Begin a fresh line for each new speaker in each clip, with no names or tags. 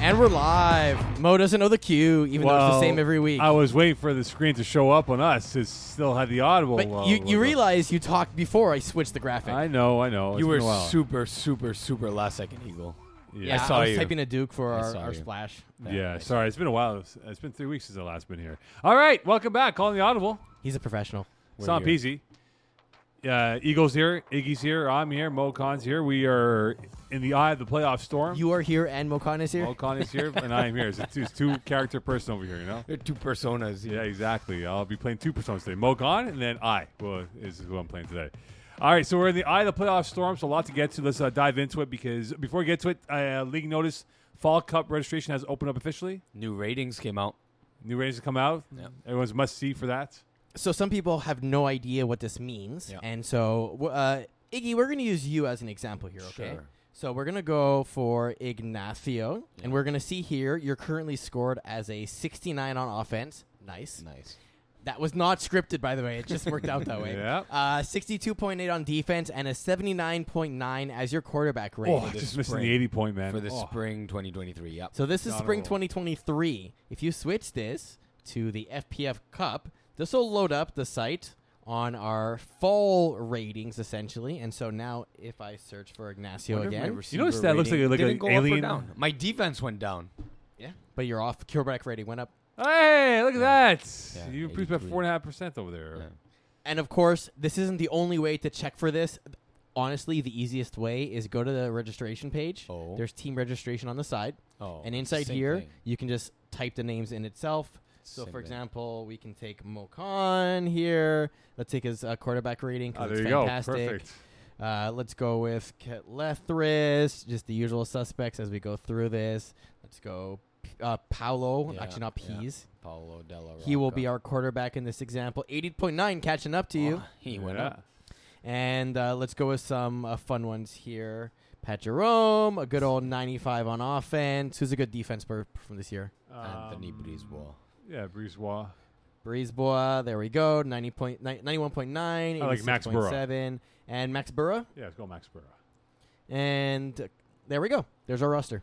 And we're live. Mo doesn't know the cue, even though it's the
Well,
same every week.
I was waiting for the screen to show up on us. It still had the audible.
but
uh,
you, you
logo.
realize you talked before I switched the graphic.
I know, I know. It's
You
been
were
a while.
super, super, super last second eagle.
Yeah,
I saw
was
you.
typing a Duke for our,
saw
our
you.
splash.
yeah. sorry, it's been a while. It's- it's been three weeks since I last been here. All right, welcome back. Calling the audible.
He's a professional.
We're
Sam
here.
Peasy. Uh, Eagles here, Iggy's here, I'm here, Mo Khan's here. We are in the eye of the playoff storm.
You are here, and Mokan is here.
Mo Khan is here, and I am here. It's a two, it's two character person over here, you know.
There are two personas.
Yeah,
Here.
exactly. I'll be playing two personas today. Mogon and then I will, is who I'm playing today. All right, so we're in the eye of the playoff storm, so a lot to get to. Let's uh, dive into it because before we get to it, uh, league notice Fall Cup registration has opened up officially.
New ratings came out.
New ratings have come out.
Yeah.
Everyone's must see for that.
So some people have no idea what this means,
Yeah.
and so w- uh, Iggy, we're going to use you as an example here, okay?
Sure.
So we're going to go for Ignacio, and we're going to see here you're currently scored as a 69 on offense. Nice.
Nice.
That was not scripted, by the way. It just worked out that way.
Yeah.
Uh, 62.8 on defense and a 79.9 as your quarterback rating.
Oh,
the
just missing
spring.
the 80 point, man.
For the
Oh.
spring 2023. Yep.
So this is
Not
spring
at all.
2023. If you switch this to the FPF Cup, this will load up the site on our fall ratings essentially. And so now, if I search for Ignacio
Wonder if my
again,
receiver
notice that looks like a-
rating
like an
didn't go
alien-
Up or down. My defense went down.
yeah, but you're off. Quarterback rating went up,
Hey, look at that.
Yeah,
you improved by
83.
4.5% over there.
Yeah.
and of course, this isn't the only way to check for this. Honestly, the easiest way is go to the registration page.
Oh.
There's team registration on the side.
Oh.
And inside
same
here,
thing.
you can just type the names in itself. So,
Same
for
thing.
example, we can take Mokan here. Let's take his uh, quarterback rating
Ah,
because
there
it's
you
fantastic.
go. Perfect.
Uh, let's go with Ketlethris, just the usual suspects as we go through this. Let's go P- uh, Paolo,
Yeah,
actually not
yeah.
Pease.
Paulo Della
He will be our quarterback in this example. 80.9 catching up to you.
Oh, he went
Yeah.
up.
And uh, let's go with some uh, fun ones here. Pat Jerome, a good old 95 on offense. Who's a good defense per- from this year?
Anthony
Um,
Breezewell.
Yeah, Breezewell.
Brisbois, there we go. 90 point, ni- 91.9.
I like Max Burrow.
86.7, And Max Burrow.
Yeah, let's go Max Burrow.
And uh, there we go. There's our roster.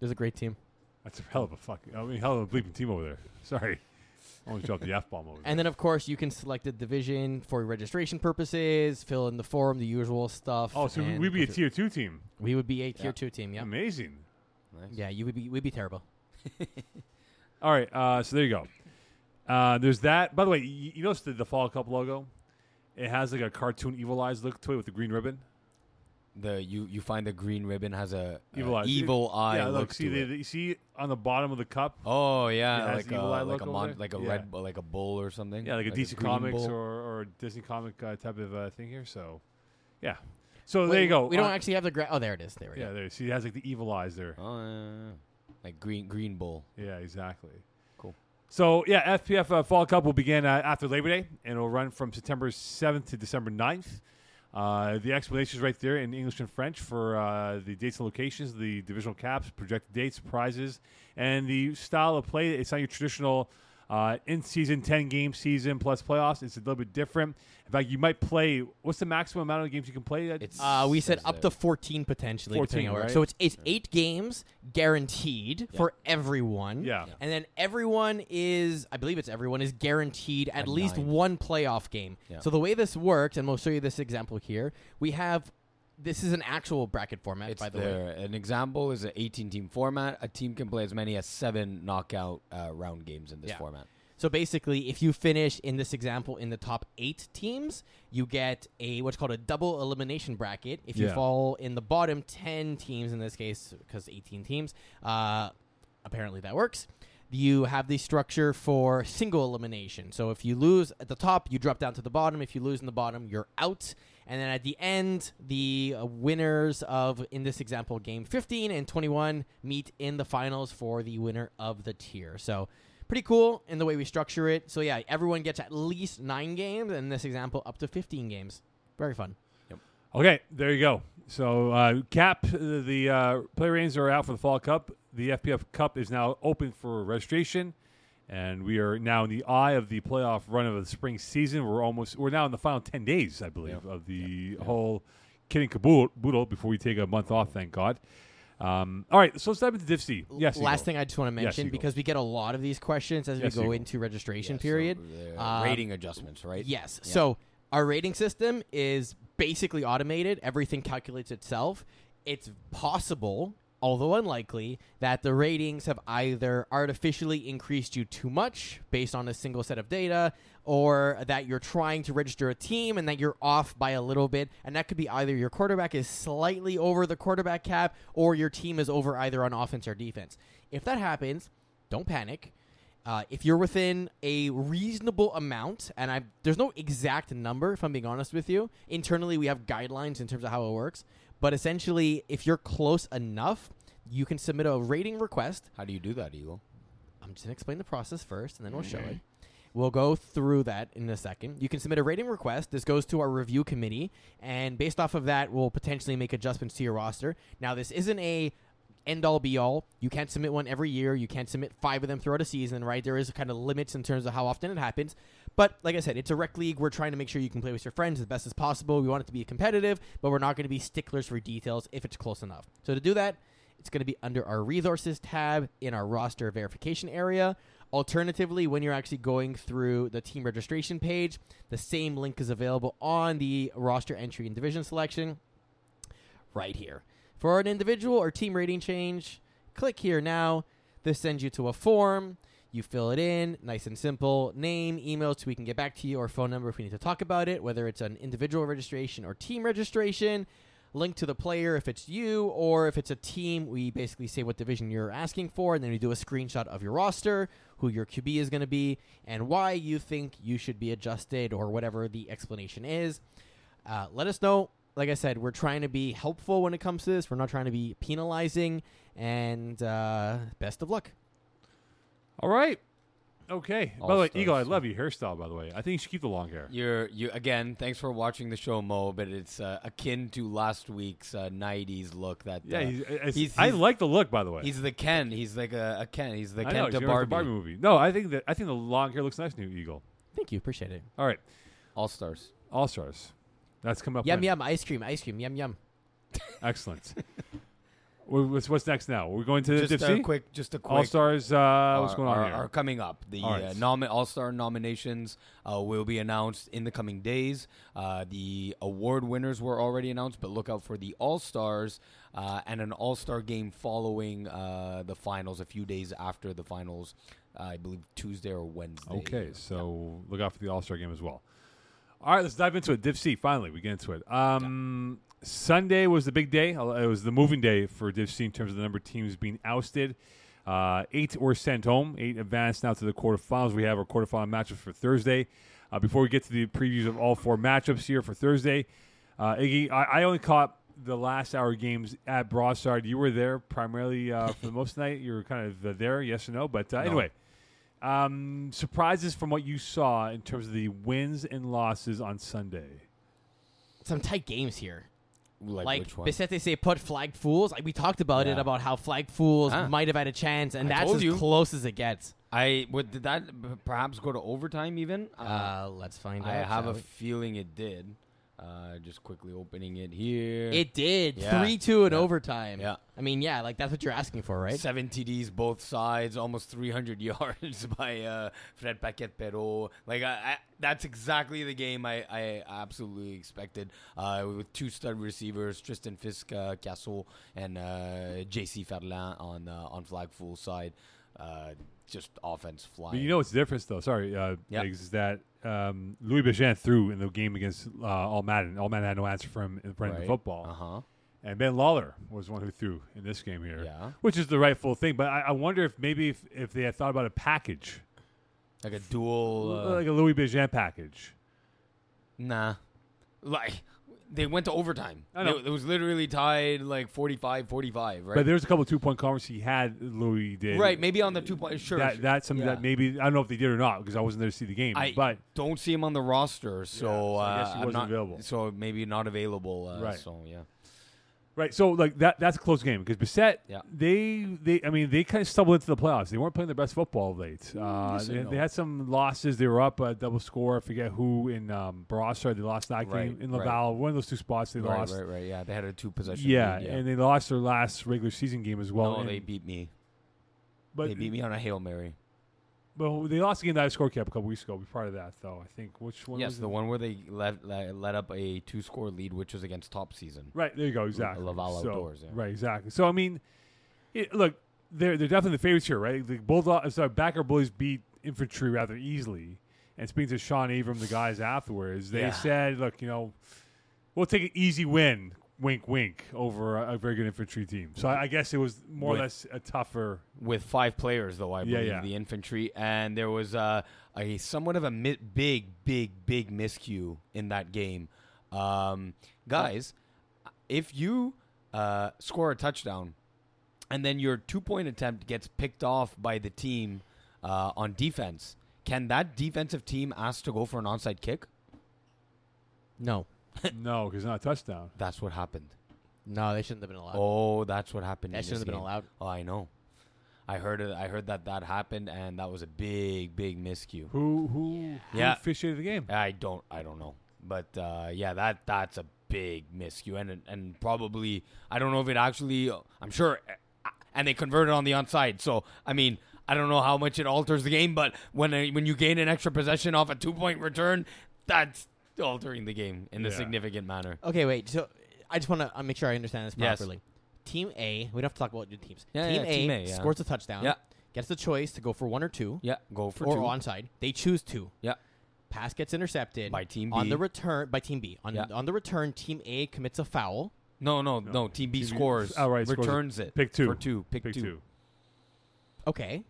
There's a great team.
That's a hell of a fucking, I mean, hell of a bleeping team over there. Sorry. Almost dropped the F bomb over there.
And then, of course, you can select a division for registration purposes, fill in the form, the usual stuff.
Oh, so
and
we'd
go
be a Mm.
through.
tier two team.
We would be a tier
Yeah.
two team, yeah.
Amazing.
Nice.
Yeah, you would be, we'd be terrible.
All right, uh, so there you go. Uh, there's that. By the way, you, you notice the, the Fall Cup logo? It has like a cartoon evil eyes look to it with the green ribbon.
The you you find the green ribbon has a a
Evil eyes.
evil eye
yeah,
look
look, see
to
the,
it.
the- you see on the bottom of the cup?
Oh yeah,
Yeah, has
like
the evil eye
a like
look
a
over
mon-
there?
like a
Yeah.
red bu- like a bull or something.
Yeah, like a DC
green
Comics
bull.
or, or Disney comic uh, type of uh, thing here. So, yeah. So
Wait,
there you go.
We don't
Uh,
actually have the gra- Oh, there it is. There we
Yeah,
go.
there. See, it has like the evil eyes there.
Oh, yeah, yeah, yeah. like green green bull.
Yeah, exactly.
Cool.
So, yeah, FPF uh, Fall Cup will begin uh, after Labor Day and it'll run from September 7th to December 9th. Uh, the explanation is right there in English and French for uh, the dates and locations, the divisional caps, projected dates, prizes, and the style of play. It's not your traditional uh, in season, 10 game season plus playoffs. It's a little bit different. In fact, you might play what's the maximum amount of games you can play?
It's
Uh, we said
says
up to
there.
14 potentially.
14,
depending on where-
right?
So it's, it's eight games guaranteed for everyone.
yeah.
Yeah.
And then everyone is, I believe it's everyone, is guaranteed at
A
least
nine.
one playoff game.
Yeah.
So the way this works, and we'll show you this example here, we have this is an actual bracket format,
It's
by the way.
there. An example is an 18 team format. A team can play as many as seven knockout uh, round games in this
Yeah.
format.
So basically, if you finish in this example in the top eight teams, you get a what's called a double elimination bracket. If you
Yeah.
fall in the bottom ten teams, in this case, because eighteen teams, uh, apparently that works. You have the structure for single elimination. So if you lose at the top, you drop down to the bottom. If you lose in the bottom, you're out. And then at the end, the uh, winners of, in this example, game 15 and 21 meet in the finals for the winner of the tier. So pretty cool in the way we structure it. So yeah, everyone gets at least nine games, and in this example, up to fifteen games. Very fun.
Okay, there you go. So uh, cap the, the uh, play ratings are out for the Fall Cup. The FPF Cup is now open for registration, and we are now in the eye of the playoff run of the spring season. We're almost we're now in the final ten days, I believe, of the whole kid and caboodle before we take a month off. Thank God. Um, all right, so let's dive into Div C. Yes.
Last
Eagle.
thing I just want to
Yes,
mention
Eagle.
because we get a lot of these questions as
Yes,
we go
Eagle.
into registration
Yeah, so
period.
the
Um,
rating adjustments, right?
Yes.
Yeah.
So our rating system is basically automated. Everything calculates itself. It's possible, although unlikely, that the ratings have either artificially increased you too much based on a single set of data, or that you're trying to register a team and that you're off by a little bit. And that could be either your quarterback is slightly over the quarterback cap, or your team is over either on offense or defense. If that happens, don't panic. Uh, if you're within a reasonable amount, and I there's no exact number, if I'm being honest with you. Internally, we have guidelines in terms of how it works, but essentially, if you're close enough, you can submit a rating request.
How do you do that, Eagle?
I'm just gonna explain the process first, and then we'll show it. We'll go through that in a second. You can submit a rating request. This goes to our review committee, and based off of that, we'll potentially make adjustments to your roster. Now, this isn't a end all be all. You can't submit one every year. You can't submit five of them throughout a season, right? There is kind of limits in terms of how often it happens. But like I said, it's a rec league. We're trying to make sure you can play with your friends as best as possible. We want it to be competitive, but we're not going to be sticklers for details if it's close enough. So to do that, it's going to be under our resources tab in our roster verification area. Alternatively, when you're actually going through the team registration page, the same link is available on the roster entry and division selection right here. For an individual or team rating change, click here now. This sends you to a form. You fill it in, nice and simple. Name, email, so we can get back to you, or phone number if we need to talk about it, whether it's an individual registration or team registration. Link to the player if it's you, or if it's a team, we basically say what division you're asking for, and then we do a screenshot of your roster, who your QB is going to be, and why you think you should be adjusted, or whatever the explanation is. Uh, let us know. Like I said, we're trying to be helpful when it comes to this. We're not trying to be penalizing. And uh, best of luck.
All right. Okay. by
All
the way,
stars.
Eagle, I love your hairstyle. By the way, I think you should keep the long hair.
You're you again. Thanks for watching the show, Mo. But it's uh, akin to last week's uh, '90s look. That
Yeah,
uh,
he's, it's-
he's-
I
he's-
like the look. By the way,
he's the Ken. He's like a, a Ken. He's the
I
Ken
know,
to
he's doing it for
Barbie.
the Barbie movie. No, I think that I think the long hair looks nice, new Eagle.
Thank you. Appreciate it.
All right,
All stars.
All Stars. That's coming up.
Yum,
when?
yum. Ice cream. Ice cream. Yum, yum.
Excellent. Wha- what's, what's next now? We're going to the
Just
Dipsy.
a quick. Just a quick.
All Stars. Uh, what's
are-
going on
are,
here?
are coming up. The
All right.
uh, nomi- All-Star nominations uh, will be announced in the coming days. Uh, the award winners were already announced, but look out for the All-Stars uh, and an All-Star game following uh, the finals a few days after the finals. Uh, I believe Tuesday or Wednesday.
Okay, so look out for the All Star game as well. All right, let's dive into it. Div C, finally, we get into it. Um, Sunday was the big day. Uh, It was the moving day for Div C in terms of the number of teams being ousted. Uh, eight were sent home, eight advanced now to the quarterfinals. We have our quarterfinal matchups for Thursday. Uh, before we get to the previews of all four matchups here for Thursday, uh, Iggy, I, I only caught the last hour games at Broadside. You were there primarily uh, for the most night. You were kind of uh, there, yes or no. But uh, anyway, um, surprises from what you saw in terms of the wins and losses on Sunday.
Some tight games here.
Like,
Like,
which one?
Bisete say put flag fools. Like, we talked about it
Yeah.
about how flag fools
Ah.
might have had a chance, and
I
that's
told
as
you.
close as it gets.
I would did that p- perhaps go to overtime even.
Uh, let's find
I
out.
have
shall
a
we?
feeling it did. Uh, just quickly opening it here.
it did
Yeah.
three two in
Yeah.
overtime.
Yeah.
I mean, yeah, like that's what you're asking for, right?
Seven TDs both sides, almost 300 yards by uh, Fred Paquette Perot. Like I, I, that's exactly the game I, I absolutely expected. Uh, with two stud receivers, Tristan Fisk, uh, Castle, and uh, JC Ferland on uh, on flag full side. Uh, just offense flying.
But you know what's the difference, though? Sorry, uh,
Yeah.
Biggs, is that um, Louis Bichon threw in the game against uh, All Madden. All Madden had no answer for him in front of the football.
Uh huh.
And Ben Lawler was the one who threw in this game here,
Yeah.
which is the rightful thing. But I, I wonder if maybe if, if they had thought about a package,
Like a dual. Uh,
like a Louis Bichon package.
Nah. Like, they went to overtime.
I know.
It, it was literally tied like 45 45, right?
But there's a couple two point converts he had, Louis did.
right, maybe on the two point. Sure.
That,
sure.
that's something
Yeah.
that maybe, I don't know if they did or not because I wasn't there to see the game.
I
but
don't see him on the roster, so,
so I guess
uh,
he
I'm
wasn't
not
available.
So maybe not available. Uh,
Right.
So yeah,
Right, so like that that's a close game because Bissett,
Yeah.
they they I mean they kind of stumbled into the playoffs. They weren't playing their best football of late. Uh,
yes and
they,
no.
they had some losses. They were up a double score. I forget who in um, Barossa. They lost that
Right,
game in
right.
Laval. One of those two spots they
Right,
lost.
right, right. Yeah, they had a two possession.
Yeah,
lead,
and they lost their last regular season game as well.
no,
and-
they beat me.
but
they beat me on a hail mary.
Well, they lost a game that I score cap a couple weeks ago. We part of that though. I think which one?
yes,
was
the
it?
one where they let, let let up a two score lead, which was against top season.
Right there you go. Exactly.
Laval
so,
outdoors, yeah.
Right. Exactly. So I mean, it, look, they're they're definitely the favorites here, right? The bulldog, uh, sorry, backer boys beat infantry rather easily. And speaking to Sean Abram, the guys afterwards, they
Yeah.
said, "Look, you know, we'll take an easy win, wink, wink, over a, a very good infantry team." So I, I guess it was more
With-
or less a tougher.
with five players, though I
Yeah,
believe
yeah.
the infantry, and there was uh, a somewhat of a mi- big, big, big miscue in that game. Um, guys, if you uh, score a touchdown and then your two-point attempt gets picked off by the team uh, on defense, can that defensive team ask to go for an onside kick?
No,
no, because not a touchdown.
That's what happened.
no, they shouldn't have been allowed.
Oh, that's what happened.
Uh, That
in this
shouldn't have been
game.
allowed.
Oh, I know. I heard it. I heard that that happened, and that was a big, big miscue.
Who who
Yeah.
who officiated the game?
I don't I don't know. But uh, yeah, that that's a big miscue and and probably I don't know if it actually I'm sure uh, and they converted on the onside. So I mean, I don't know how much it alters the game, but when uh, when you gain an extra possession off a two-point return, that's altering the game in a
Yeah.
significant manner.
Okay, wait. So I just want to make sure I understand this
Yes.
properly. Team A, we don't have to talk about your teams.
Yeah,
team,
yeah,
a
Team A, yeah.
scores a touchdown.
Yeah.
Gets the choice to go for one or two
Yeah, go for
or
two.
onside. They choose two.
Yeah.
Pass gets intercepted
By team
on
B.
the return by team B. On
Yeah.
on the return, team A commits a foul.
No, no,
No.
no, Team B
Team B
scores.
s- outright scores it.
returns it.
Pick two.
For two. Pick,
Pick
two.
two.
Okay,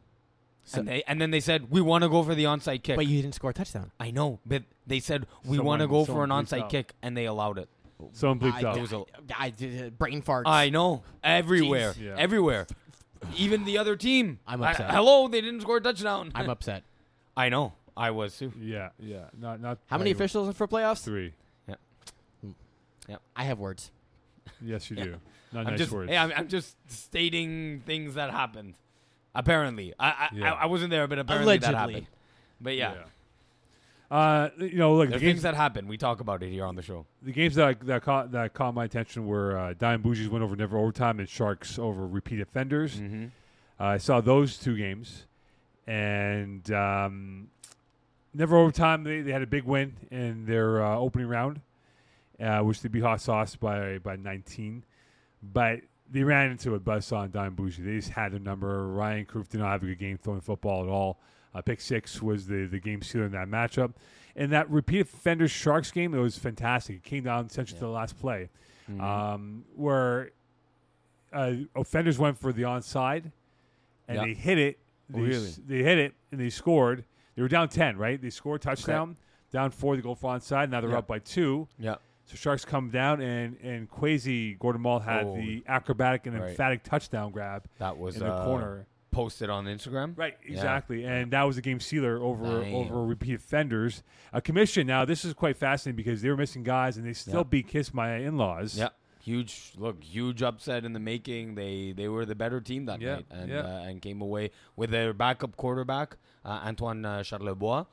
So-
And, they, and then they said, "We want to go for the onside kick."
but you didn't score a touchdown.
I know, but they said we want to
Someone-
go for
someone
an
bleeped
onside
out.
kick, and they allowed it.
Someone bleeped
I,
out.
I,
was a-
I did- uh, brain farts.
I know, everywhere,
Jeez. Yeah.
everywhere. Even the other team.
I'm
I-
upset.
hello, they didn't score a touchdown.
I'm upset.
I know. I was too.
Yeah, yeah. Not not.
How many
like,
officials for playoffs?
Three.
I have words.
Yes, you
Yeah.
do. Not
I'm
nice
just.
words.
Hey, I'm, I'm just stating things that happened. Apparently, I I,
Yeah.
I, I wasn't there, but apparently that
Allegedly.
happened. But yeah,
Yeah. Uh, you know, look
there
the
are things
games,
that happen. We talk about it here on the show.
the games that I, that caught that caught my attention were uh, Dime Bougies went over never overtime and Sharks over repeat offenders.
Mm-hmm.
Uh, I saw those two games, and um, never overtime they, they had a big win in their uh, opening round, uh, which they beat Hot Sauce by by 19, but. They ran into a buzzsaw on Dime Bougie. They just had their number. Ryan Kroof did not have a good game throwing football at all. Uh, pick six was the, the game sealer in that matchup. And that repeat offender Sharks game, it was fantastic. It came down essentially to the last play,
Mm-hmm.
um, where uh, offenders went for the onside, and
Yeah.
they hit it. They,
Oh, really?
s- they hit it and they scored. They were down ten, right? They scored touchdown, down four. They go for onside. Now they're
Yeah.
up by two.
Yeah.
So Sharks come down, and and Quasi Gordon Mall had
Oh.
the acrobatic and
Right.
emphatic touchdown grab
That was
in the
uh,
corner.
posted on Instagram.
Right, exactly, and that was a game sealer over
Damn.
over repeat offenders. A commission. Now this is quite fascinating because they were missing guys, and they still
Yeah.
beat Kiss My In Laws.
Yeah. Huge look, huge upset in the making. They they were the better team that
Yeah,
night and
yeah.
uh, and came away with their backup quarterback uh, Antoine uh, Charlebois.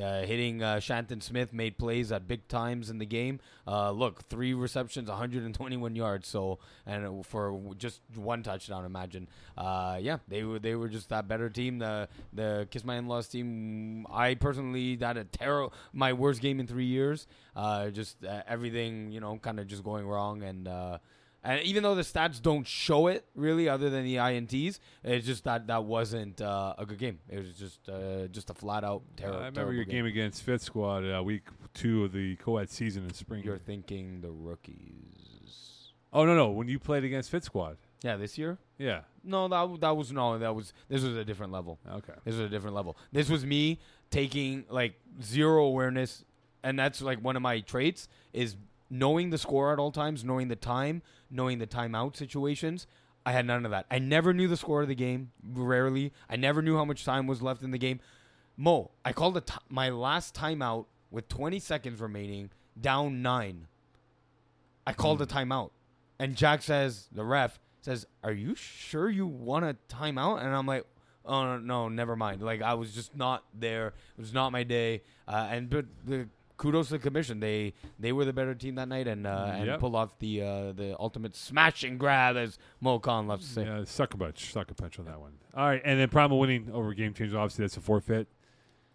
Uh, hitting uh, Shanton Smith made plays at big times in the game. Uh, look, three receptions, 121 yards. So, and for just one touchdown, imagine. Uh, yeah, they were they were just that better team. The the Kiss My In-Laws team. I personally had a terrible, my worst game in three years. Uh, just uh, everything, you know, kind of just going wrong and. Uh, and even though the stats don't show it really, other than the ints, it's just that that wasn't uh, a good game. It was just uh, just a flat out
Uh,
terrible.
I remember your game
game.
against Fifth Squad uh, week two of the co-ed season in spring.
You're thinking the rookies.
oh no, no, when you played against Fifth Squad.
Yeah, this year.
Yeah.
No, that w- that was no. That was this was a different level.
Okay.
This was a different level. This was me taking like zero awareness, and that's like one of my traits is knowing the score at all times, knowing the time, knowing the timeout situations. I had none of that. I never knew the score of the game. Rarely, I never knew how much time was left in the game. Mo, I called the t- my last timeout with 20 seconds remaining, down nine. I called a timeout, And Jack says, the ref says, "Are you sure you want a timeout?" And I'm like, "Oh no, no never mind. Like I was just not there. It was not my day." Uh, and but the kudos to the commission. They they were the better team that night and uh, and
Yep.
pull off the uh, the ultimate smash and grab as Mo Khan loves to say.
Yeah, sucker punch, sucker punch on that one. All right, and then Primal winning over Game Changer. Obviously, that's a forfeit.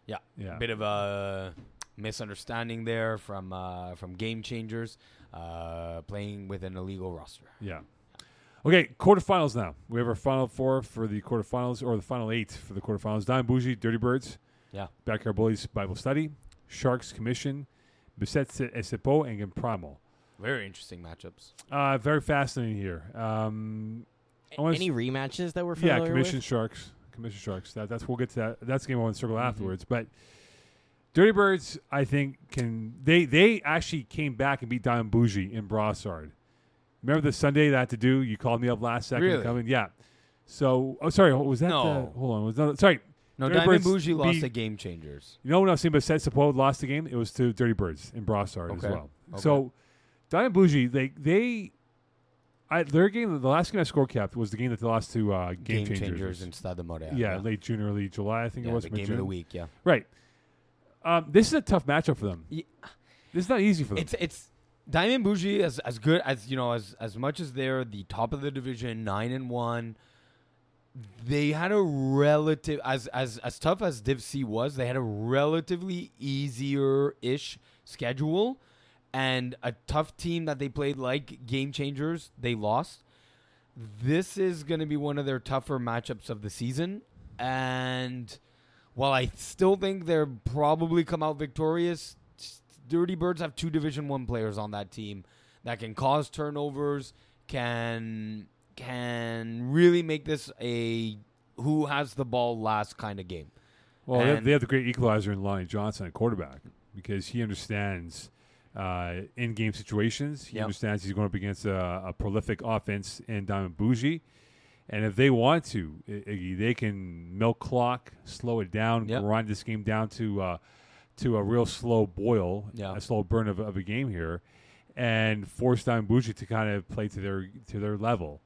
Yeah.
Yeah.
bit of a misunderstanding there from uh, from Game Changers uh, playing with an illegal roster.
Yeah. Okay, quarterfinals now. We have our final four for the quarterfinals, or the final eight for the quarterfinals. Don Bougie, Dirty Birds,
Yeah.
Backyard Bullies Bible Study, Sharks Commission, Bisset Esepo, and Primal.
Very interesting matchups.
Uh, very fascinating here. Um, I wanna s-
Any rematches that we're
yeah,
familiar
Commission
with?
Sharks, Commission Sharks. That, that's we'll get to that. That's game one circle
Mm-hmm.
afterwards. But Dirty Birds, I think, can they they actually came back and beat Don Bougie in Brossard. Remember the Sunday that I had to do? You called me up last second
Really?
coming. Yeah. So, oh, sorry. Was that?
No.
The, hold on. Was that, sorry.
No,
Dirty
Diamond
Birds
Bougie lost
beat-
to Game Changers.
You know when I was saying about Set Sapo lost the game? It was to Dirty Birds in Brossard as
Okay.
well.
Okay.
So Diamond Bougie, they they I, their game the last game I score capped was the game that they lost to uh, Game,
Game,
Changers.
Changers, and Stade Montréal.
yeah, late June, early July, I think
Yeah,
it was
the
mid-
game
June.
of the week. Yeah,
Right. Um, this is a tough matchup for them.
Ye-
This is not easy for them.
it's it's Diamond Bougie as as good as you know as as much as they're the top of the division, nine and one. They had a relative as as as tough as Div C was. They had a relatively easier ish schedule, and a tough team that they played like Game Changers. They lost. This is going to be one of their tougher matchups of the season, and while I still think they're probably come out victorious, Dirty Birds have two Division One players on that team that can cause turnovers, can can really make this a who has the ball last kind of game.
well, they have,
and-
they have the great equalizer in Lonnie Johnson at quarterback because he understands uh, in-game situations. He
Yep.
understands he's going up against a, a prolific offense in Diamond Bougie. And if they want to, I- Iggy, they can milk clock, slow it down,
Yep.
grind this game down to uh, to a real slow boil,
Yeah.
a slow burn of, of a game here, and force Diamond Bougie to kind of play to their to their level.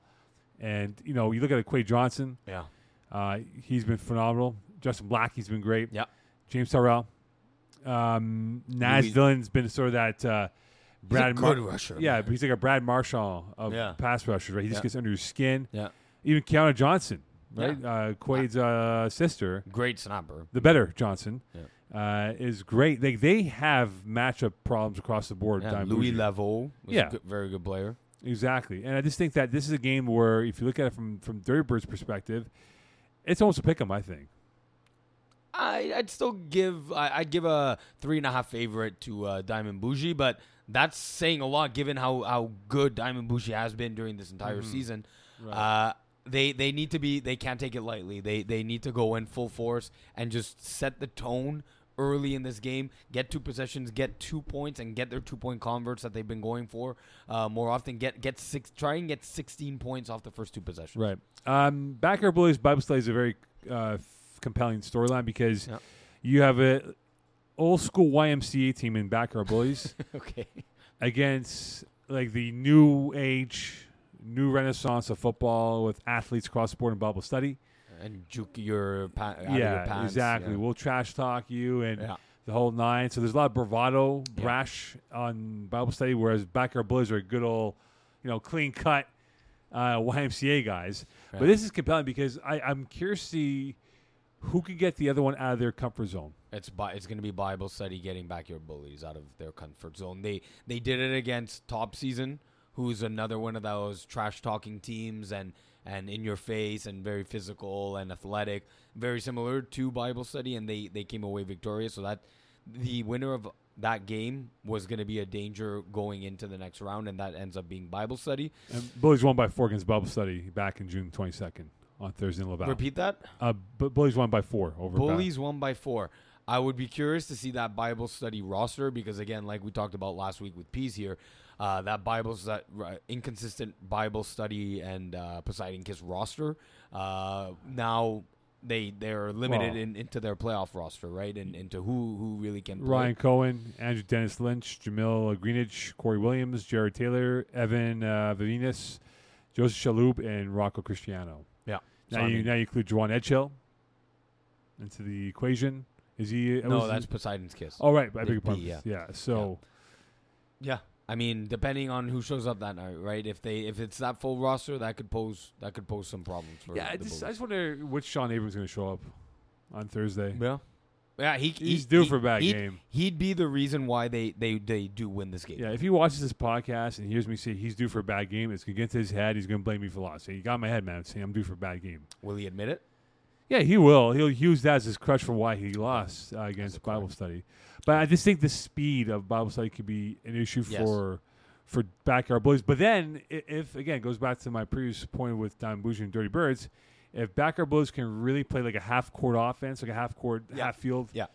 And you know, you look at Quay Johnson,
Yeah.
Uh, he's been phenomenal. Justin Blackie's been great.
Yep.
James Terrell. Um, Naz
Louis-
Dillon's been sort of that uh, Brad Mar-
rusher.
Yeah, but he's like a Brad Marshall of
Yeah.
pass rushers, right? He
Yeah.
just gets under your skin.
Yeah.
Even Keanu Johnson, right? Uh, Quaid's uh, sister,
Great snapper.
the better Johnson, uh, is great. They they have matchup problems across the board.
Yeah,
Don
Louis
Bougie.
Laveau was
Yeah.
a good- very good player.
Exactly, and I just think that this is a game where, if you look at it from from Dirty Bird's perspective, it's almost a pick 'em. I think.
I, I'd still give I, I'd give a three and a half favorite to uh, Diamond Bougie, but that's saying a lot given how, how good Diamond Bougie has been during this entire
Mm-hmm.
season. Uh, they they need to be they can't take it lightly. They they need to go in full force and just set the tone early in this game. Get two possessions, get two points, and get their two point converts that they've been going for uh, more often. Get get six try and get sixteen points off the first two possessions.
Right. Um, Backyard Bullies Bible Study is a very uh, f- compelling storyline because
Yeah.
you have a old school YMCA team in Backyard Bullies
Okay.
against like the new age, new renaissance of football with athletes cross the board in Bible Study.
And juke your pa- out of your
yeah,
pants.
exactly.
Yeah.
We'll trash talk you and.
Yeah.
The whole nine. So there's a lot of bravado,
Yeah.
brash on Bible study, whereas Backyard Bullies are a good old, you know, clean cut uh, YMCA guys. But
Right.
this is compelling because I, I'm curious to see who can get the other one out of their comfort zone.
It's bi- it's going to be Bible study getting back your bullies out of their comfort zone. They they did it against Top Season, who's another one of those trash talking teams and and in your face and very physical and athletic, very similar to Bible study, and they they came away victorious. So that the winner of that game was going to be a danger going into the next round, and that ends up being Bible study.
And Bullies won by four against Bible study back in June 22nd on Thursday in Laval.
Repeat that.
Uh, Bu- Bullies won by four over. Ba-
Bullies won by four. I would be curious to see that Bible study roster because, again, like we talked about last week with Peas here, uh, that Bible that uh, inconsistent Bible study and uh, Poseidon Kiss roster. Uh, now they they're limited
Well-
in, into their playoff roster, right? And into who who really can play.
Ryan Cohen, Andrew Dennis Lynch, Jamil Greenidge, Corey Williams, Jared Taylor, Evan uh, Vivinas, Joseph Shalhoub, and Rocco Cristiano.
Yeah.
Now
So, I
you
mean-
now you include Juwan Edgehill into the equation. Is he? uh,
No,
was
that's
He,
Poseidon's kiss.
oh right, I beg
Big
your
B,
pardon.
yeah.
yeah. So
Yeah, I mean, depending on who shows up that night, right? If they if it's that full roster, that could pose that could pose some problems for.
yeah, I
the
just I
Bulls.
just wonder which Sean Abrams is going to show up on Thursday.
yeah, yeah. He,
He's
he-
due
he-
for a bad
he'd-
game.
He'd be the reason why they they they do win this game.
Yeah, if he watches this podcast and hears me say he's due for a bad game, it's going to get to his head. He's going to blame me for loss. Say, you got in my head, man. Saying I'm due for a bad game.
Will he admit it?
Yeah, he will. He'll use that as his crutch for why he lost uh, against Bible study. But I just think the speed of Bible study could be an issue
Yes.
for for backyard bullies. But then, i- if again it goes back to my previous point with Don Bougie and Dirty Birds, if backyard bullies can really play like a half court offense, like a half court,
Yeah.
half field,
Yeah.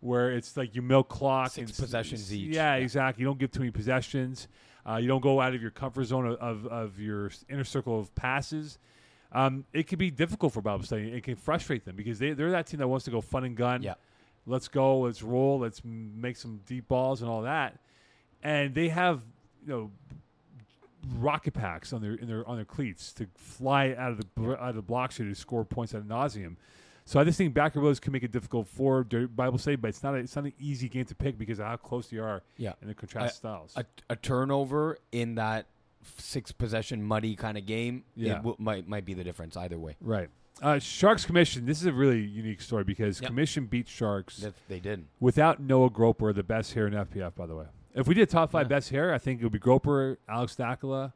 where it's like you milk clock
Six
and s-
possessions
s-
each.
Yeah,
Yeah.
exactly. You don't give too many possessions. Uh, you don't go out of your comfort zone of, of, of your s- inner circle of passes. Um, it could be difficult for Bible study. It can frustrate them because they, they're that team that wants to go fun and gun.
Yeah.
Let's go. Let's roll. Let's m- make some deep balls and all that. And they have you know rocket packs on their in their on their cleats to fly out of the bl- out of the blocks here to score points at nauseum. So I just think backer blows can make it difficult for Dirty Bible study, but it's not a, it's not an easy game to pick because of how close they are
Yeah.
and the contrast styles.
A, a turnover in that six possession muddy kind of game.
Yeah.
it w- might might be the difference either way.
right. Uh, Sharks Commission. This is a really unique story because
Yep.
Commission beat Sharks.
If they did.
without Noah Groper, the best hair in FPF, by the way. If we did top five best hair, I think it would be Groper, Alex Dakula,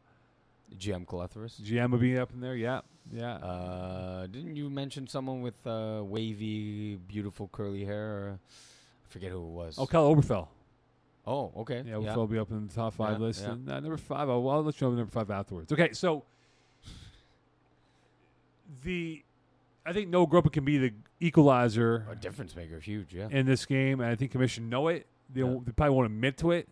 GM Clethris.
GM would be up in there. Yeah, yeah.
Uh, didn't you mention someone with uh, wavy, beautiful curly hair? Or I forget who it was.
oh, Cal Oberfell.
Oh, okay.
Yeah, Oberfell will be up in the top five
Yeah,
list.
yeah.
And, uh, number five. I'll, I'll let you know number five afterwards. Okay, so the I think Noah Groper can be the equalizer
A difference maker, huge. Oh, Yeah.
in this game, and I think Commission know it. They,
Yeah.
won't- they probably won't admit to it.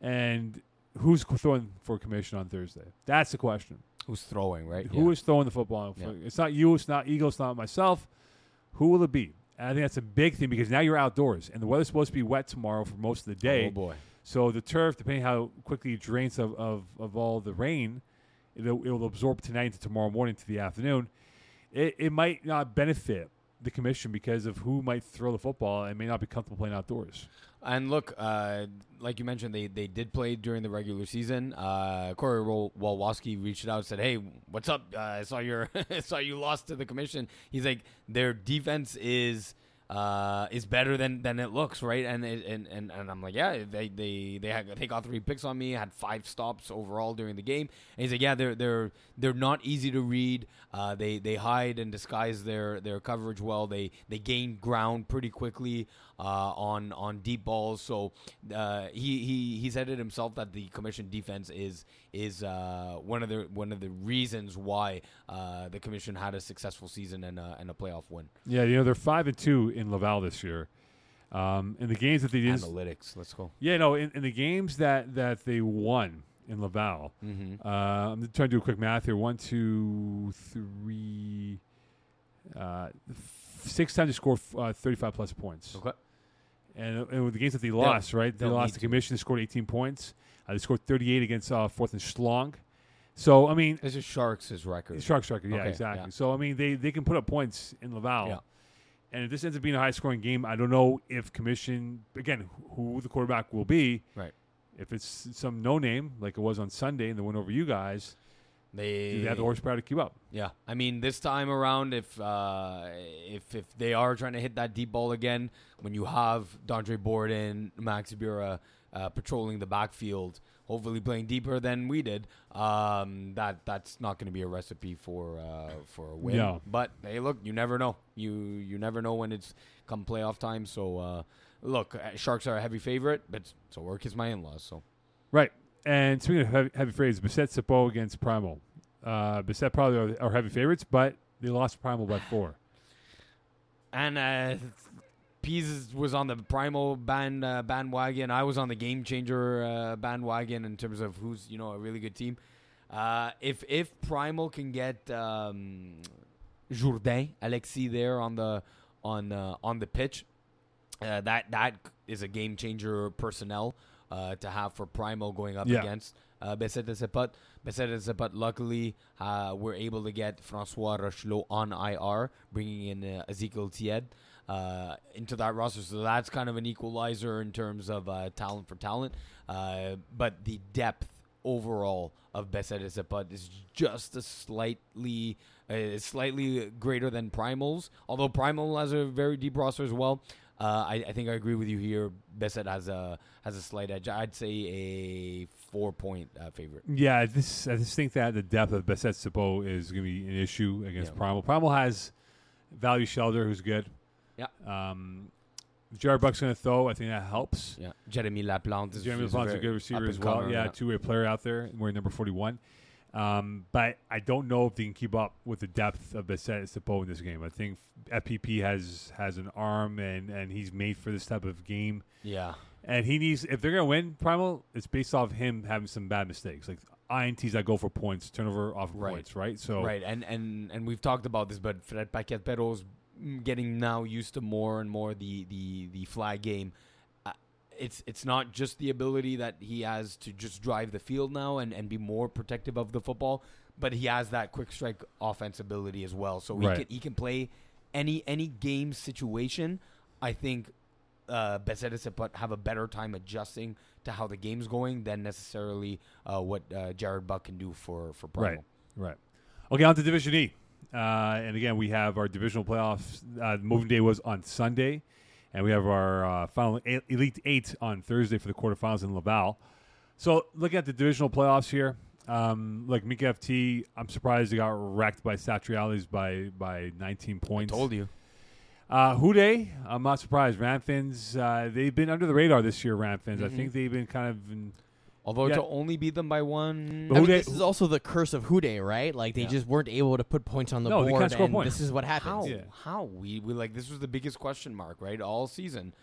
And who's throwing for Commission on Thursday? That's the question.
Who's throwing, right?
Who is throwing the football?
Yeah.
It's not you. It's not Eagle. It's not myself. Who will it be? And I think that's a big thing because now you're outdoors and the weather's supposed to be wet tomorrow for most of the day.
Oh boy.
so the turf, depending how quickly it drains of, of, of all the rain, it'll, it'll absorb tonight into tomorrow morning to the afternoon. It, it might not benefit the commission because of who might throw the football and may not be comfortable playing outdoors.
And look, uh, like you mentioned, they, they did play during the regular season. Uh, Corey Wol- Wolowski reached out and said, "Hey, what's up? Uh, I saw your I saw you lost to the commission." He's like, "Their defense is uh, is better than, than it looks, right?" And it, and, and and I'm like, "Yeah, they they they, had, they got three picks on me, had five stops overall during the game." And he's like, "Yeah, they're they're they're not easy to read. Uh, they they hide and disguise their their coverage well. They they gain ground pretty quickly uh, on on deep balls. So uh, he he he said it himself that the commission defense is is uh, one of the one of the reasons why uh, the commission had a successful season and a, and a playoff win.
Yeah, you know, they're 5 and 2 in Laval this year. Um, and the games that they did.
Analytics, let's go.
Yeah, no, in, in the games that, that they won in Laval,
Mm-hmm.
uh, I'm trying to do a quick math here. One, two, three, uh, f- six times they scored f- uh, 35 plus points.
Okay.
And, uh, and with the games that they lost, right? They
they'll
lost
need
the
to.
commission, they scored 18 points. Uh, they scored 38 against uh, Fourth and Schlong. So, I mean,
This is Sharks' record.
Shark Striker, yeah,
Okay,
exactly.
yeah.
So I mean, they they can put up points in Laval,
Yeah.
and if this ends up being a high scoring game, I don't know if Commission again who the quarterback will be.
Right.
If it's some no name like it was on Sunday and the win over you guys, do
They
they have the horsepower to keep up?
Yeah, I mean, this time around, if uh, if if they are trying to hit that deep ball again, when you have Dondre Borden, Max Ibira uh, patrolling the backfield, hopefully playing deeper than we did, um, that that's not going to be a recipe for uh, for a win.
No.
But hey, look, you never know. You you never know when it's come playoff time. So uh, look, uh, Sharks are a heavy favorite, but so are Kiss My In Laws. So
Right. And speaking of heavy, heavy favorites, Bissett Sipo against Primal. Uh, Bissett probably are, are heavy favorites, but they lost Primal by four.
and uh, Pease was on the primal band uh, bandwagon. I was on the game changer uh, bandwagon in terms of who's you know a really good team. Uh, if if primal can get um, Jourdain, Alexis there on the on uh, on the pitch. Uh, that that is a game changer personnel uh, to have for Primo going up
Yeah.
against uh, Besete Sepet. Besete Sepet, luckily, uh, we're able to get Francois Rochelot on IR, bringing in uh, Ezekiel Tied uh, into that roster. So that's kind of an equalizer in terms of uh, talent for talent. Uh, but the depth overall of Besete Sepet is just a slightly uh, slightly greater than Primals, although Primal has a very deep roster as well. Uh, I, I think I agree with you here. Besset has a has a slight edge. I'd say a four point uh, favorite.
Yeah, I just, I just think that the depth of Besset Sipo is going to be an issue against
Yeah.
Primal. Primal has Value Shelter, who's good.
Yeah.
Um, Jared Buck's going to throw. I think that helps.
Yeah, Jeremy Laplante. Is,
Jeremy
is
Laplante is a
very
good receiver as well.
up-and-comer,
yeah, two way player out there wearing number 41. Um, but I don't know if they can keep up with the depth of Besset Sipo in this game. I think FPP has has an arm and, and he's made for this type of game.
yeah,
And he needs if they're gonna win primal, it's based off him having some bad mistakes. Like INTs that go for points, turnover off of
Right.
points, right? So
right. And and and we've talked about this, but Fred Paquette Perros getting now used to more and more the the the fly game. Uh, It's it's not just the ability that he has to just drive the field now and and be more protective of the football, but he has that quick strike offense ability as well. So he
Right.
can he can play any any game situation. I think uh, Becerra Sepet have a better time adjusting to how the game's going than necessarily uh, what uh, Jared Buck can do for for Primal.
Right. Right. Okay, on to Division E. Uh, and again, we have our divisional playoffs. Uh, moving day was on Sunday, and we have our uh, final eight, Elite Eight on Thursday for the quarterfinals in Laval. So, looking at the divisional playoffs here, um, like Mika FT, I'm surprised they got wrecked by Satriales by by 19 points.
you.
Uh, Houde, I'm not surprised. Ramfins, uh, they've been under the radar this year, Ramfins.
Mm-hmm.
I think they've been kind of. In,
Although
Yeah.
to only beat them by one,
But
I
who
mean,
they-
this is also the curse of Hude, right? Like they
Yeah.
just weren't able to put points on the
No, they
board,
can't score
and
points.
this is what
how
happens.
Yeah.
how we we like this was the biggest question mark right all season.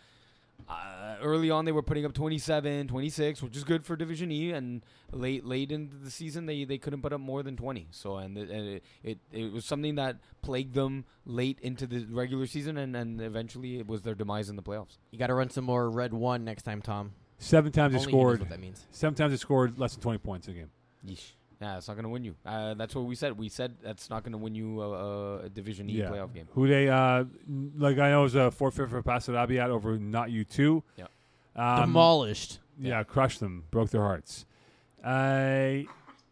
Uh, early on, they were putting up 27, 26, which is good for Division E. And late late into the season, they, they couldn't put up more than 20. So and, it- and it, it it was something that plagued them late into the regular season, and, and eventually it was their demise in the playoffs.
You got to run some more red one next time, Tom.
seven times
Only he
they
knows
scored.
what that means.
Seven times they scored less than 20 points in a game.
Yeesh. Nah, it's not going to win you. Uh, that's what we said. We said that's not going to win you a, a- a Division E
Yeah.
playoff game.
Houde, uh, n- like I know, it was a forfeit for Paso Rabiat over Not You Two.
Yeah.
Um,
Demolished.
Yeah, crushed them, broke their hearts. Uh,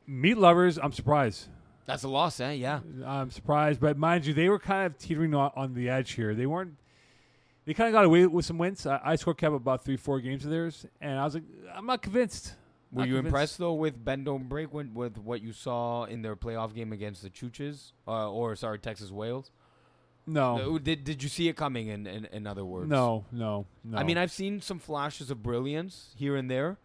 meat lovers, I'm surprised.
That's a loss, eh? Yeah.
I'm surprised, but mind you, they were kind of teetering on, on the edge here. They weren't. They kind of got away with some wins. I, I scored cap about three, four games of theirs, and I was like, I'm not convinced.
Were
Not
you
convinced.
impressed though with Bend Don't Break when, with what you saw in their playoff game against the Chooches, uh, or sorry, Texas Wales?
No,
Uh, Did Did you see it coming? In in, in other words,
no, no, no.
I mean, I've seen some flashes of brilliance here and there.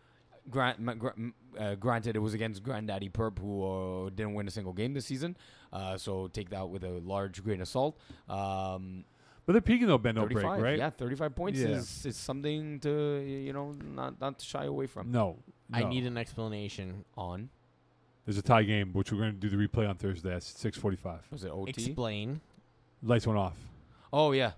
Grant, m- gr- m- uh, granted, it was against Granddaddy Perp, who uh, didn't win a single game this season. Uh, so take that with a large grain of salt. Um,
but they're peaking though, bend don't break,
35,
right?
yeah, 35 points
Yeah.
is, is something to, you know, not, not to shy away from.
No,
I
no.
need an explanation.
On.
There's a tie game, which we're going to do the replay on Thursday at 6:45.
Was it OT?
Explain.
Lights went off.
Oh yeah. Uh,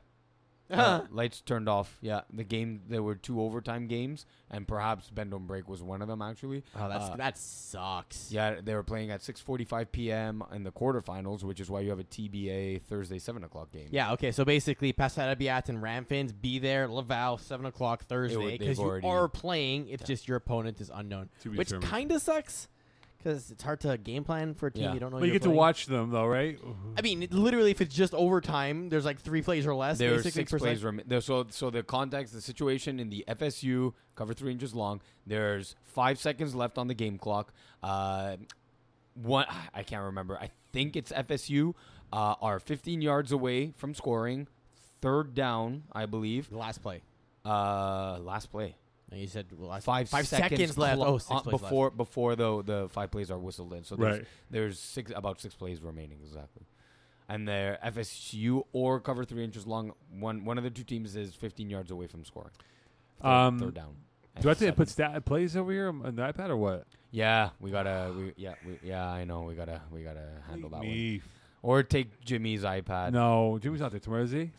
Uh-huh.
lights turned off. Yeah, the game. There were two overtime games, and perhaps Bend Don't Break was one of them. Actually,
Oh, that's
Uh,
that sucks.
yeah, they were playing at 6:45 p.m. in the quarterfinals, which is why you have a TBA Thursday seven o'clock game.
Yeah, okay. So basically, Pasada Biat and Ramfins be there, Laval, 7 o'clock Thursday,
they've
because you
already-
are playing. It's just your opponent is unknown,
To be
which
determined.
kind of sucks because it's hard to game plan for a team
Yeah.
you don't know
But you
you're
get to
playing.
watch them though, right?
I mean, it- literally, if it's just overtime, there's like three plays or less.
There were
basically,
six
per
plays
side.
remi- there, so so the context, the situation in the FSU cover three inches long. There's five seconds left on the game clock. Uh, one I can't remember. I think it's FSU uh, are 15 yards away from scoring, third down, I believe.
The last play.
Uh, last play.
And you said well, last
Five,
five seconds, left.
clo-
Oh, six
uh,
plays
before before the the five plays are whistled in. So there's,
Right.
there's six about six plays remaining exactly. And their FSU or cover three inches long. One one of the two teams is 15 yards away from scoring. Third,
Um,
third down.
Do I have to
Seven.
put stat plays over here on on the iPad or what?
Yeah, we gotta. We, yeah, we, yeah. I know we gotta. We gotta handle
Leave
that one.
me.
Or take Jimmy's iPad.
No, Jimmy's not there tomorrow, is he?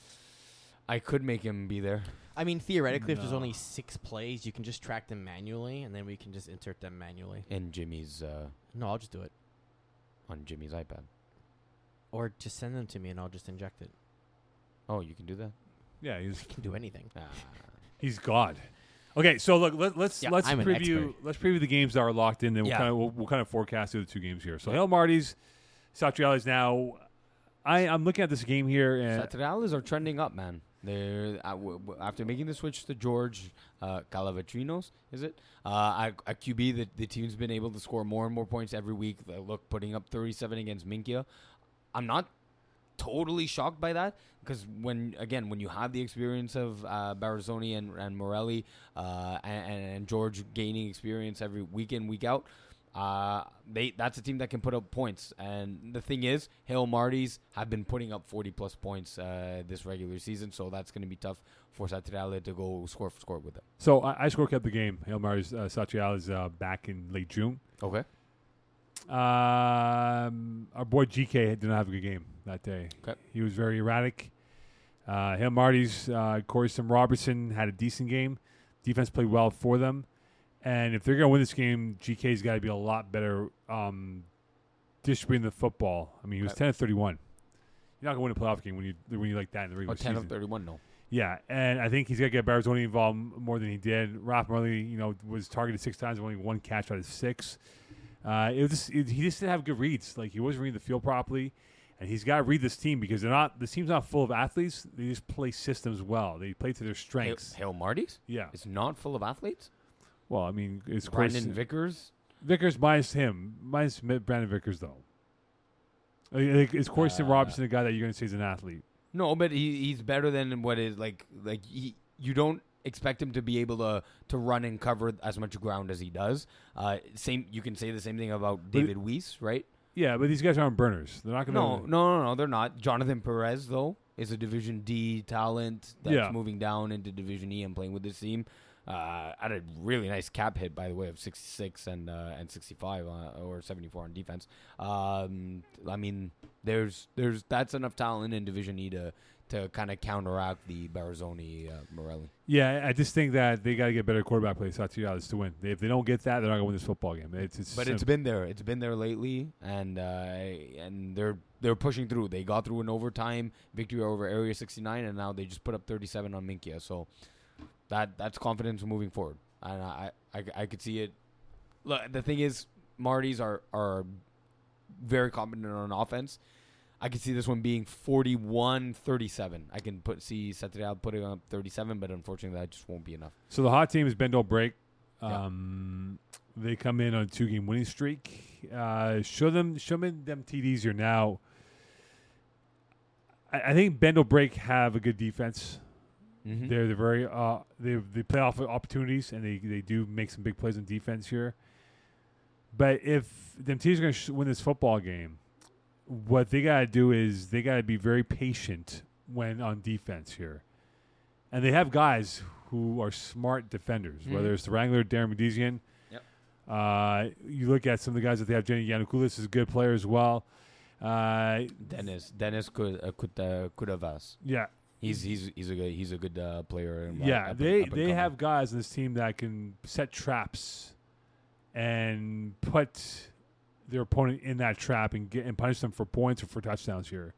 I could make him be there.
I mean, theoretically, if there's
No.
only six plays, you can just track them manually, and then we can just insert them manually.
And Jimmy's uh,
No, I'll just do it,
on Jimmy's iPad.
or just send them to me, and I'll just inject it.
Oh, you can do that.
Yeah, he's
I can do anything.
Ah.
he's God. Okay, so look, let, let's
Yeah,
let's
I'm an
preview
expert.
let's preview the games that are locked in, and we'll
Yeah.
kind of we'll, we'll kind of forecast the other two games here. So Hail Marty's, Satriales. Now, I I'm looking at this game here, and
Saturales are trending up, man. They're uh, w- w- after making the switch to George uh, Calavatrinos, is it? Uh, a, a QB that the team's been able to score more and more points every week. They look, putting up 37 against Minkia. I'm not totally shocked by that because when again when you have the experience of uh, Barazzoni and and Morelli uh, and, and and George gaining experience every week in week out, uh, they that's a team that can put up points. And the thing is, Hill Marty's have been putting up 40 plus points uh, this regular season, so that's going to be tough for Saturale to go score for score with them.
so I, I score kept the game. Hail Marty's, uh, Satriales uh, back in late June.
Okay.
Um, our boy GK did not have a good game that day.
Okay.
He was very erratic. Uh, Hail Marty's, uh, Corey Sim Robertson had a decent game. Defense played well for them. And if they're going to win this game, GK's got to be a lot better um, distributing the football. I mean, he was
Okay.
10 of 31. You're not going to win a playoff game when you when you like that in the
Oh,
regular
10
season.
of 31, no.
Yeah, and I think he's going to get Barazzoni involved m- more than he did. Roth Murley, you know, was targeted six times, only one catch out of six. Uh, it was just, it, he just didn't have good reads. Like he wasn't reading the field properly, and he's got to read this team because they're not. This team's not full of athletes. They just play systems well. They play to their strengths.
Hill Marty's?
yeah.
It's not full of athletes?
Well, I mean, it's
Brandon
Corson-
Vickers?
Vickers minus him, minus Mi- Brandon Vickers though. Like, like, is Corson
Uh,
Robinson the guy that you're going to say is an athlete?
No, but he, he's better than what is like like he, you don't expect him to be able to to run and cover as much ground as he does. Uh, same you can say the same thing about David Weiss, right?
Yeah, but these guys aren't burners. They're not going to.
No, no, no, no, they're not. Jonathan Perez though is a Division D talent that's
Yeah.
moving down into Division E and playing with this team. Uh, at a really nice cap hit, by the way, of sixty six and uh, and sixty five uh, or seventy four on defense. Um, I mean, there's there's that's enough talent in Division E to to kind of counteract the Barazzoni uh, Morelli.
Yeah, I just think that they got to get better quarterback play. Satrialis to win. If they don't get that, they're not going to win this football game. It's, it's
But it's
simple.
been there. It's been there lately, and uh, and they're they're pushing through. They got through an overtime victory over Area 69, and now they just put up 37 on Minkia. So that that's confidence moving forward, and I I, I could see it. Look, the thing is, Marty's are are very competent on offense. I could see this one being 41-37. I can put see Satrial putting up 37, but unfortunately, that just won't be enough.
so the hot team is Bend Don't Break.
Yeah.
Um, They come in on a two game winning streak. Uh, show them show them them TDs here now. I, I think Bend Don't Break have a good defense.
Mm-hmm.
They're they're very uh, they they play off of opportunities and they, they do make some big plays on defense here. But if them teams are going to sh- win this football game, what they got to do is they got to be very patient when on defense here, and they have guys who are smart defenders.
Mhm.
Whether it's the Wrangler, Darren Medizian,
Yep.
uh, you look at some of the guys that they have. Jenny Yanukulis is a good player as well. Uh,
Dennis Dennis could uh, could uh, could have us.
yeah,
He's he's he's a good he's a good uh, player. and, uh,
Yeah,
up and-
they
up and
they
coming.
have guys in this team that can set traps and put their opponent in that trap and get and punish them for points or for touchdowns here.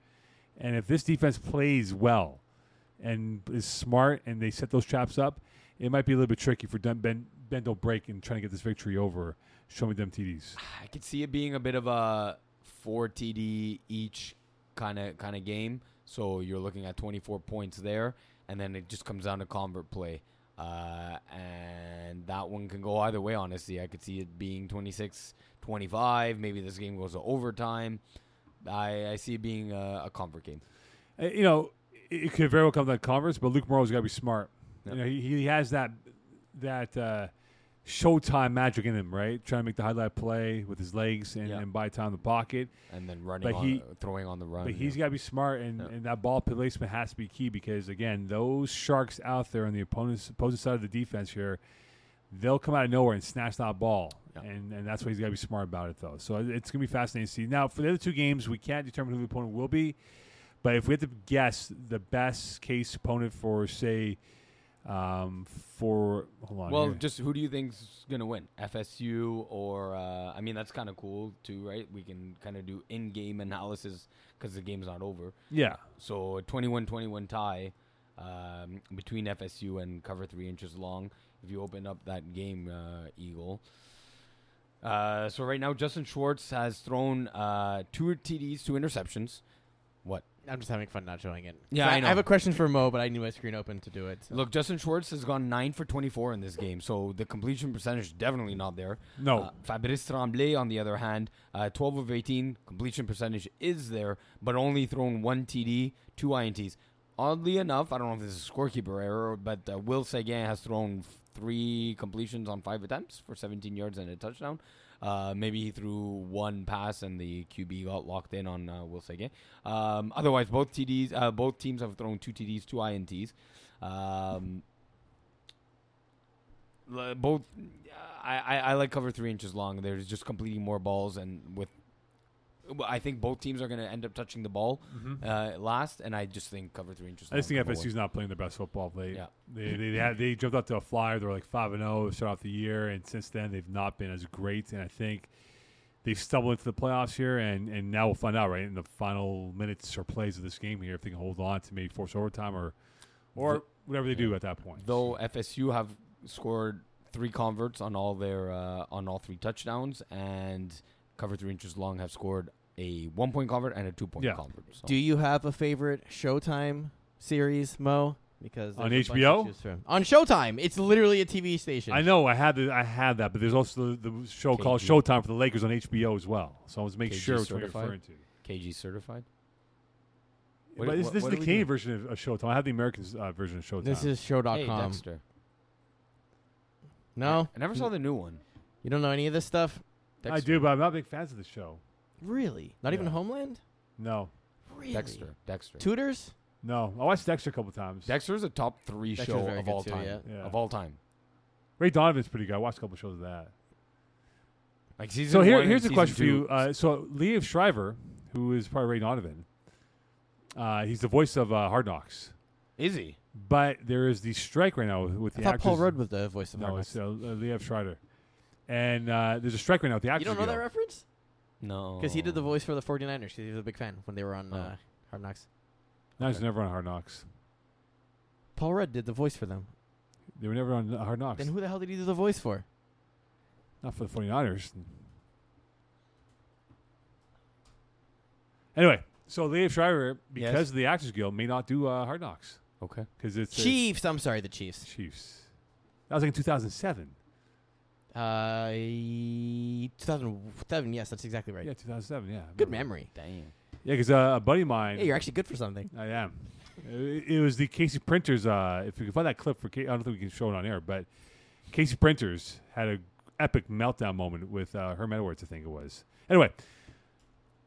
And if this defense plays well and is smart and they set those traps up, it might be a little bit tricky for Dun- Ben Bendel break and trying to get this victory over. Show me them TDs.
I could see it being a bit of a four TD each kind of kind of game. So you're looking at 24 points there, and then it just comes down to convert play. Uh, and that one can go either way, honestly. I could see it being 26 25. Maybe this game goes to overtime. I, I see it being a, a convert game.
Uh, you know, it, it could very well come to that conference, but Luke Morrow's got to be smart.
Yep.
You know, he, he has that that uh, showtime magic in him, right? Trying to make the highlight play with his legs and,
Yeah.
and buy time in the pocket.
And then running,
But
on,
he-
throwing on the run.
But he's
yeah.
got to be smart, and,
Yeah.
and that ball placement has to be key because again, those sharks out there on the opponent's opposing side of the defense here, they'll come out of nowhere and snatch that ball,
Yeah.
And, and that's why he's got to be smart about it, though. So it's going to be fascinating to see. Now, for the other two games, we can't determine who the opponent will be. But if we had to guess the best case opponent for, say, um, for. Hold on.
Well,
here.
just who do you think's gonna win, FSU or? Uh, I mean, that's kind of cool too, right? We can kind of do in-game analysis because the game's not over.
yeah.
So a 21-21 tie um, between FSU and cover three inches long. If you open up that game, uh, Eagle. Uh, so right now, Justin Schwartz has thrown uh, two TDs, two interceptions. What?
I'm just having fun not showing it. 'Cause
Yeah, I know.
have a question for Mo, but I need my screen open to do it. so.
Look, Justin Schwartz has gone nine for 24 in this game, so the completion percentage is definitely not there.
No.
Uh, Fabrice Tremblay, on the other hand, uh, 12 of 18, completion percentage is there, but only thrown one TD, two INTs. Oddly enough, I don't know if this is a scorekeeper error, but uh, Will Seguin has thrown f- three completions on five attempts for 17 yards and a touchdown. Uh, maybe he threw one pass and the QB got locked in on uh, Will Seguin. Um, otherwise, both TDs, uh, both teams have thrown two TDs, two INTs. Um, l- both I, I, I like cover three inches long. There's just completing more balls, and with well, I think both teams are going to end up touching the ball uh, last, and I just think cover three inches.
Mm-hmm. I just
long
think
could go
FSU's not playing their best football of late.
Yeah.
They they they, had, they jumped out to a flyer. They were like five and zero to start off the year, and since then they've not been as great. And I think they've stumbled into the playoffs here, and and now we'll find out right in the final minutes or plays of this game here if they can hold on to maybe force overtime or or whatever they do at that point.
though FSU have scored three converts on all their uh, on all three touchdowns, and cover three inches long have scored a one point convert and a two point
Yeah.
convert. So.
Do you have a favorite Showtime series, Mo? Because
On
there's a bunch to
HBO?
choose from. on Showtime, it's literally a TV station.
I know I had the, I had that, but there's also the, the show called
KG.
Showtime for the Lakers on HBO as well. So I was make
KG
sure which one you're
certified?
referring to.
KG certified? What-
But this,
what-
this
what
is the
are we
Canadian
doing?
version of, of Showtime. I have the American uh, version of Showtime.
This is
Hey,
Show.com.
Dexter.
no,
I never saw the new one.
you don't know any of this stuff.
I
Dexter.
do, but I'm not big fans of the show.
Really? Not even
Yeah.
Homeland?
No,
Really?
Dexter. Dexter.
Tutors?
no. I watched Dexter a couple times.
Dexter's a top three
Dexter's
show
very
of
good
all
too,
time.
yeah.
Yeah.
Of all time.
Ray Donovan's pretty good. I watched a couple shows of that.
Like season
So here,
one
here's a
and
question for
season
you.
two.
Uh, so Liev Shriver, who is part of Ray Donovan, uh, he's the voice of uh, Hard Knocks.
Is he?
But there is the strike right now with, with
I
the
thought
actors.
Paul Rudd was the voice of
no,
Hard
it's
Knocks.
uh, Liev Schreiber. And uh, there's a strike right now with the actors. Oh.
You don't know that
Guild.
reference?
No.
Because he did the voice for the 49ers because he was a big fan when they were on
Oh.
uh, Hard Knocks.
No, he's never on Hard Knocks.
Paul Rudd did the voice for them.
They were never on Hard Knocks.
Then who the hell did he do the voice for?
Not for the 49ers. Anyway, so Liev Schreiber, because
Yes.
of the Actors Guild, may not do uh, Hard Knocks
Okay.
because it's a-
Chiefs. I'm sorry, the Chiefs.
Chiefs. That was like in 2007.
Uh, 2007. Yes, that's exactly right.
Yeah, 2007. Yeah. I
Good
remember.
memory.
Damn.
Yeah, because uh, a buddy of mine.
Hey, you're actually good for something.
I am. It, it was the Casey Printers. Uh, if we can find that clip for, Ca- I don't think we can show it on air, but Casey Printers had a epic meltdown moment with uh, Herm Edwards. I think it was. Anyway,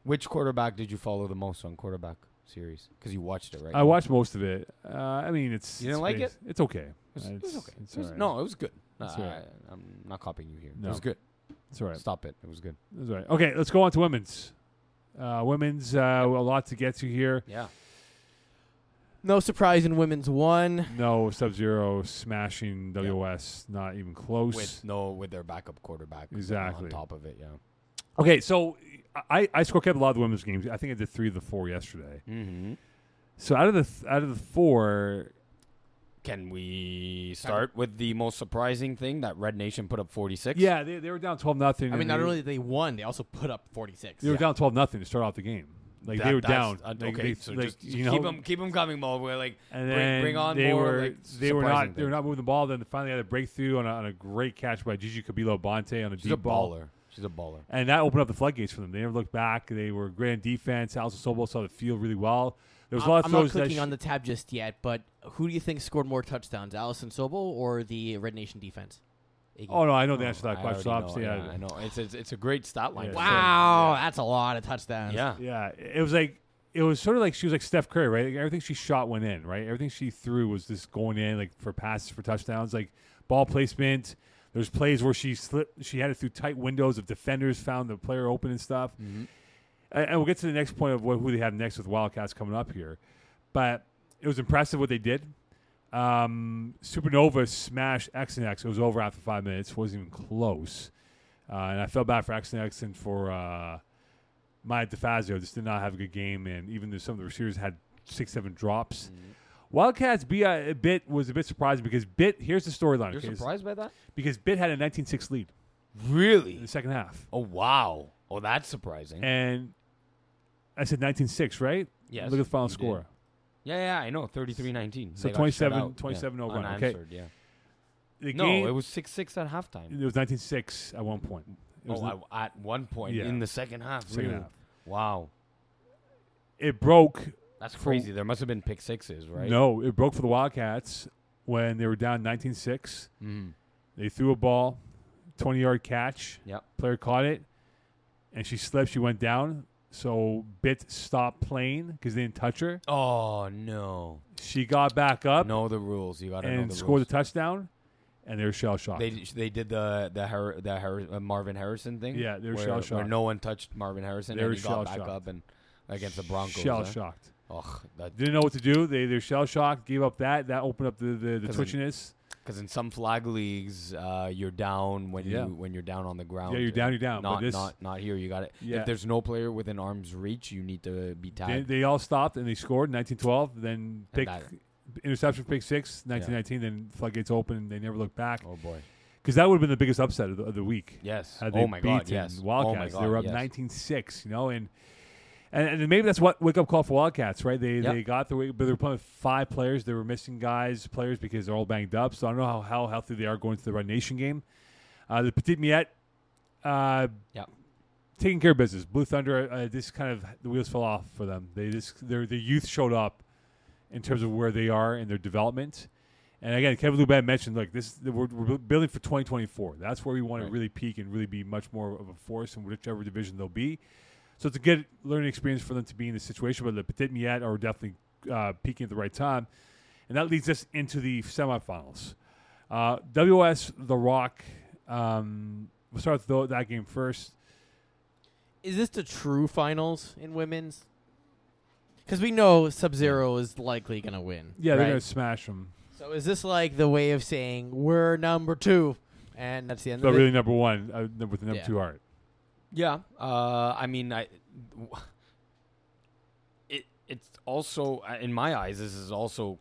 Which quarterback did you follow the most on quarterback series? Because you watched it, right?
I watched most of it. Uh, I mean, it's
You didn't
it's
like
bas- It's okay.
It's,
Uh,
it was okay.
It's
It was-
all right.
No, it was good. No,
It's all right.
I, am not copying you here.
No.
It was good.
it's all right.
Stop it. It was good.
It's all right. Okay, let's go on to women's. Uh, women's uh, a lot to get to here.
Yeah.
No surprise in women's one.
No Sub Zero smashing WS, not even close.
With no, with their backup quarterback.
Exactly.
On top of it, yeah.
Okay, so I I score kept a lot of the women's games. I think I did three of the four yesterday.
Mm-hmm.
So out of the th- out of the four,
Can we start with the most surprising thing that Red Nation put up 46?
yeah, they, they were down twelve nothing.
I mean, not only did they won, they also put up 46.
they were down twelve nothing to start off the game. Like
That-
they were
that's-
down.
uh,
Like,
okay,
they-
so
like,
just
you know,
keep them, keep them coming, Mo. We're like,
and
bring-
then
bring on
they
more,
were
like,
they were
surprising
not they were
things.
not moving the ball. Then finally had a breakthrough on a, on a great catch by Gigi Cabilo Bonte on a
she's a
deep ball.
baller. She's a baller.
And that opened up the floodgates for them. They never looked back. They were great on defense. Alison Sobol saw the field really well. There was a
I'm,
lot of
I'm not
throws that
clicking
she-
on the tab just yet, but who do you think scored more touchdowns, Allison Sobel or the Red Nation defense? Iggy.
Oh no, I know the answer to that question. So
I
obviously,
already
uh,
know,
I-
yeah, I know. It's, it's, it's a great stat line.
Yeah.
for
wow, that's a lot of touchdowns.
them. Yeah.
Yeah, it was like it was sort of like she was like Steph Curry, right? Like everything she shot went in, right? Everything she threw was just going in, like for passes for touchdowns, like ball placement. There's plays where she slipped, she had it through tight windows of defenders found the player open and stuff. And, and we'll get to the next point of what, who they have next with Wildcats coming up here. But it was impressive what they did. Um, Supernova smashed X and X. It was over after five minutes. wasn't even close. Uh, and I felt bad for X and X and for uh, Maya DeFazio. Just did not have a good game, and even though some of the receivers had six, seven drops.
Mm-hmm.
Wildcats be a, a bit was a bit surprised because bit here's the storyline
You're
okay, is-
surprised by that?
because bit had a 19-6 lead in
Really?
the second half
Oh wow! Oh, that's surprising.
and I said 19-6 right
Yes,
look at the final
you did.
score
yeah, yeah, I know. 33-19.
So
They got
27
shut out,
27
yeah,
over, okay.
unanswered, Yeah.
the
No,
game
it was six six at halftime.
it was 19-6 at one point it was
Oh, I- at one point
Yeah.
in the second half.
second
really?
half.
Wow,
it broke
that's
For-
crazy. There must have been pick sixes, right?
no it broke for the Wildcats when they were down 19-6
Mhm.
they threw a ball 20-yard catch
Yep.
player caught it and she slipped she went down so bit stopped playing because they didn't touch her
Oh no!
she got back up
Know the rules. You gotta know
and
the
scored
rules.
a touchdown, and they were shell shocked.
they they did the the Har- the Har- uh, Marvin Harrison thing.
Yeah, they were
where,
shell-shocked.
Where no one touched Marvin Harrison.
They
and
were
he got back
shell-shocked.
up and against the Broncos.
Shell
huh?
shocked.
Ugh, that
Didn't know what to do. They they're shell shocked. Gave up that. That opened up the the, the
'Cause in-
twitchiness.
Because in some flag leagues, uh, you're down when
Yeah.
you when you're down on the ground.
Yeah, you're down, you're down, but
Not
this-
not not here. You got it.
Yeah.
If there's no player within arm's reach, you need to be
They,
tagged.
they all stopped and they scored. 1912. Then pick
that-
interception, pick six. 1919. Then floodgates open. and They never looked back
oh boy.
because that would have been the biggest upset of the, of the week.
Yes.
Had they
Oh my god.
beaten
Yes.
Wildcats.
Oh my god.
they were up
yes.
19-6, You know and. And, and maybe that's what wake up call for Wildcats, right? They
Yep.
they got the but they were playing with five players. They were missing guys, players because they're all banged up. So I don't know how, how healthy they are going to the Red Nation game. Uh, the Petit Miette, uh,
Yep.
taking care of business. Blue Thunder, uh, this kind of the wheels fell off for them. They just their their youth showed up in terms of where they are in their development. And again, Kevin Luban mentioned, look, this we're, we're building for 2024. That's where we want
Right.
to really peak and really be much more of a force in whichever division they'll be. So it's a good learning experience for them to be in this situation. But the Petit Miette are definitely uh, peaking at the right time, and that leads us into the semifinals. Uh, WS The Rock. Um, we'll start with tho- that game first.
Is this the true finals in women's? Because we know Sub Zero is likely gonna win.
Yeah,
right?
they're gonna smash them,
So is this like the way of saying we're number two, and that's the end
but
of it?
really number one uh, number- with the number
Yeah.
two art.
Yeah. Uh, I mean, I. It it's also uh, in my eyes. This is also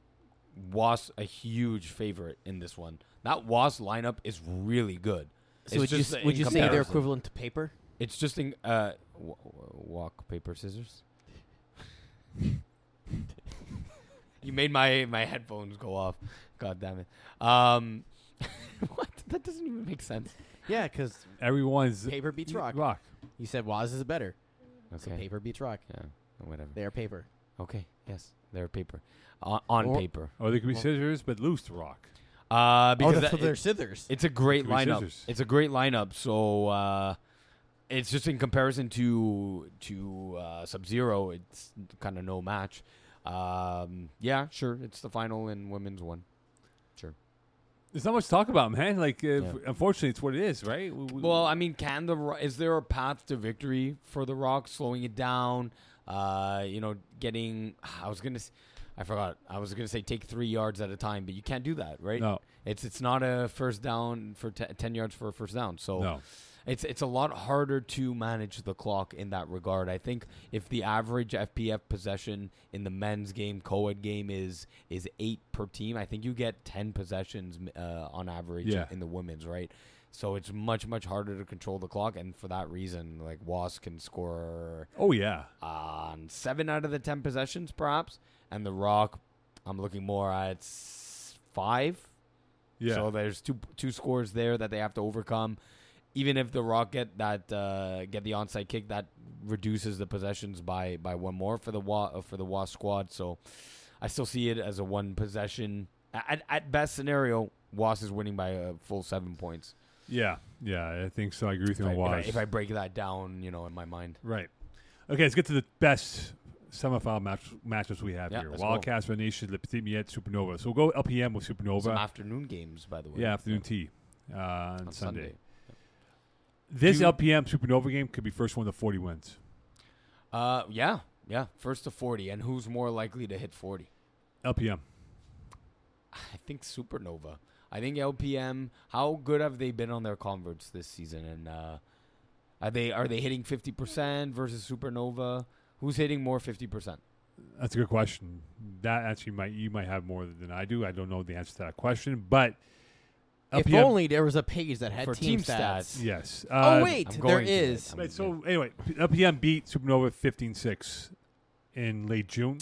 was a huge favorite in this one. That was lineup is really good.
So would
it's
you,
just
s-
in
would you say they're
comparison.
equivalent to paper?
It's just in uh, w- w- walk paper scissors. you made my my headphones go off. God damn it. Um, what? That doesn't even make sense.
Yeah, because
Everyone's
paper beats rock.
Rock.
You said Waz is better, so
Okay.
paper beats rock.
Yeah. Whatever.
They are paper.
Okay. Yes. They're paper. On, on
Or-
paper.
Or Oh, they could be
Well-
scissors, but loose to rock.
Uh,
Oh,
because
that's
that-
what they're
it-
scissors.
it's a great
Could be
lineup.
scissors.
It's a great lineup. So uh, it's just in comparison to to uh, Sub Zero, it's kind of no match. Um, yeah, sure. It's the final and women's one.
There's not much to talk about, man. Like, uh,
Yeah.
unfortunately, it's what it is, right? We- we-
Well, I mean, can the Ro- is there a path to victory for the Rock? Slowing it down, uh, you know, getting. I was gonna, s- I forgot. I was gonna say take three yards at a time, but you can't do that, right?
no,
It's it's not a first down for te- ten yards for a first down. So
no.
it's it's a lot harder to manage the clock in that regard. I think if the average FPF possession in the men's game, co-ed game is is eight per team, I think you get ten possessions m- uh, on average
Yeah.
in the women's, right? So it's much much harder to control the clock, and for that reason, like Was can score
Oh yeah,
on seven out of the ten possessions, perhaps, and the Rock, I'm looking more at s- five
yeah.
so there's two two scores there that they have to overcome. Even if the Rock get that uh, get the onside kick, that reduces the possessions by by one more for the Wa uh, for the Wa squad. So I still see it as a one possession. At, at best scenario, Was is winning by a full seven points.
Yeah, yeah, I think so. I agree with you
If I,
on
if, I,
Waz.
if I break that down, you know, in my mind.
right. Okay, let's get to the best semifinal match matchups we have
Yeah,
here.
let's go.
Wildcats, Red Nation, Le Petit Miette, Supernova. So we'll go LPM with
Some
Supernova.
afternoon games, by the way.
Yeah, afternoon tea. uh, on,
on
Sunday.
Sunday.
This
Do-
LPM Supernova game could be first one to 40 wins.
Uh, yeah, yeah. First to forty, and who's more likely to hit forty?
LPM.
I think Supernova. I think LPM. How good have they been on their converts this season? And uh, are they are they hitting fifty percent versus Supernova? Who's hitting more fifty percent?
That's a good question. That actually might you might have more than I do. I don't know the answer to that question, but
If
LPM
only there was a page that had
For
team,
team
stats.
stats.
yes.
Oh
Uh,
wait,
I'm
there
going to it.
is.
I'm
Right, so anyway, P- LPM beat Supernova 15-6 in late June,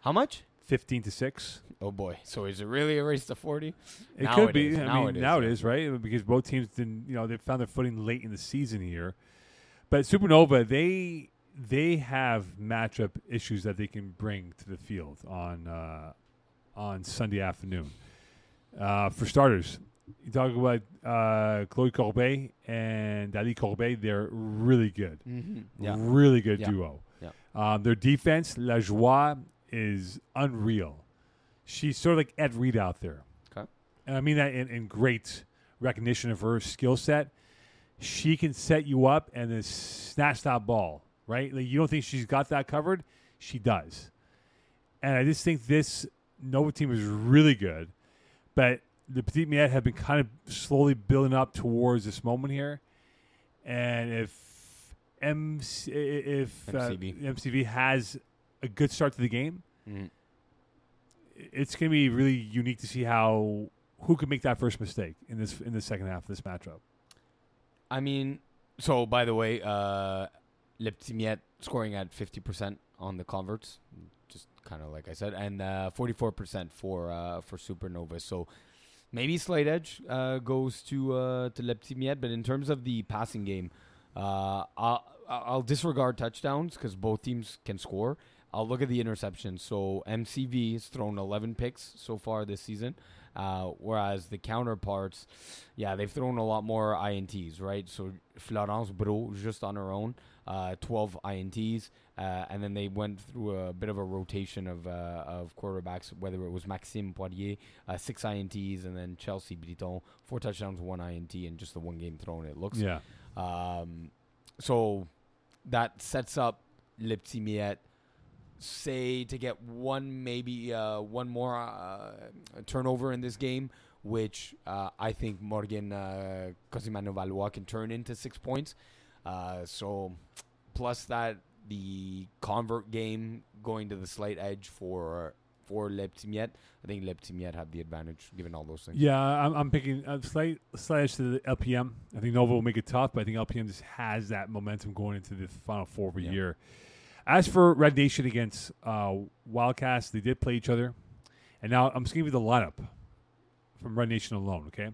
How much?
15 to 6.
Oh boy. So is it really a race to forty?
It
Now
could
it
be.
is.
I
Now
mean,
it is,
now
yeah.
it is, right? Because both teams didn't, you know, they found their footing late in the season here. But Supernova, they they have matchup issues that they can bring to the field on uh, on Sunday afternoon. Uh, for starters, you talk about uh, Chloe Corbet and Ali Corbet. They're really good.
Mm-hmm. Yeah.
Really good
Yeah.
duo.
Yeah.
Um, their defense, La Joie, is unreal. She's sort of like Ed Reed out there.
Okay.
And I mean that in, in great recognition of her skill set. She can set you up and then snatch that ball, right? Like you don't think she's got that covered? She does. And I just think this Nova team is really good. But the Petit Miette have been kind of slowly building up towards this moment here. And if MC, if uh,
MCV.
MCV has a good start to the game,
Mhm.
it's going to be really unique to see how who could make that first mistake in this in the second half of this matchup.
I mean, so by the way, uh, Le Petit Miette scoring at 50% on the converts, just kind of like I said, and uh, 44% for uh, for Supernova. So maybe slight edge uh, goes to uh, to Le Petit Miette, but in terms of the passing game, uh, I'll, I'll disregard touchdowns because both teams can score. I'll look at the interceptions. So MCV has thrown 11 picks so far this season, uh, whereas the counterparts, yeah, they've thrown a lot more INTs, right? So Florence Bro just on her own, uh, 12 INTs, uh, and then they went through a bit of a rotation of uh, of quarterbacks, whether it was Maxime Poirier, uh, six INTs, and then Chelsea Briton, four touchdowns, one INT, and just the one game thrown. It looks
Yeah.
um, so that sets up Lipsy Miet, say, to get one, maybe uh, one more uh, turnover in this game, which uh, I think Morgan uh, Cosimano Valois can turn into six points. Uh, so, plus that, the convert game going to the slight edge for. For Leptimiet, I think Leptimiet have the advantage given all those things.
Yeah, I'm, I'm picking a slight slight edge to the LPM. I think Nova will make it tough, but I think LPM just has that momentum going into the final four of a
Yeah.
year. As for Red Nation against uh, Wildcats, they did play each other, and now I'm just gonna give you the lineup from Red Nation alone, okay,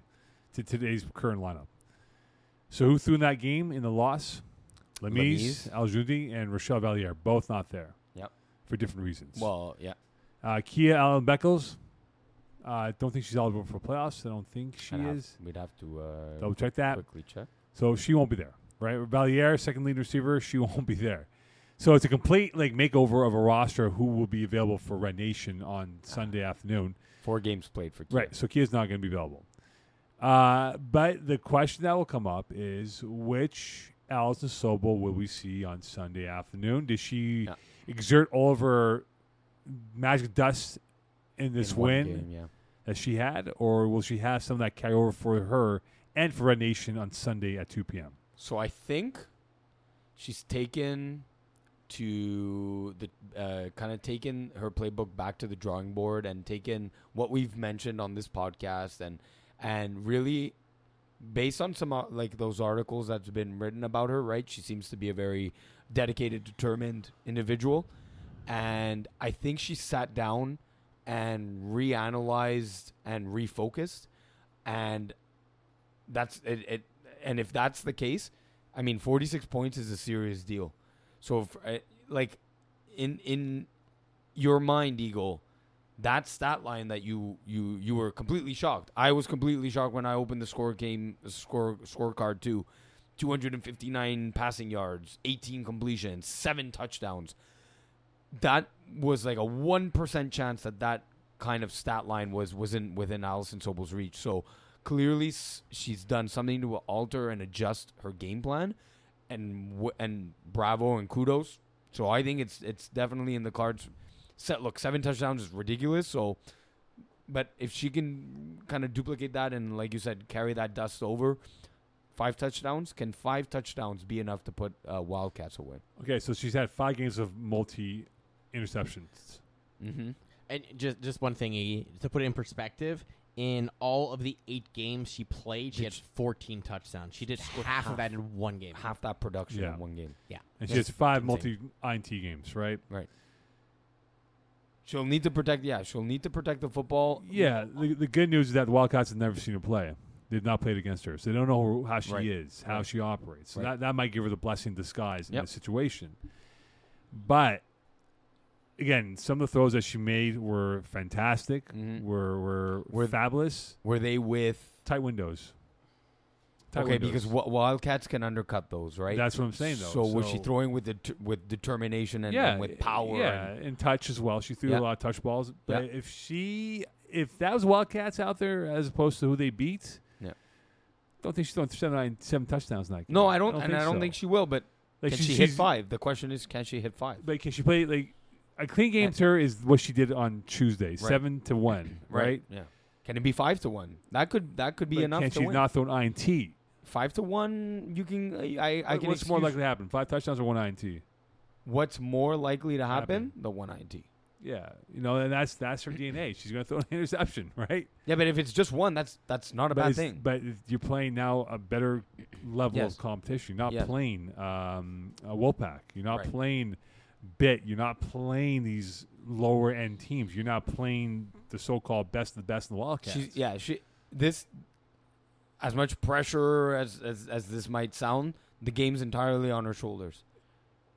to today's current lineup. So who threw in that game in the loss? Lemise,
Lemise.
Aljundi, and Rochelle Valliere, both not there.
Yep.
For different reasons.
Well, yeah,
Uh, Kia Allen Beckles. I uh, don't think she's eligible for playoffs. I don't think she
I'd have-
is. Oh,
we'd have to uh,
Double check that.
quickly check.
So she won't be there, right? Valier, second lead receiver, she won't be there. So it's a complete like makeover of a roster of who will be available for Red Nation on Sunday afternoon.
Four games played for Kia.
Right. So Kia's not going to be available. Uh, but the question that will come up is which Alison Sobel will we see on Sunday afternoon? Does she
Yeah.
exert all of her magic dust in this
In one
win?
game, yeah.
that she had, or will she have some of that carry over for her and for Red Nation on Sunday at 2 p.m.?
So I think she's taken to the uh, kind of taken her playbook back to the drawing board and taken what we've mentioned on this podcast and and really based on some uh, like those articles that's been written about her right she seems to be a very dedicated determined individual and i think she sat down and reanalyzed and refocused and that's it, it and if that's the case i mean 46 points is a serious deal so if, uh, like in in your mind eagle that stat line that you you you were completely shocked i was completely shocked when i opened the score game score scorecard too 259 passing yards 18 completions 7 touchdowns that was like a 1% chance that that kind of stat line was was in within Allison Sobel's reach so clearly s- she's done something to alter and adjust her game plan, and w- and bravo and kudos. So I think it's it's definitely in the cards. Set look seven touchdowns is ridiculous. So, but if she can kind of duplicate that and like you said carry that dust over, five touchdowns can five touchdowns be enough to put uh, Wildcats away?
Okay, so she's had five games of multi interceptions.
Mm-hmm.
And just just one thing, Iggy, to put it in perspective, in all of the eight games she played, she
Did
had 14 touchdowns. She did half,
Scored
of
half.
that in one game.
Half that production
Yeah.
in one game.
And she
That's
has five multi
insane.
INT games, right?
She'll need to protect. Yeah, she'll need to protect the football.
Yeah. The, the good news is that the Wildcats have never seen her play. They've not played against her, so they don't know who- how she
Right.
is, how
Right.
she operates. So
Right.
that, that might give her the blessing in disguise in
Yep.
this situation. But again, some of the throws that she made were fantastic,
Mhm.
were, were
Were-
fabulous.
Were they with?
Tight windows. Tight
Okay,
windows.
because w- Wildcats can undercut those, right?
That's what I'm saying, though.
So, was she
So-
throwing with det- with determination and, and with power?
yeah,
and-
and, touch as well. She threw
Yeah.
a lot of touch balls. But
Yeah.
if she, if that was Wildcats out there as opposed to who they beat,
Yeah.
don't think she's throwing seven, nine, seven touchdowns in that game.
no, I don't, and I don't
so.
think she will. But
like
can she, hit
she's-
five? The question is, can she hit five?
Like can she play like a clean game to her is what she did on Tuesday, seven to one, right?
Yeah. Can it be five to one? That could that could be
But
enough
Can
to
she
win.
not throw an INT?
five to one, you can. I I, I
What-
can.
What's more
excuse-
likely to happen? Five touchdowns or one INT?
What's more likely to happen?
Happen.
The one INT.
Yeah, you know, and that's that's her DNA. She's going to throw an interception, right?
Yeah, but if it's just one, that's that's not a
but
bad
it's-
thing.
But it- you're playing now a better level
Yes.
of competition. You're not
Yes.
playing um, a Wolfpack. You're not
Right.
playing Bit. You're not playing these lower end teams. You're not playing the so-called best of the best in the Wildcats.
She's yeah, she this as much pressure as, as as this might sound, the game's entirely on her shoulders.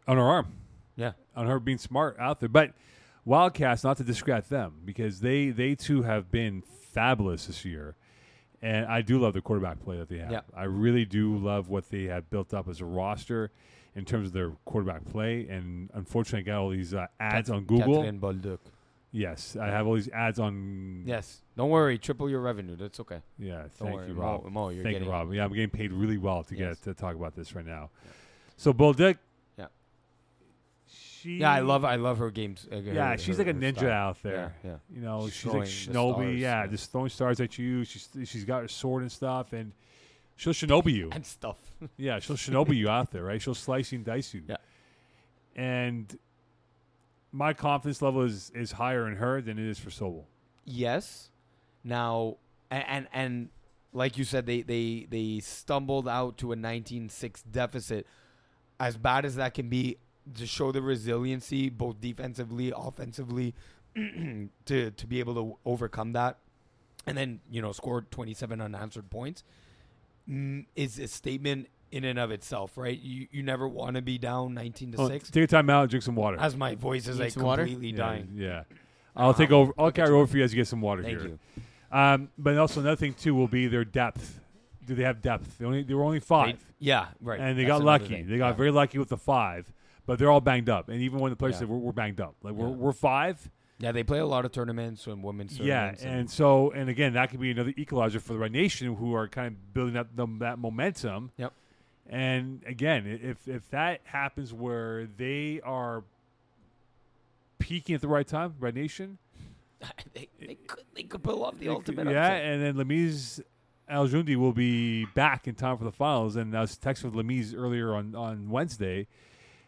on her arm.
Yeah.
on her being smart out there. But Wildcats, not to discredit them, because they they too have been fabulous this year. And I do love the quarterback play that they have.
Yeah.
I really do love what they have built up as a roster in terms of their quarterback play. And unfortunately, I got all these uh, ads on Google.
Catherine Bolduc.
Yes, I have all these ads on.
Yes. Don't worry, triple your revenue. That's okay.
Yeah.
Don't
Thank
worry.
you, Rob.
Mo, Mo, you're
Thank
getting
you, Rob. Yeah, I'm getting paid really well to
Yes.
get to talk about this right now.
Yeah.
So, Bull Dick.
Yeah.
She.
Yeah, I love I love her games. uh, her-
Yeah, she's
her-
like a
her
ninja
style.
out there.
Yeah, yeah.
You know,
She's
she's, like
throwing the
shinobi.
stars,
Yeah,
yeah.
just throwing stars at you. She's she's got her sword and stuff, and she'll shinobi you.
And stuff.
yeah, she'll shinobi you out there, right? She'll slice you and dice you.
Yeah.
And my confidence level is is higher in her than it is for Sobel.
yes. Now and and, and like you said, they, they they stumbled out to a 19-6 deficit. As bad as that can be, to show the resiliency, both defensively, offensively, to to be able to overcome that, and then you know scored 27 unanswered points, mm, is a statement in and of itself, right? You you never want to be down 19 to
Oh,
six.
Take a time out, drink some water.
As my voice is
Need
like
some water?
completely
yeah,
dying.
Yeah. I'll take over. I'll carry over for you as you get some water
Thank
here.
you.
Um, but also another thing too will be their depth. Do they have depth? They only they were only five.
They- yeah, right.
and they
That's
got
another
lucky.
thing.
They got
Yeah.
very lucky with the five, but they're all banged up. And even when the players
Yeah.
said we're, we're banged up, like we're,
Yeah.
we're five,
Yeah, they play a lot of tournaments and women's
yeah.
tournaments.
And so, and again, that could be another equalizer for the Red Nation, who are kind of building up the, that momentum.
Yep.
And again, i- if if that happens where they are peaking at the right time, Red Nation,
they, they could they could pull off the
they could-
ultimate.
yeah.
upset.
And then Lemiz Aljundi will be back in time for the finals. And I was texting with Lemiz earlier on on Wednesday.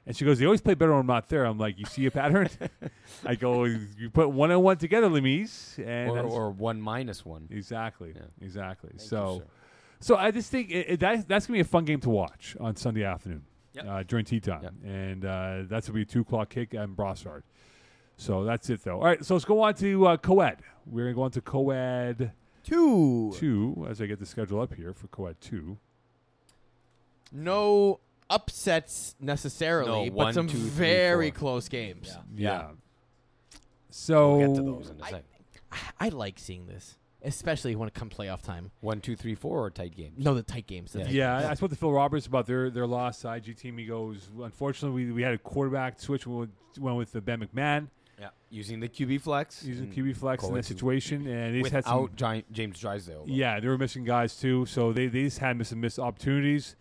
And she goes, they always play better when I'm not there. I'm like, you see a pattern? I go, you put one on one together, Lemise. And
or,
that's-
or one minus one.
exactly,
Yeah.
exactly.
Thank you,
so,
sir.
so I just think it, it, that, that's going to be a fun game to watch on Sunday afternoon
Yep.
uh, during tea time.
Yep.
And uh, that's going to be a two o'clock kick and Brossard. So that's it, though. All right, so let's go on to uh, Coed. We're going to go on to Coed
Two.
2 as I get the schedule up here for Coed 2.
No upsets necessarily,
No,
but
one,
some
two, three,
very
four.
close games.
So
We'll get to those in a
I-
second.
I like seeing this, especially when it comes playoff time.
One, two, three, four, or tight games.
No, the tight games. the
Yeah.
tight
Yeah, I- I
games.
spoke to Phil Roberts about their their loss to IG team. He goes, unfortunately, we, we had a quarterback switch. We went- went with the Ben McMahon.
Yeah, using the QB flex.
using
and
QB flex in
Koitu.
that situation, and they just had some
Mm. without Gi- James Drysdale. though.
Yeah, they were missing guys too, so they, they just had some missed opportunities.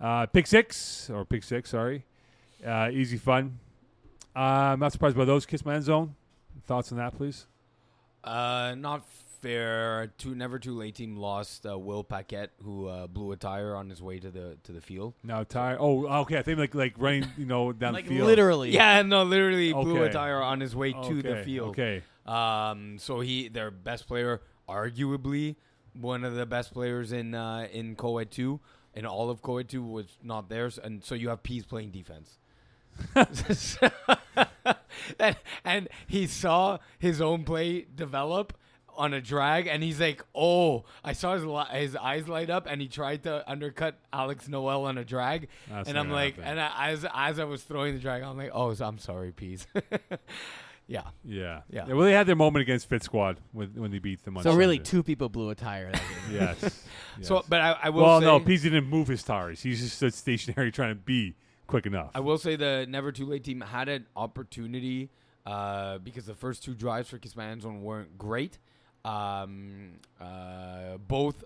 Uh, pick six or pick six, sorry. Uh, easy fun. Uh, I'm not surprised by those. Kiss my end zone. Thoughts on that, please.
Uh, not fair. Two never too late team lost uh, Will Paquette, who uh, blew a tire on his way to the to the field.
Now tire. Oh, okay. I think like like running, you know, down
like
the field.
literally.
Yeah, no, literally blew a
Okay.
tire on his way to the
Okay,
field.
Okay.
Um, so he their best player, arguably one of the best players in uh, in Coed two, and all of Coed two was not theirs, and so you have Pease playing defense. and, and he saw his own play develop on a drag, and he's like, "Oh!" I saw his li- his eyes light up, and he tried to undercut Alex Noel on a drag,
That's
and I'm
not
like,
happening.
and I, as as I was throwing the drag, I'm like, "Oh, so I'm sorry, Pease." yeah.
Yeah.
Yeah.
Well, they had their moment against Fit Squad when when they beat them. On
So really,
Sunday.
two people blew a tire. That game.
Yes.
So,
yes.
but I, I will
well,
say,
no, Peasy didn't move his tires. He's just stood stationary trying to be quick enough.
I will say the Never Too Late team had an opportunity uh, because the first two drives for Kisman's one weren't great. Um, uh, both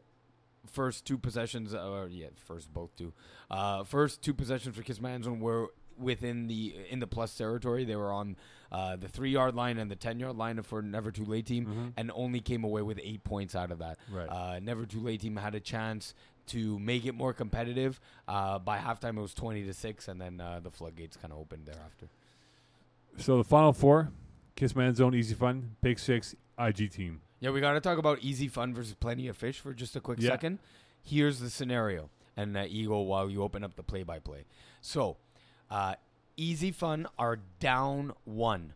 first two possessions, uh, or yeah, first both two, uh, first two possessions for Kisman's one were within the in the plus territory. They were on uh, the three yard line and the ten yard line for Never Too Late team, and only came away with eight points out of that.
Right.
Uh, Never Too Late team had a chance to make it more competitive. Uh, by halftime, it was twenty to six, and then uh, the floodgates kind of opened thereafter.
So the final four: Kiss Man Zone, Easy Fun, Big Six, IG Team.
Yeah, we got to talk about easy fun versus plenty of fish for just a quick
Yeah.
second. Here's the scenario, and uh, Eagle, while you open up the play-by-play. So, uh, easy fun are down one.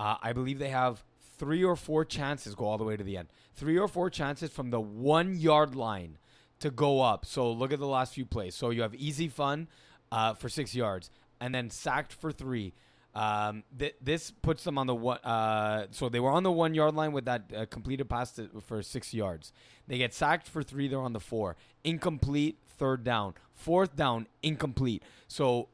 Uh, I believe they have three or four chances go all the way to the end. Three or four chances from the one yard line to go up. So look at the last few plays. So you have easy fun uh, for six yards, and then sacked for three. Um, th- this puts them on the one. Uh, so they were on the one yard line with that uh, completed pass to, for six yards. They get sacked for three. They're on the four. Incomplete. Third down. Fourth down. Incomplete. So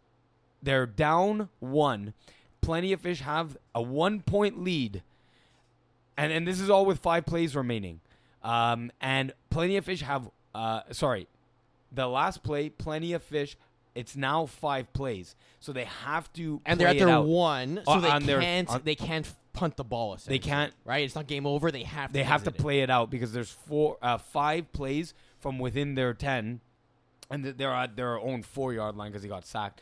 they're down one. Plenty of fish have a one point lead, and and this is all with five plays remaining. Um, and plenty of fish have uh, sorry, the last play. Plenty of fish. It's now five plays, so they have to
and they're
play
at
it
their
out.
one, so
On-
they
on their-
can't.
on-
they can't punt the ball.
They
essentially,
can't-
Right? It's not game over. They have.
they
to
have to
exit it.
play it out because there's four uh, five plays from within their 10 and th- they're at their own 4 yard line cuz he got sacked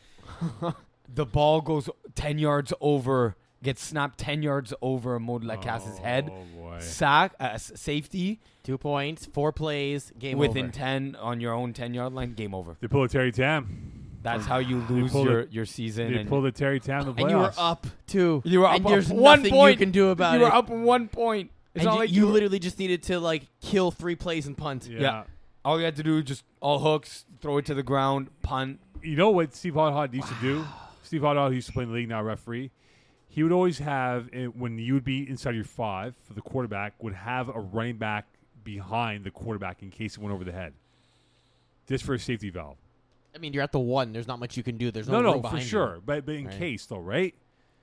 the ball goes 10 yards over gets snapped 10 yards over Modlakas's head
Oh boy.
sack uh, s- safety
Two points, four plays, game
within
over.
10 on your own 10 yard line game over
They pulled a Terry Tam.
that's how you lose
pulled
your, your season
They
and
pulled a Terry Tam. in The
and you were
playoffs.
up two.
you were up,
and there's
up one
nothing
point
you can do about
you were
it.
up one point
and
it's not
you,
like
you
you
literally just needed to like kill three plays and punt.
Yeah.
yeah. all you had to do was just all hooks throw it to the ground punt
You know what Steve Hodhod used to do? Steve Hodhod used to play in the league now, referee. He would always have eh, when you would be inside your five for the quarterback would have a running back behind the quarterback in case it went over the head, just for a safety valve.
I mean, you're at the one. There's not much you can do. There's no
No, no,
room
for
behind you.
sure. But but in
Right.
case though, right?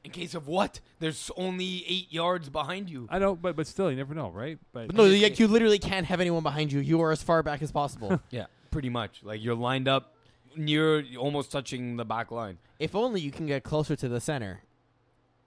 In case of what? There's only eight yards behind you.
I know, but but still, you never know, right?
But no, like you literally can't have anyone behind you. You are as far back as possible.
Yeah, pretty much. Like you're lined up near, almost touching the back line.
if only you can get closer to the center.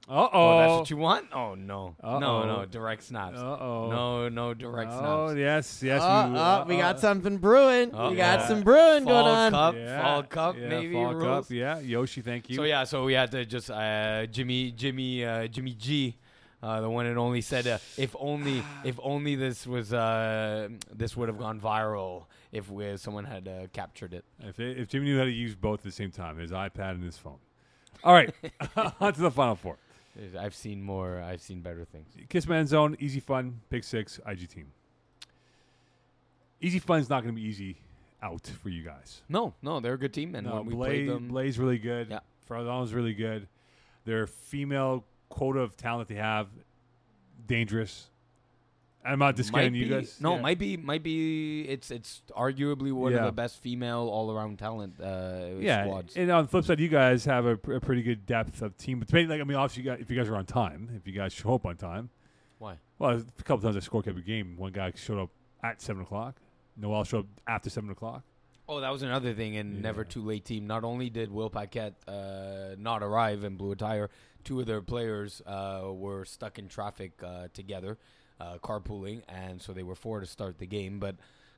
Uh
Oh, that's
oh.
what you want? Oh no, no,
Uh-oh.
no, direct snaps.
Uh-oh.
No, no direct
Oh
snaps.
yes, yes.
Oh, oh, we got something brewing.
Uh-oh.
we got
Oh, Yeah.
some brewing
Fall
going on.
cup, fall cup,
yeah,
maybe
fall
rules.
cup. Yeah, Yoshi, thank you.
So yeah, so we had to just uh, Jimmy, Jimmy, uh, Jimmy G. Uh, the one and only said, uh, "If only, if only this was, uh, this would have gone viral if we, someone had uh, captured it."
If, it, if Jimmy knew how to use both at the same time, his iPad and his phone. All right, on to the final four.
I've seen more. I've seen better things.
Kiss Man Zone, Easy Fun, Pick Six, IG Team. Easy Fun's not going to be easy out for you guys.
No, no, they're a good team, and
No,
when we
Blaze,
played them,
Blaze really good.
Yeah.
Farzan's really good. Their female quota of talent they have, dangerous. I'm not discounting
might
you
be-
guys.
No,
Yeah.
might be, might be. It's it's arguably one
Yeah.
of the best female all around talent uh,
yeah,
squads.
and on the flip side, you guys have a, pr- a pretty good depth of team. But depending, like I mean, obviously, you guys, if you guys are on time, if you guys show up on time,
Why?
well, a couple times I score kept a game. One guy showed up at seven o'clock. Noel showed up after seven o'clock.
Oh, that was another thing in
Yeah.
Never Too Late Team. Not only did Will Paquette uh, not arrive and blew a tire, two of their players uh, were stuck in traffic uh, together, uh, carpooling, and so they were four to start the game. But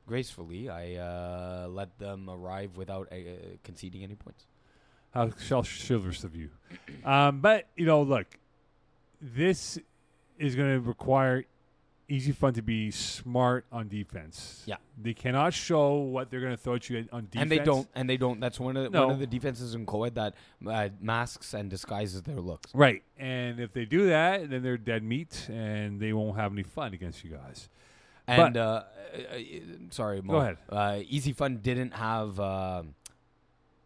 gracefully, I uh, let them arrive without uh, conceding any points.
How shall shivers of you? Um, but you know, look, this is going to require Easy Fun to be smart on defense.
Yeah.
they cannot show what they're going to throw at you on defense,
And they don't. And they don't. That's one of the,
No.
one of the defenses in co-ed that uh, masks and disguises their looks.
Right. And if they do that, then they're dead meat and they won't have any fun against you guys.
And uh, uh, uh, sorry, Mo.
Go ahead.
Uh, Easy Fun didn't have. um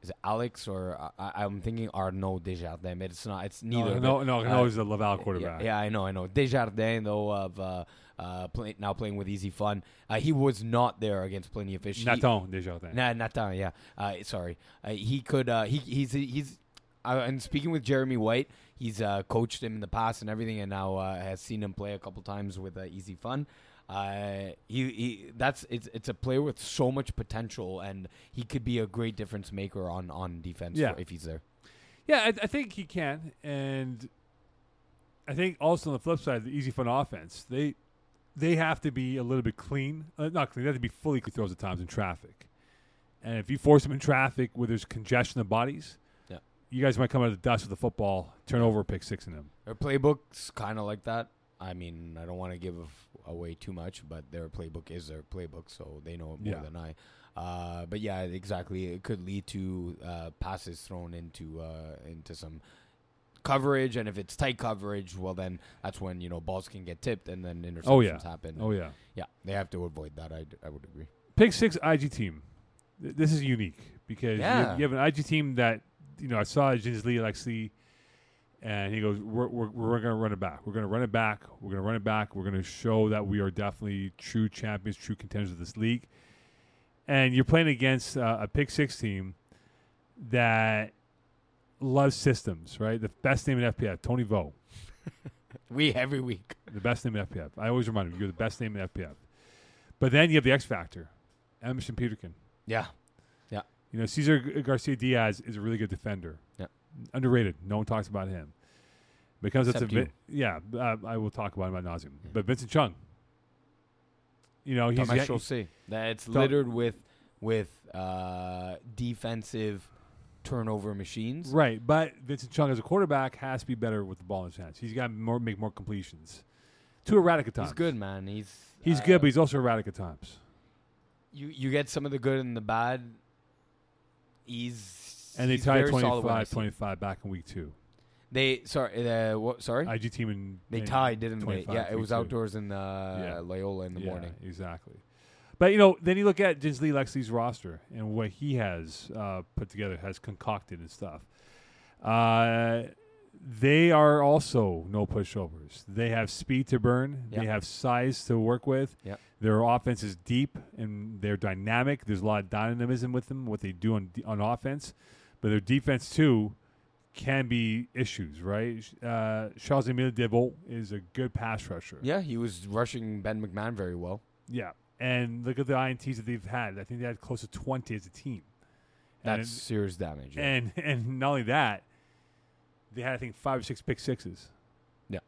is it Alex or I, I- I'm thinking Arnaud Desjardins, but it's not. It's neither.
No, no, no,
but,
no,
uh,
he's a Laval
Yeah,
quarterback.
Yeah, I know, I know. Desjardins though of uh, uh, play, now playing with Easy Fun, uh, he was not there against Plenty of Fish. He-
Nathan Desjardins.
Nah, Nathan. Yeah, uh, sorry. Uh, he could. Uh, he he's he's. Uh, and speaking with Jeremy White, he's uh, coached him in the past and everything, and now uh, has seen him play a couple times with uh, Easy Fun. Uh, he, he that's it's it's a player with so much potential, and he could be a great difference maker on on defense
Yeah.
for- if he's there.
Yeah, I, I think he can, and I think also on the flip side, the easy fun offense, they they have to be a little bit clean, uh, not clean. They have to be fully clean throws at times in traffic, and if you force them in traffic where there's congestion of bodies,
Yeah.
you guys might come out of the dust with a football turnover, pick six in them.
Their playbook's kind of like that. I mean, I don't want to give away too much, but their playbook is their playbook, so they know it more
Yeah.
than I. Uh, but yeah, exactly. It could lead to uh, passes thrown into uh, into some coverage, and if it's tight coverage, well, then that's when you know balls can get tipped, and then interceptions
Oh, yeah.
happen.
Oh yeah,
yeah, they have to avoid that. I, d- I would agree.
pick six IG team. Th- This is unique because you, have,
Yeah.
you have an IG team that you know I saw Jins Lee Alexi, E, and he goes, "We're we're, we're going to run it back. We're going to run it back. We're going to run it back. We're going to show that we are definitely true champions, true contenders of this league." And you're playing against uh, a pick six team that loves systems, right? The best name in FPF, Tony Vo.
We every week.
The best name in FPF. I always remind him, you're the best name in FPF. But then you have the X Factor, Emerson Peterkin.
Yeah,
You know, Cesar G- Garcia Diaz is a really good defender.
Yep.
Underrated. No one talks about him. Becomes that's a
Except you.
bit. Yeah, b- uh, I will talk about him at nauseum.
Yeah.
But Vincent Chung. You know, he's
Thomas
yeah,
Chaussee. That it's
Tom-
littered with with uh, defensive turnover machines.
right, but Vincent Chung as a quarterback has to be better with the ball in his hands. He's got to more make more completions. Too erratic at times.
He's good, man. He's
He's
uh,
good, but he's also erratic at times.
you you get some of the good and the bad. He's
And they
he's
tied
very solid when I
25
see him.
25 back in week two.
They sorry, uh, what, sorry,
IG team and
they
and
tied, didn't they?
25,
Yeah, it was
22.
outdoors in uh,
Yeah.
Loyola in the
Yeah,
morning.
Exactly. But you know, then you look at Jinsley Lexi's roster and what he has uh, put together, has concocted and stuff. Uh, they are also no pushovers. They have speed to burn. They
Yeah.
have size to work with.
Yep.
Their offense is deep and they're dynamic. There's a lot of dynamism with them. What they do on on offense, but their defense too can be issues. Right? Uh, Charles Emile Devol is a good pass rusher.
Yeah, he was rushing Ben McMahon very well.
Yeah. And look at the INTs that they've had. I think they had close to 20 as a team.
That's
And-
serious damage. yeah.
And, and not only that, they had, I think, five or six pick sixes.
Yeah.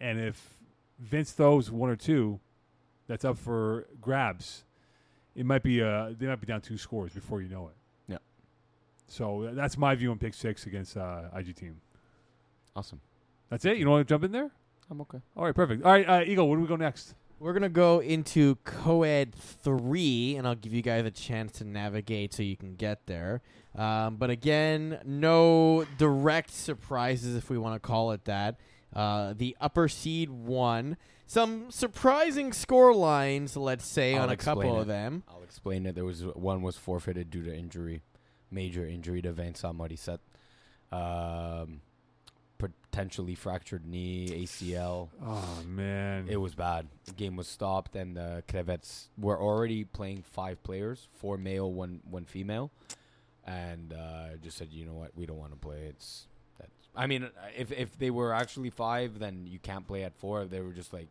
And if Vince throws one or two that's up for grabs, it might be uh, they might be down two scores before you know it.
Yeah.
So uh, that's my view on pick six against uh, IG team.
awesome.
That's it. You don't want to jump in there?
I'm okay.
All right, perfect. All right, uh, Eagle, where do we go next?
We're gonna go into co-ed three, and I'll give you guys a chance to navigate so you can get there. Um, but again, no direct surprises, if we want to call it that. Uh, the upper seed won. Some surprising score lines, let's say,
I'll
on a
explain
couple
it.
of them.
I'll explain it. There was one was forfeited due to injury, major injury to Vincent Morissette. Um, potentially fractured knee, ACL.
Oh man,
Ah, It was bad. The game was stopped, and the Crevets were already playing five players, four male, one one female, and uh, just said, you know what, we don't want to play. It's that. I mean, if if they were actually five, then you can't play at four. They were just like,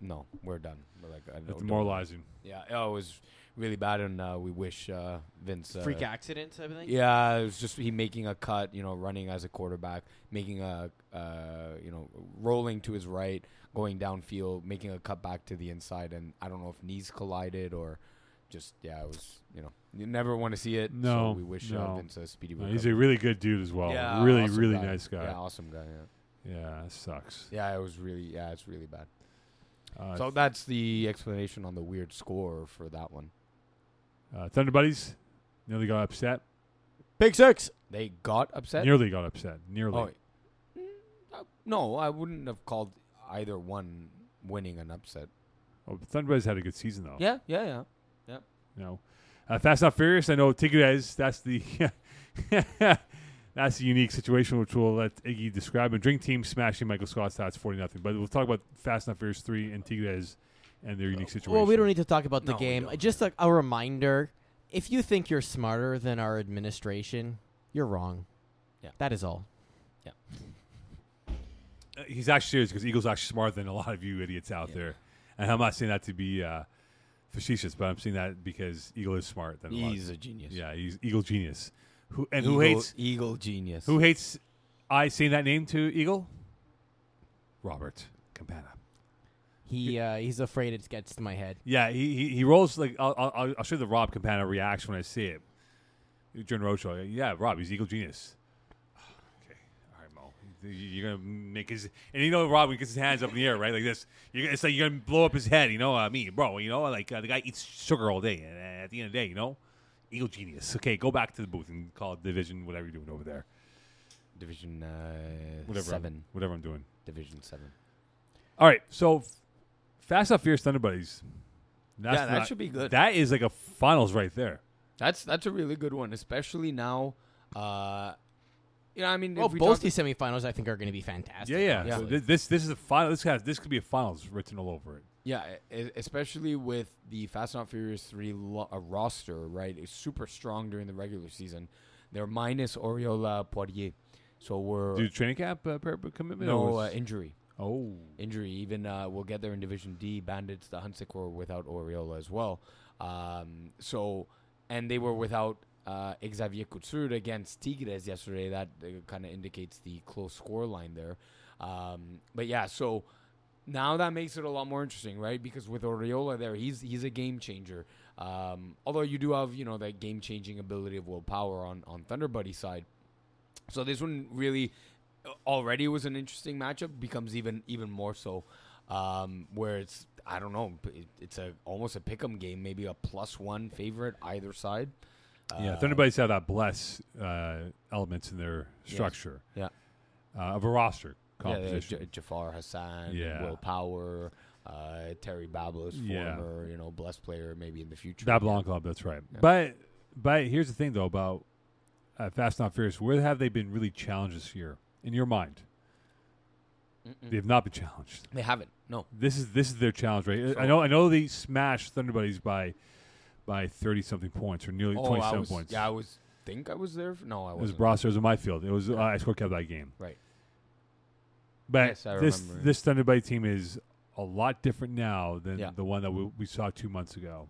no, we're done. We're like, I
It's
don't, don't-
demoralizing.
yeah, oh, it was really bad, and uh, we wish uh, Vince uh,
Freak accident type of thing.
yeah, it was just he making a cut, you know, running as a quarterback, making a, uh, you know, rolling to his right, going downfield, making a cut back to the inside, and I don't know if knees collided or just yeah, it was you know, you never want to see it.
No,
so we wish
no.
uh, Vince a speedy.
No, he's a
recovery.
really good dude as well.
Yeah,
really,
awesome
really
guy.
nice guy.
Yeah, awesome guy. Yeah,
Yeah, it sucks.
yeah, it was really yeah, it's really bad.
Uh,
so that's the explanation on the weird score for that one.
uh, Thunder Buddies nearly got upset.
Big six.
They got upset.
Nearly got upset. Nearly.
Oh, mm, uh, no, I wouldn't have called either one winning an upset.
Oh, Thunder Buddies had a good season though.
Yeah, yeah, yeah.
You know, uh, Fast Not Furious. I know Tigres. That's the. That's a unique situation, which we'll let Iggy describe. And Drink Team smashing Michael Scott's stats forty nothing. But we'll talk about Fast and Furious three and Tigres and their unique situation.
Uh, Well, we don't need to talk about the
No, Uh, we
game.
don't.
Just a, a reminder: if you think you're smarter than our administration, you're wrong.
Yeah.
that is all.
Uh, he's actually serious because Eagle's actually smarter than a lot of you idiots out
Yeah.
there. And I'm not saying that to be uh, facetious, but I'm saying that because Eagle is smart than a lot.
He's a genius.
yeah, he's Eagle genius. Who and
Eagle,
who hates
Eagle genius?
who hates I saying that name to Eagle? Robert Campana.
He uh, he's afraid it gets to my head.
Yeah, he he, he rolls like I'll, I'll I'll show you the Rob Campana reaction when I see it during roadshow. Yeah, Rob, he's Eagle genius. Okay, all right, Mo, You- you're gonna make his and you know Rob when he gets his hands up in the air, right, like this. You're, it's like you're gonna blow up his head, you know. I mean, bro, you know, like uh, the guy eats sugar all day, and uh, at the end of the day, you know, Eagle genius. Okay, go back to the booth and call it division whatever you're doing over there,
Division uh,
whatever I'm-
seven.
whatever I'm doing.
Division seven.
All right, so f- Fast and Furious Thunder Buddies. That's
yeah, that
not-
should be good.
That is like a finals right there.
that's that's a really good one, especially now. Uh, you know, I mean,
Well,
if we
both
talk-
these semifinals, I think, are going to be fantastic.
Yeah, yeah.
honestly.
So thi- this this is a final. This has this could be a finals written all over it.
Yeah, e- especially with the Fast and Furious 3 lo- uh, roster, right? It's super strong during the regular season. They're minus Oriola Poirier. So we're.
Dude, training camp uh, prep commitment. or
no uh,
was-
injury.
oh,
injury. Even uh, we'll get there in Division D. Bandits, the Hunsick were without Oriola as well. Um, so, and they were without uh, Xavier Kutsurd against Tigres yesterday. That uh, kind of indicates the close score line there. Um, but yeah, so now that makes it a lot more interesting, right? Because with Oriola there, he's he's a game changer. Um, although you do have you know that game changing ability of willpower on on Thunder Buddy side. So this one really uh, already was an interesting matchup becomes even even more so um where it's i don't know it, it's a almost a pick'em game maybe a plus one favorite either side
yeah.
Uh,
Thunderbuddies have that bless uh, elements in their
Yes.
structure.
Yeah.
uh, of a roster
yeah, there's
composition.
J- jafar hassan
Yeah.
will power uh terry bablos
Yeah.
former you know blessed player maybe in the future
Babylon Club. That's right.
Yeah.
But but here's the thing though about uh, Fast Not Furious. Where have they been really challenged this year? In your mind,
Mm-mm.
they have not been challenged.
they haven't no
This is this is their challenge, right? I
So-
know I know they smashed Thunderbuddies by by thirty something points or nearly twenty
Oh, I
seven
was,
points.
yeah i was think i was there for, no i
It was
wasn't
Broster. It was in my field. It was uh, I scored kept that game.
Right.
But
Yes, I
this
remember.
this Thunderbite team is a lot different now than
Yeah.
the one that we, we saw two months ago.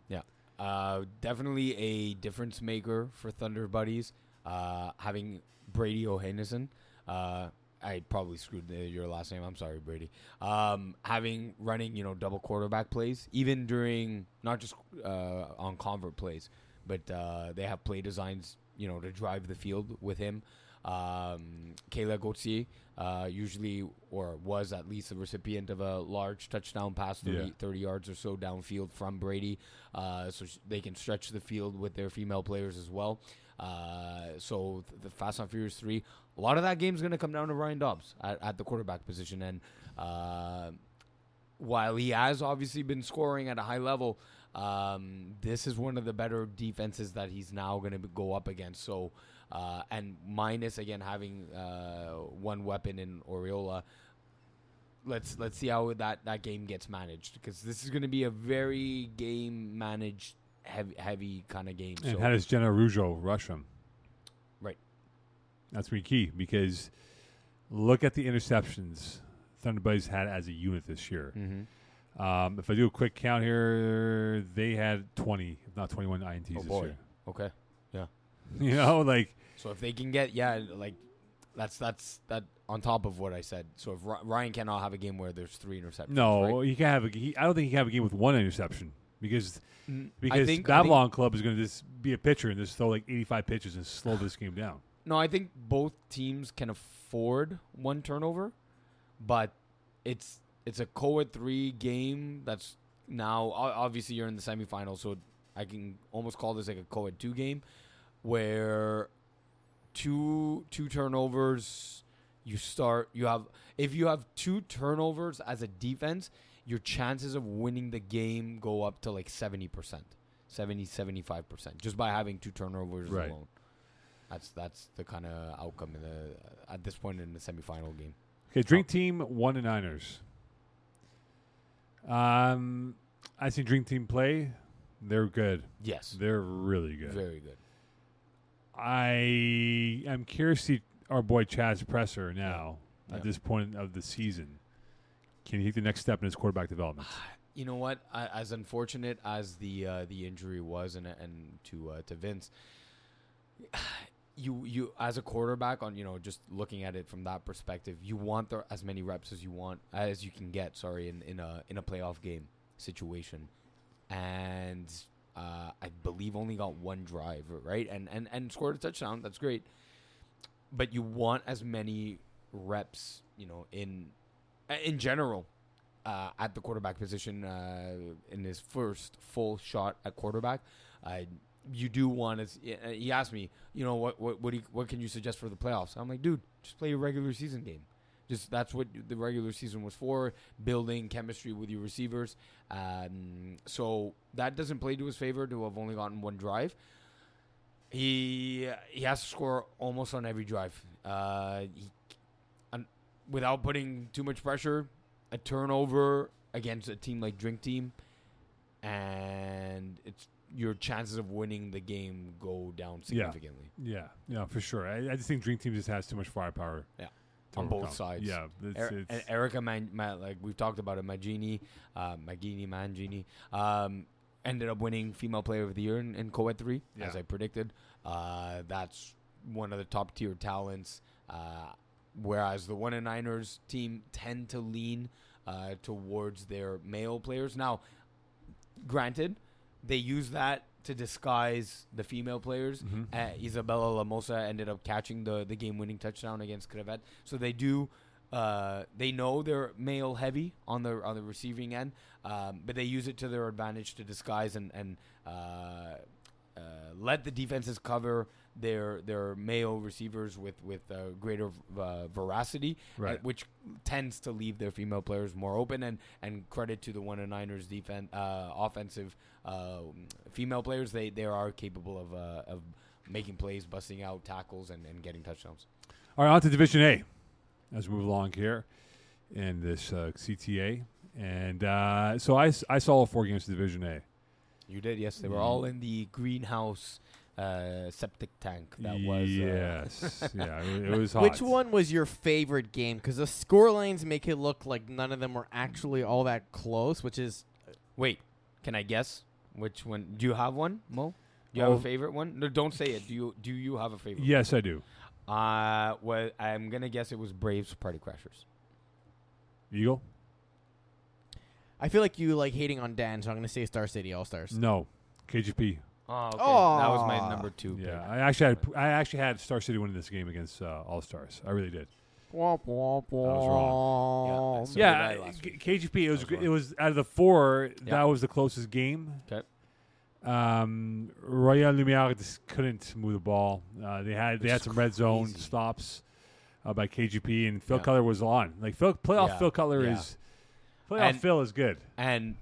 Uh, definitely a difference maker for Thunder Buddies. Uh, having Brady O'Hennison. Uh, I probably screwed the, your last name. I'm sorry, Brady. Um, having running, you know, double quarterback plays, even during not just uh, on convert plays, but uh, they have play designs, you know, to drive the field with him. Um, Kayla Gauthier, uh, usually or was at least the recipient of a large touchdown pass, 30,
Yeah.
30 yards or so downfield from Brady. Uh, so sh- they can stretch the field with their female players as well. Uh, so th- the Fast and Furious 3, a lot of that game's going to come down to Ryan Dobbs at, at the quarterback position. And uh, while he has obviously been scoring at a high level, um, this is one of the better defenses that he's now going to go up against. So uh, and minus again having uh, one weapon in Oriola. Let's let's see how that, that game gets managed because this is going to be a very game managed heavy heavy kind of game.
And
so
how does Jenna Rujo rush him?
Right.
That's pretty key because look at the interceptions Thunderbirds had as a unit this year.
Mhm.
Um, if I do a quick count here, they had 20, if not 21 INTs
Oh,
this
boy.
year.
okay,
You know, like
so if they can get yeah like that's that's that on top of what I said. So if Ry- Ryan cannot have a game where there's three interceptions, right?
no, he can have. A, he, I don't think he can have a game with one interception because
Mm, I
because
think- I think-
Babylon Club is going to just be a pitcher and just throw like 85 pitches and slow this game down.
No, I think both teams can afford one turnover, but it's it's a co-ed three game. That's now o- obviously you're in the semifinals, so I can almost call this like a co-ed two game, where two two turnovers. You start. You have if you have two turnovers as a defense, your chances of winning the game go up to like 70%, 70 75% just by having two turnovers
Right.
alone. That's that's the kind of outcome in the at this point in the semifinal game.
Okay, Dream Team one and Niners. Um, I see Dream Team play. They're good.
Yes,
They're really good.
very good.
I am curious to see our boy Chaz Presser now
Yeah.
at this point of the season. Can he take the next step in his quarterback development?
You know what? I, as unfortunate as the uh, the injury was, and and to uh, to Vince, you you as a quarterback on you know just looking at it from that perspective, you want the, as many reps as you want as you can get. Sorry, in in a in a playoff game situation, and uh, I believe only got one drive right, and and and scored a touchdown. That's great, but you want as many reps, you know, in in general uh, at the quarterback position uh, in his first full shot at quarterback. Uh, you do want to. uh, He asked me, you know, what what what, do you, what can you suggest for the playoffs? I'm like, dude, just play your regular season game. Just that's what the regular season was for, building chemistry with your receivers. Um, so that doesn't play to his favor to have only gotten one drive. He he has to score almost on every drive. Uh, he, un, without putting too much pressure, a turnover against a team like Drink Team, and it's your chances of winning the game go down significantly.
Yeah, yeah, for sure. I, I just think Dream Team just has too much firepower.
Yeah.
to
On both
overcome.
sides.
Yeah, it's,
Er-
it's,
and Erica, Man- Ma- like we've talked about it, Magini, uh, Magini, Mangini, um, ended up winning Female Player of the Year in, in Co-Ed 3, as
Yeah.
I predicted. Uh, that's one of the top-tier talents, uh, whereas the 1 and Niners team tend to lean uh, towards their male players. Now, granted, they use that to disguise the female players.
Mhm.
Uh, Isabella Lamosa ended up catching the, the game winning touchdown against Crevet. So they do, uh, they know they're male heavy on the on the receiving end, um, but they use it to their advantage to disguise and and uh, uh, let the defenses cover their their male receivers with with uh, greater uh, veracity, uh,
Right.
which tends to leave their female players more open. And and credit to the one and Niners defense uh, offensive uh, female players, they they are capable of uh, of making plays, busting out tackles, and, and getting touchdowns.
All right, on to Division A as we move along here in this uh, CTA. And uh, so I, s- I saw all four games of Division A.
You did, yes. They were
Mhm.
all in the greenhouse uh, septic tank that was. uh,
yes, yeah, it, it was hot.
Which one was your favorite game? Because the score lines make it look like none of them were actually all that close, which is
Wait, can I guess which one? Do you have one, Mo? Do you have
Oh.
a favorite one? No, don't say it. Do you? Do you have a favorite?
Yes, I do.
One? Uh, well, I'm gonna guess it was Braves Party Crashers.
Eagle?
I feel like you like hating on Dan, so I'm gonna say Star City All Stars.
No, KGP.
Oh, okay. that was
Aw.
my number two.
Yeah,
pick.
I actually had I actually had Star City winning this game against uh, All Stars. I really did.
Womp womp
wrong.
womp.
Yeah,
yeah,
did I last
K-
week.
KGP. It was,
was
gr-
wrong.
it was out of the four. That
Yeah.
was the closest game.
'Kay.
Um, Royal Lumiere just couldn't move the ball. Uh, they had they
Which
had
is
some red zone
crazy.
stops uh, by KGP and Phil
Yeah.
Cutler was on. Like Phil playoff
Yeah,
Phil Cutler
yeah.
is playoff
And-
Phil is good.
and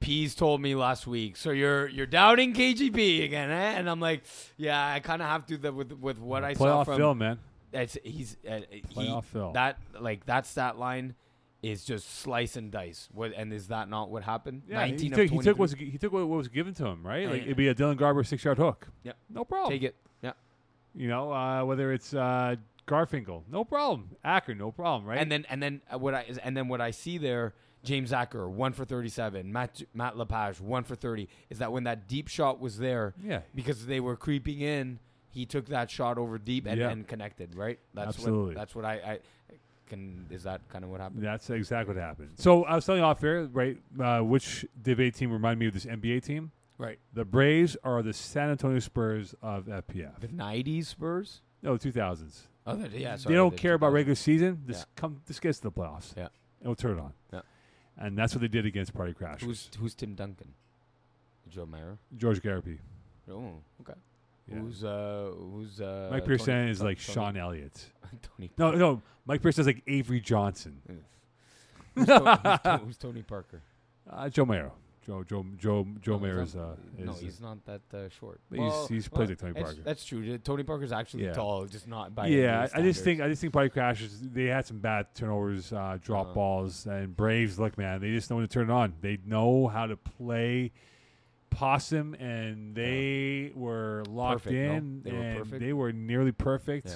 Pease told me last week. So you're you're doubting KGB again, eh? And I'm like, yeah, I kind of have to the, with with what I saw
Playoff
from
Phil, man.
It's he's uh, he,
Playoff Phil.
that like that stat line is just slice and dice. What and is that not what happened?
Yeah, he
19 of
took, he took
23.
what was, he took what was given to him, right?
Yeah,
Like
yeah.
it'd be a Dylan Garber six yard hook.
Yep.
no problem.
take it. Yeah,
You know, uh, whether it's uh, Garfinkel, no problem. Acker, no problem, right?
and then and then uh, what I and then what I see there. James Acker, one for thirty-seven. Matt Matt Lepage, one for thirty. Is that when that deep shot was there?
yeah,
because they were creeping in. He took that shot over deep and,
Yeah.
and connected, right? That's
Absolutely.
What, that's what I, I can. Is that kind of what happened?
that's exactly what happened. So I was telling you off air, right? Uh, which Div 8 team reminded me of this NBA team?
Right.
The Braves are the San Antonio Spurs of FPF.
The '90s Spurs.
No, 2000s.
Oh, that- yeah.
they don't care about regular season. This
Yeah.
come, this gets to the playoffs.
Yeah.
it'll turn it on.
Yeah.
and that's what they did against Party Crash.
Who's Who's Tim Duncan? Joe Mayer.
George Garapi?
Oh, okay.
Yeah.
Who's uh Who's uh
Mike
Tony-
Pearson is
Tony-
like
Tony-
Sean Elliott.
Tony.
No, no, Mike Pearson is like Avery Johnson.
Who's, Tony, who's, Tony, who's Tony Parker?
Uh, Joe Mayer. Joe Joe Joe Joe
No,
Mayer
he's
is uh
not- no,
is,
he's not that uh, short.
But he's-
Well,
he's plays like Tony
that's-
Parker.
That's true. Tony Parker's actually
Yeah.
tall, just not by.
yeah, I
NBA
just
standards.
think I just think Party Crashers they had some bad turnovers, uh, drop
Uh-huh.
balls, and Braves. Look, man, they just know when to turn it on. They know how to play possum, and they were locked
Perfect, no?
in.
They were
and
perfect?
They were nearly perfect,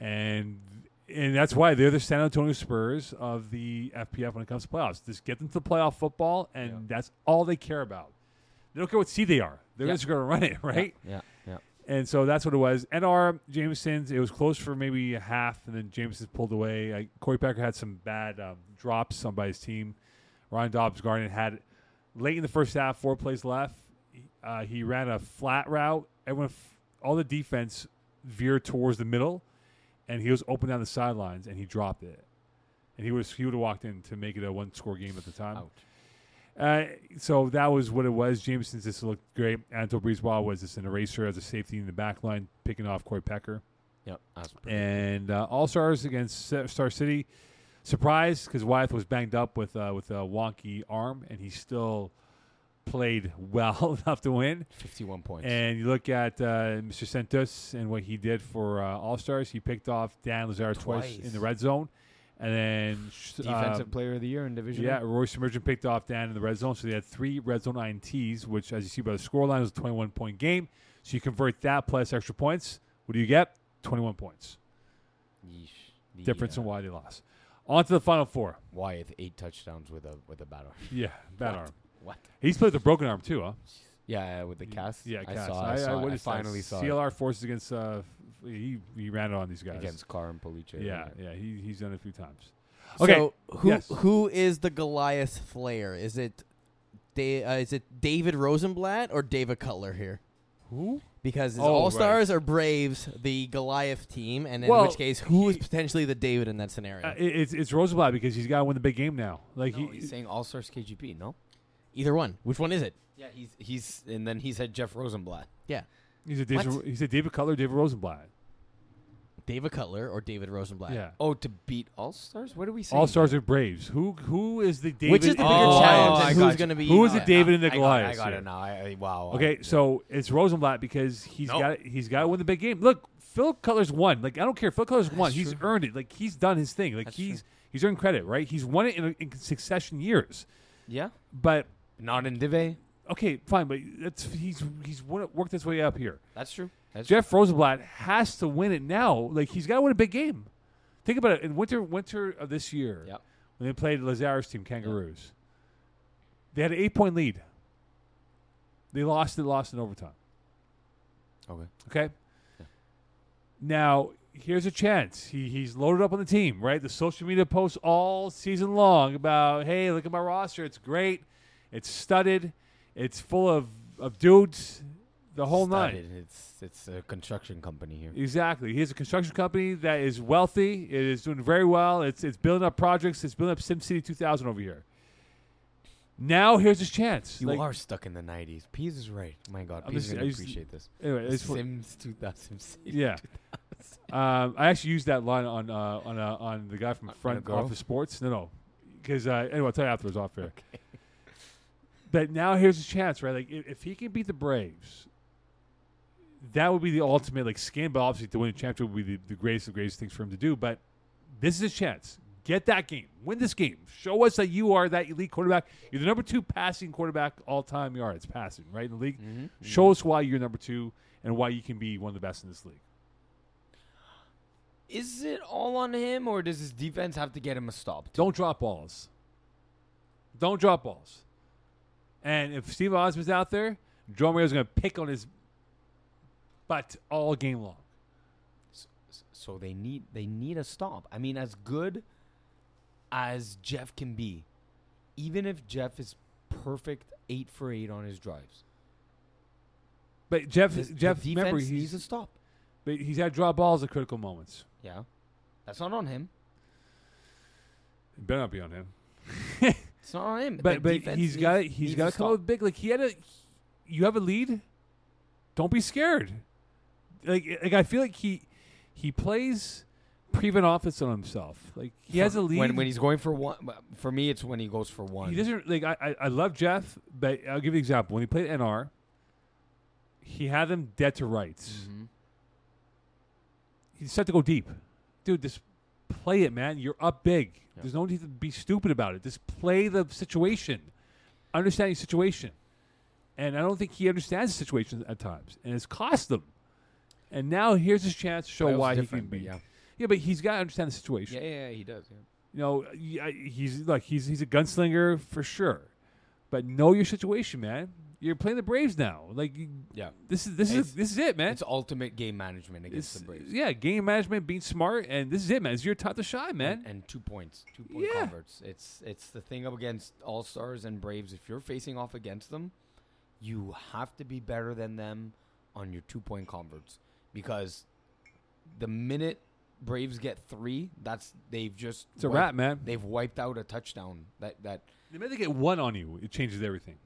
Yeah.
and and that's why they're the San Antonio Spurs of the FPF when it comes to playoffs. Just get them to playoff football, and
Yeah.
that's all they care about. They don't care what seed they are. They're
Yeah.
just going to run it,
Yeah,
right?
Yeah. Yeah.
And so that's what it was. NR Jameson's, it was close for maybe a half, and then Jameson's pulled away. Uh, Corey Packer had some bad um, drops on by his team. Ryan Dobbs Garden had late in the first half, four plays left. Uh, he ran a flat route. Everyone, f- all the defense veered towards the middle, and he was open down the sidelines, and he dropped it. And he was he would have walked in to make it a one score game at the time.
Ouch.
Uh, so that was what it was. Jameson's just looked great. Anto Brisbois was just an eraser as a safety in the back line, picking off Corey Pecker.
Yep. That's pretty
And uh, All Stars against Sa- Star City. Surprise, because Wyeth was banged up with uh, with a wonky arm, and he still played well enough to win.
51 points.
And you look at uh, Mr. Santos and what he did for uh, All Stars. He picked off Dan Lazar twice,
Twice.
in the red zone, and then sh-
Defensive
um,
player of the year in Division
yeah,
One.
Royce Emergent picked off Dan in the red zone, so they had three red zone INTs, which, as you see by the scoreline, was a 21 point game. So you convert that plus extra points. What do you get? 21 points.
Yeesh. The,
Difference
uh,
in why they lost. On to the final four.
Wyeth eight touchdowns with a with a battle.
Yeah, bad
What?
arm.
What?
He's played with a broken arm too, huh?
Yeah, with the cast.
Yeah,
I
Cass.
saw. I, saw,
what
I
is that?
finally saw it
CLR forces against. Uh, f- he he ran it on these guys.
against Carr and Police.
yeah, yeah. He, he's done it a few times. Okay.
So who
Yes.
who is the Goliath Slayer? Is it da- uh, is it David Rosenblatt or David Cutler here?
Who?
Because it's
Oh,
All Stars or Braves, the Goliath team, and in
Well,
which case, who is
he-
potentially the David in that scenario?
Uh, it, it's it's Rosenblatt because he's got to win the big game now. Like
No,
he,
he's saying All Stars KGP. No.
Either one. Which one is it?
Yeah, he's he's and then he said Jeff Rosenblatt.
Yeah,
he's a David,
What?
he's a David Cutler, David Rosenblatt.
David Cutler or David Rosenblatt.
Yeah.
Oh, to beat All Stars? What are we saying?
All stars are Braves. Who who is the David?
Which is the bigger
in
Oh,
challenge?
I
and
got
who's
you.
going to be?
Who is
uh,
it, David and the
I got, I
Goliaths
got
here.
it now. I, I, wow.
Okay,
I-
so it's Rosenblatt because he's
Nope.
got he's got to win the big game. Look, Phil Cutler's won. Like I don't care, Phil Cutler's won.
That's
He's
true.
earned it. Like he's done his thing. Like
That's
he's he's earned credit, right? He's won it in, in succession years.
yeah,
But
not in Dive.
okay, fine. But that's he's he's won, worked his way up here.
That's true. That's
Jeff Rosenblatt has to win it now. Like he's got to win a big game. Think about it. In winter, winter of this year,
Yep.
when they played Lazarus team, Kangaroos, they had an eight point lead. They lost it, lost in overtime.
True. Okay.
Okay. Now here's a chance. He he's loaded up on the team, right? The social media posts all season long about, hey, look at my roster. It's great. It's studded. It's full of of dudes. The whole nine.
Started. It's it's a construction company here.
Exactly. He has a construction company that is wealthy. It is doing very well. It's it's building up projects. It's building up SimCity 2000 over here. Now here's his chance.
You
Like,
are stuck in the '90s. Pease is right. My God,
I'm just-
Pease is
I
gonna
just-
appreciate this.
anyway, it's for-
Sims 2000.
yeah. um, I actually used that line on uh, on uh, on the guy from
On- on a
Front
girl?
Office Sports. No, no. Because uh, anyway, I'll tell you afterwards off air. But now here's a chance, right? Like if, if he can beat the Braves, that would be the ultimate like skin. But obviously, to win a championship would be the, the greatest of greatest things for him to do. But this is his chance. Get that game. Win this game. Show us that you are that elite quarterback. You're the number two passing quarterback all time yards passing, right? In the league. Show us why you're number two and why you can be one of the best in this league.
Is it all on him, or does his defense have to get him a stop?
Don't drop balls. Don't drop balls. And if Steve Osmond's out there, Dromer's going to pick on his butt all game long.
So they need they need a stop. I mean, as good as Jeff can be, even if Jeff is perfect eight for eight on his drives,
But Jeff,
the, the
Jeff,
defense
remember
needs
he's
a stop.
but he's had draw balls at critical moments.
Yeah, that's not on him.
It better not be on him.
It's not on him.
But but he's got he's got to come
code.
up big. Like he had a, you have a lead. Don't be scared. Like like I feel like he he plays prevent offense on himself. Like he has a lead.
when when he's going for one. but For me, it's when he goes for one.
He doesn't like. I, I I love Jeff, but I'll give you an example. When he played NR, he had them dead to rights.
Mhm.
He decided to go deep, dude. Just play it, man. You're up big.
Yeah.
There's no need to be stupid about it. Just play the situation. Understand your situation, and I don't think he understands the situation at times, and it's cost them. And now here's his chance to show
Playoffs
why he can
different,
be.
but Yeah.
yeah, but he's got to understand the situation
yeah, yeah, yeah, he does. Yeah.
you know, y- I- he's like he's he's a gunslinger for sure, but know your situation, man. You're playing the Braves now. Like you-
Yeah.
this is this
It's-
is this is it, man.
It's ultimate game management against
Eh? It's-
the Braves.
yeah, game management, being smart, and this is it, man. It's your time to shine, man.
And, and two points, two point
Yeah.
converts. It's it's the thing up against All Stars and Braves. If you're facing off against them, you have to be better than them on your two point converts because the minute Braves get three, that's they've just
it's a
wiped-
wrap, man.
They've wiped out a touchdown. That that
The minute they get one on you, it changes everything.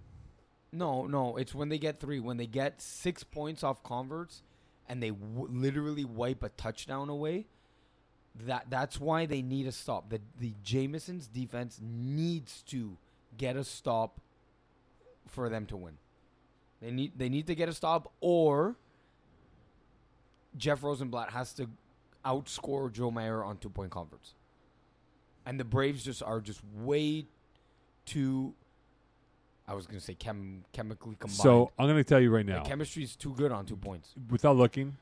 no no. It's when they get three. When they get six points off converts, and they w- literally wipe a touchdown away. That that's why they need a stop. The the Jameson's defense needs to get a stop for them to win. They need they need to get a stop or Jeff Rosenblatt has to outscore Joe Mayer on two point converts. And the Braves just are just way too I was gonna say chem chemically combined.
So I'm going to tell you right
the
now,
chemistry is too good on two points.
without looking,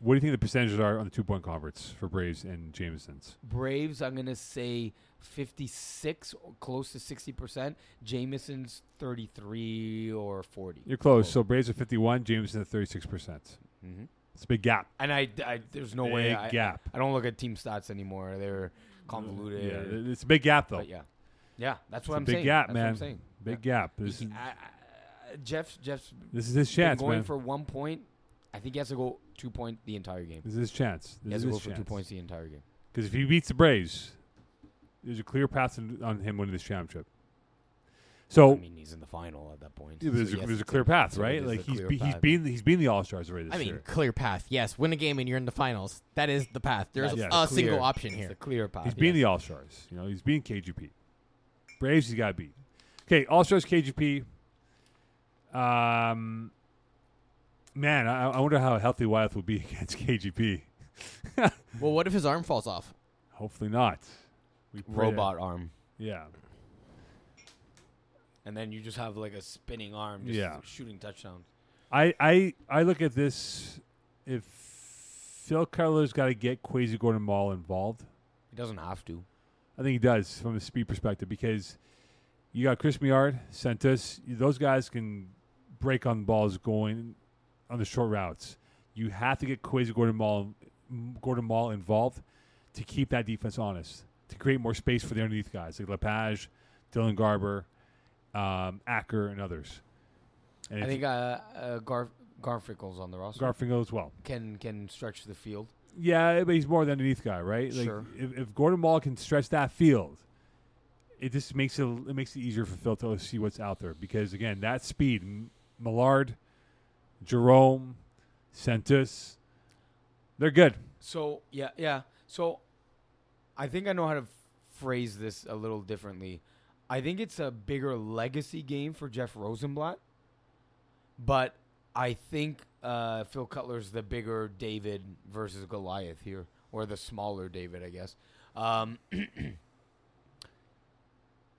what do you think the percentages are on the two point converts for Braves and Jamesons?
Braves, I'm gonna say 56, or close to 60 percent. Jameson's 33 or 40.
You're close. So Braves are 51, Jameson at 36 percent.
Mhm.
It's a big gap.
and I, I- there's no way
Big
I,
gap.
I don't look at team stats anymore. They're convoluted.
Yeah, it- it's a big gap though.
but yeah, yeah, that's
It's
what
a
I'm
big
saying.
gap,
that's
man.
What I'm saying.
Big gap. This is
I, I, I- Jeff's Jeff's
this is his
been
chance,
going
man.
for one point. I think he has to go two point the entire game.
this is his chance.
He
This
has
is
to go
his
for two
chance.
points the entire game.
Because if he beats the Braves, there's a clear path on, on him winning this championship. So
I mean, he's in the final at that point.
yeah, there's,
so
a,
yes,
there's a
it's
clear path,
so it
right?
is
Like
a
he's
clear
be, he's
path.
been he's been the All Stars already this
I mean,
year.
clear path. Yes, win a game and you're in the finals. That is the path. There's
That's
a
clear.
single option
It's
here.
a clear path.
He's being
yes.
the All Stars. You know, he's being KGP. Braves, he's got to beat. Okay, All Stars, KGP. Um, man, I, I wonder how healthy Wyeth will be against KGP.
Well, what if his arm falls off?
Hopefully not. We pray that-
robot arm,
Yeah.
and then you just have like a spinning arm, just
Yeah.
shooting touchdowns.
I, I I look at this if Phil Keller's got to get Quasi Gordon Mall involved.
He doesn't have to.
I think he does from a speed perspective because you got Chris Miard, Sentus. Those guys can break on balls going on the short routes. You have to get Quasi Gordon Mall Gordon Mall involved to keep that defense honest, to create more space for the underneath guys like Lepage, Dylan Garber, um, Acker, and others. And
I
if
think uh, uh, Gar- Garfinkel's on the roster.
Garfinkel as well.
can can stretch the field.
Yeah, but he's more the underneath guy, right? Like
Sure.
if, if Gordon Ball can stretch that field, it just makes it it makes it easier for Phil to see what's out there because again, that speed, M- Millard, Jerome, Sentus, they're good.
So yeah, yeah. So I think I know how to phrase this a little differently. I think it's a bigger legacy game for Jeff Rosenblatt, but I think uh, Phil Cutler's the bigger David versus Goliath here, or the smaller David, I guess. Um,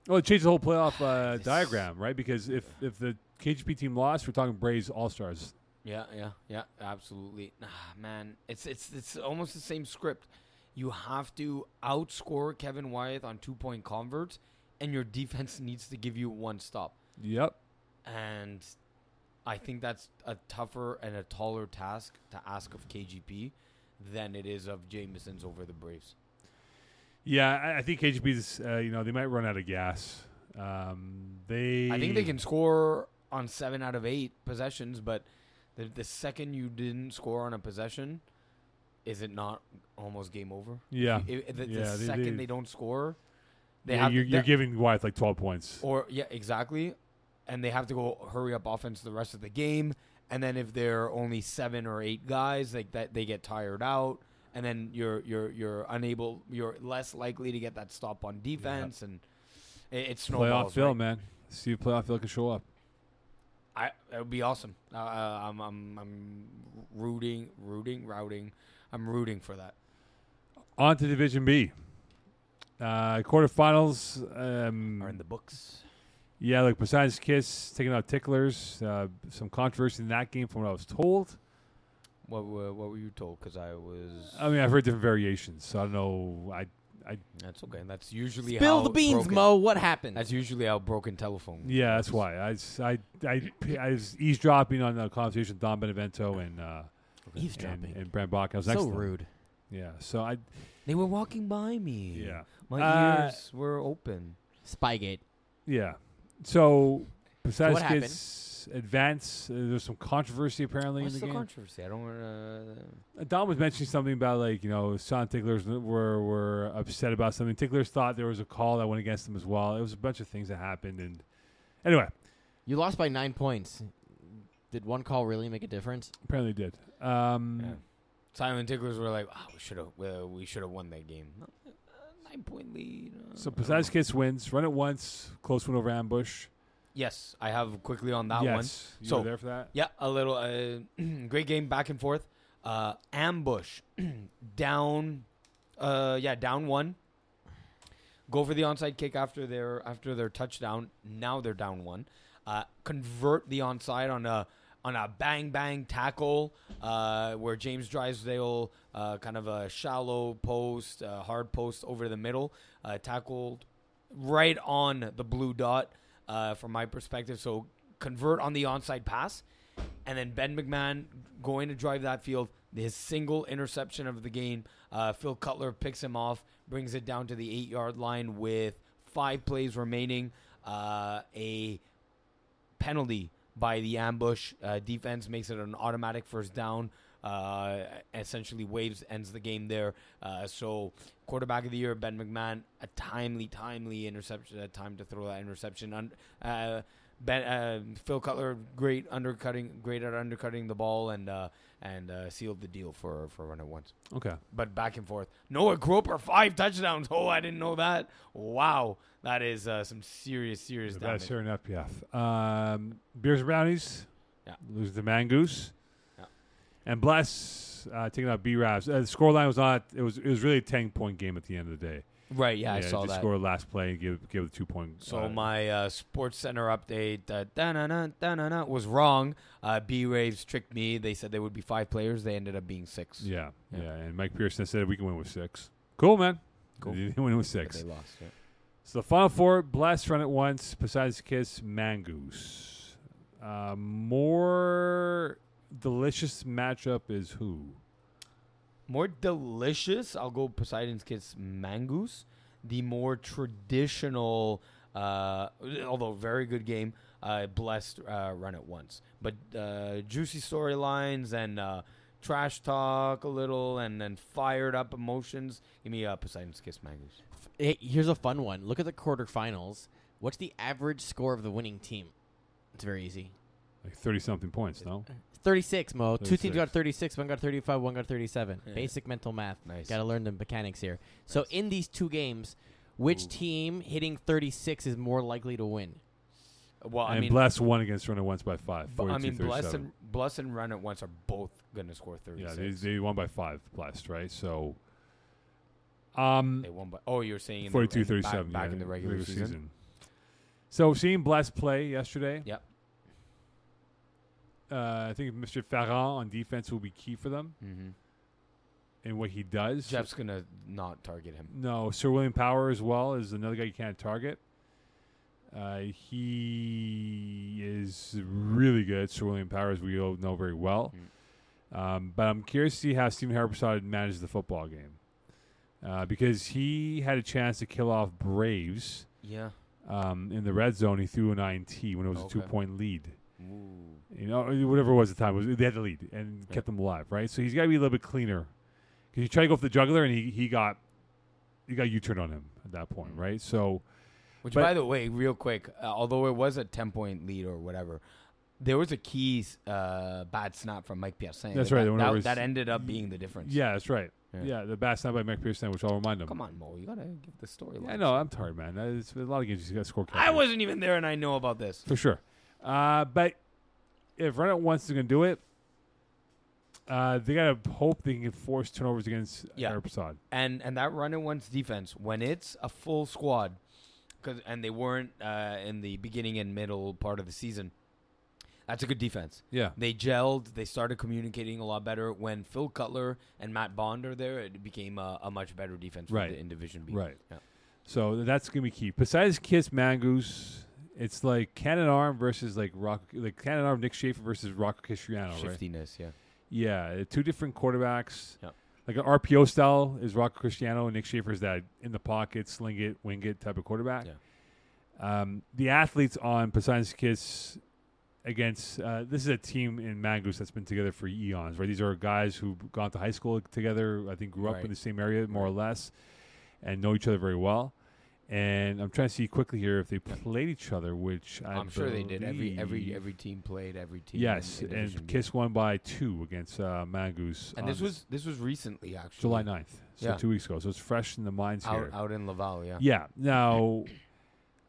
Well, it changed the whole playoff uh,
This-
diagram, right? Because if if the KGP team lost, we're talking Braves All Stars.
Yeah, yeah, yeah, absolutely. Ah, man, it's it's it's almost the same script. You have to outscore Kevin Wyeth on two point converts, and your defense needs to give you one stop.
Yep.
And I think that's a tougher and a taller task to ask of KGP than it is of Jameson's over the Braves.
Yeah, I, I think KGP's. Uh, you know, they might run out of gas. Um, they.
I think they can score on seven out of eight possessions, but the, the second you didn't score on a possession, is it not almost game over?
Yeah.
If- if the, the
Yeah, they-
second they,
they-
don't score, they
Yeah,
have
you're,
to,
you're
they-
giving Wyeth like 12 points.
or yeah, exactly, and they have to go hurry up offense the rest of the game. And then if there are only seven or eight guys, like that, they get tired out, and then you're you're you're unable, you're less likely to get that stop on defense, and it, it
Playoff
snowballs.
Phil,
right?
man. See if playoff Phil can show up.
I that would be awesome. Uh, uh, I'm I'm I'm rooting, rooting, routing. I'm rooting for that.
On to Division B. Uh, quarterfinals. Um,
Are in the books.
Yeah, look, besides Kiss taking out Ticklers, uh, some controversy in that game from what I was told.
What were, what were you told? Because I was.
I mean, I've heard different variations, so I don't know. I
That's okay. That's usually
Spill
how
the beans,
broken-
Mo. What happened?
That's usually how broken telephone.
yeah, that's why I s- I I, I was eavesdropping on the conversation with Don Benevento and uh, and,
eavesdropping.
and Brent Bach. I was next
so
to them.
rude.
Yeah, so I
They were walking by me.
yeah
my
Uh,
ears were open.
Spygate.
yeah. So besides
what happened?
Kiss advance, uh, there's some controversy apparently
What's
in
the
the, game.
controversy? I don't want to.
Uh, Don was mentioning something about like you know Son Ticklers were were upset about something. Ticklers thought there was a call that went against them as well. It was a bunch of things that happened, and anyway,
You lost by nine points. Did one call really make a difference?
apparently it did. Um,
Yeah. Simon Ticklers were like, "Ah, we should have. Well, we should have won that game. No, uh, Nine point lead. uh,
So
I don't
Poseidon's
know.
Kiss wins, run it once, close one over ambush.
Yes, I have quickly on that
yes,
one.
you
So-
were there for that.
Yeah, a little uh, great game back and forth. Uh, ambush down, uh, yeah, down one. Go for the onside kick after their after their touchdown. Now they're down one. Uh, convert the onside on a on a bang bang tackle uh, where James Drysdale uh, kind of a shallow post, uh, hard post over the middle, uh, tackled right on the blue dot uh, from my perspective. So convert on the onside pass, and then Ben McMahon going to drive that field. His single interception of the game. Uh, Phil Cutler picks him off, brings it down to the eight yard line with five plays remaining. Uh, a penalty by the ambush uh, defense makes it an automatic first down. Uh, essentially, waves ends the game there. Uh, so, quarterback of the year Ben McMahon, a timely, timely interception, a time to throw that interception. Un- uh, ben, uh, Phil Cutler, great undercutting, great at undercutting the ball, and uh, and uh, sealed the deal for for run at once.
Okay.
But back and forth. Noah Groper, five touchdowns. Oh, I didn't know that. Wow, that is uh, some serious, serious
The
damage.
best here in FPF. Um, Beers and Brownies.
Yeah.
Lose the Mangoose.
Yeah.
And Bless uh, taking out B Ravs. Uh, the scoreline was not, it was it was really a 10 point game at the end of the day.
Right? Yeah, I
they
saw
just
that.
scored last play and gave, gave the two point.
So
uh,
my uh, Sports Center update uh, da-na-na, da-na-na, was wrong. Uh, B Raves tricked me. They said there would be five players. They ended up being six.
Yeah,
Yeah.
yeah. And Mike Pearson said we can win with six. Cool, man.
Cool.
They win with
But
six.
they lost. yeah.
So the final four: Blast, Run It Once, Poseidon's Kiss, Mangoose. Uh, more delicious matchup is who?
More delicious. I'll go Poseidon's Kids Mangoose. The more traditional, uh, although very good game, uh, blessed uh, run at once. But uh, juicy storylines and uh, trash talk a little, and then fired up emotions. Give me uh, Poseidon's Kiss Mangoose.
Hey, here's a fun one. Look at the quarterfinals. What's the average score of the winning team? It's very easy.
Like thirty something points? No.
36, Mo. Two teams
36.
got 36, one got 35, one got 37.
Yeah.
Basic mental math.
Nice.
Got to learn the mechanics here. So
Nice.
in these two games, Which team hitting 36 is more likely to win?
Well, I
and
mean,
Bless won against Runner once by five.
bu- I mean,
42-37.
Bless and Bless and Run at once are both gonna score thirty
yeah,
six.
they,
they,
they won by five. Blessed, right? So, um,
won by. Oh, you're saying in the- in-
42 37
back, back
yeah,
in the regular, season.
So seeing Bless play yesterday,
Yep.
uh, I think Mr. Ferrand on defense will be key for them
Mm-hmm.
and what he does.
Jeff's gonna not target him.
No, Sir William Power as well is another guy you can't target. Uh, he is really good. Sir William Power, as we all know very well. Um, but I'm curious to see how Stephen Harper manages the football game uh, because he had a chance to kill off Braves
Yeah.
um, in the red zone. He threw an INT when it was a
Okay.
two point lead. You know, or whatever it was at the time, it was, they had the lead and
Yeah.
kept them alive, right? So he's got to be a little bit cleaner because you try to go for the juggler and he, he got you got U turn on him at that point,
Mm.
right? So
Which,
But-
by the way, real quick, uh, although it was a ten point lead or whatever, there was a key uh, bad snap from Mike Piacent.
That's
that,
right, the
That,
one where
that,
it's-
that ended up being the difference.
yeah, that's right.
Yeah.
Yeah, the bad snap by Mike Pearson, which I'll remind him.
Come on, Mo. You gotta give the storyline.
I know I'm tired, man. Uh, It's a lot of games you got to score.
I
counters.
wasn't even there, and I know about this.
for sure. Uh, but if Renault wants to do it, uh, they got to hope they can force turnovers against
Yeah.
Arpsad.
and and that run and once defense when it's a full squad because and they weren't uh, in the beginning and middle part of the season that's a good defense
Yeah,
they gelled they started communicating a lot better when phil cutler and matt bond are there it became a, a much better defense for
Right.
the, in division b
right.
Yeah.
So that's gonna be key. Besides Kiss Mangoose, it's like Cannon Arm versus like Rock, like Cannon Arm Nick Schaefer versus Rock Kishiano, right?
shiftiness yeah
Yeah, uh, two different quarterbacks.
Yep.
Like an RPO style is Rocco Cristiano, and Nick Schaefer is that in the pocket, sling it, wing it type of quarterback.
Yeah.
Um, the athletes on Poseidon's Kiss against uh, this is a team in Mangoose that's been together for eons, right? These are guys who've gone to high school together. I think grew up
Right.
in the same area more or less, and know each other very well. And I'm trying to see quickly here if they played each other, which I
i'm sure they did every every
believe-
every team played every team in-
Yes,
in Division
and
B.
Kiss won by two against uh, Mangoose.
and
on
this was this was recently actually
July 9th, so
Yeah.
two weeks ago. So it's fresh in the minds
out,
here.
out in laval yeah
Yeah. Now,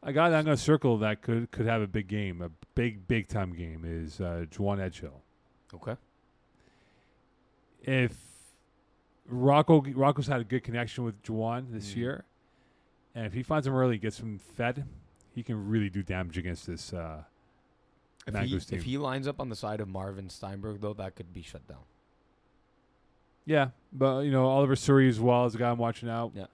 I got. I'm going to circle that could could have a big game, a big big time game is uh, Juwan Edgehill.
okay
If Rocco Rocco's had a good connection with Juwan this
Mm.
year, and if he finds him early, gets him fed, he can really do damage against this. Uh,
if he,
Mangoose team.
if he lines up on the side of marvin steinberg though that could be shut down
Yeah, but you know Oliver Suri as well is a guy I'm watching out.
Yeah.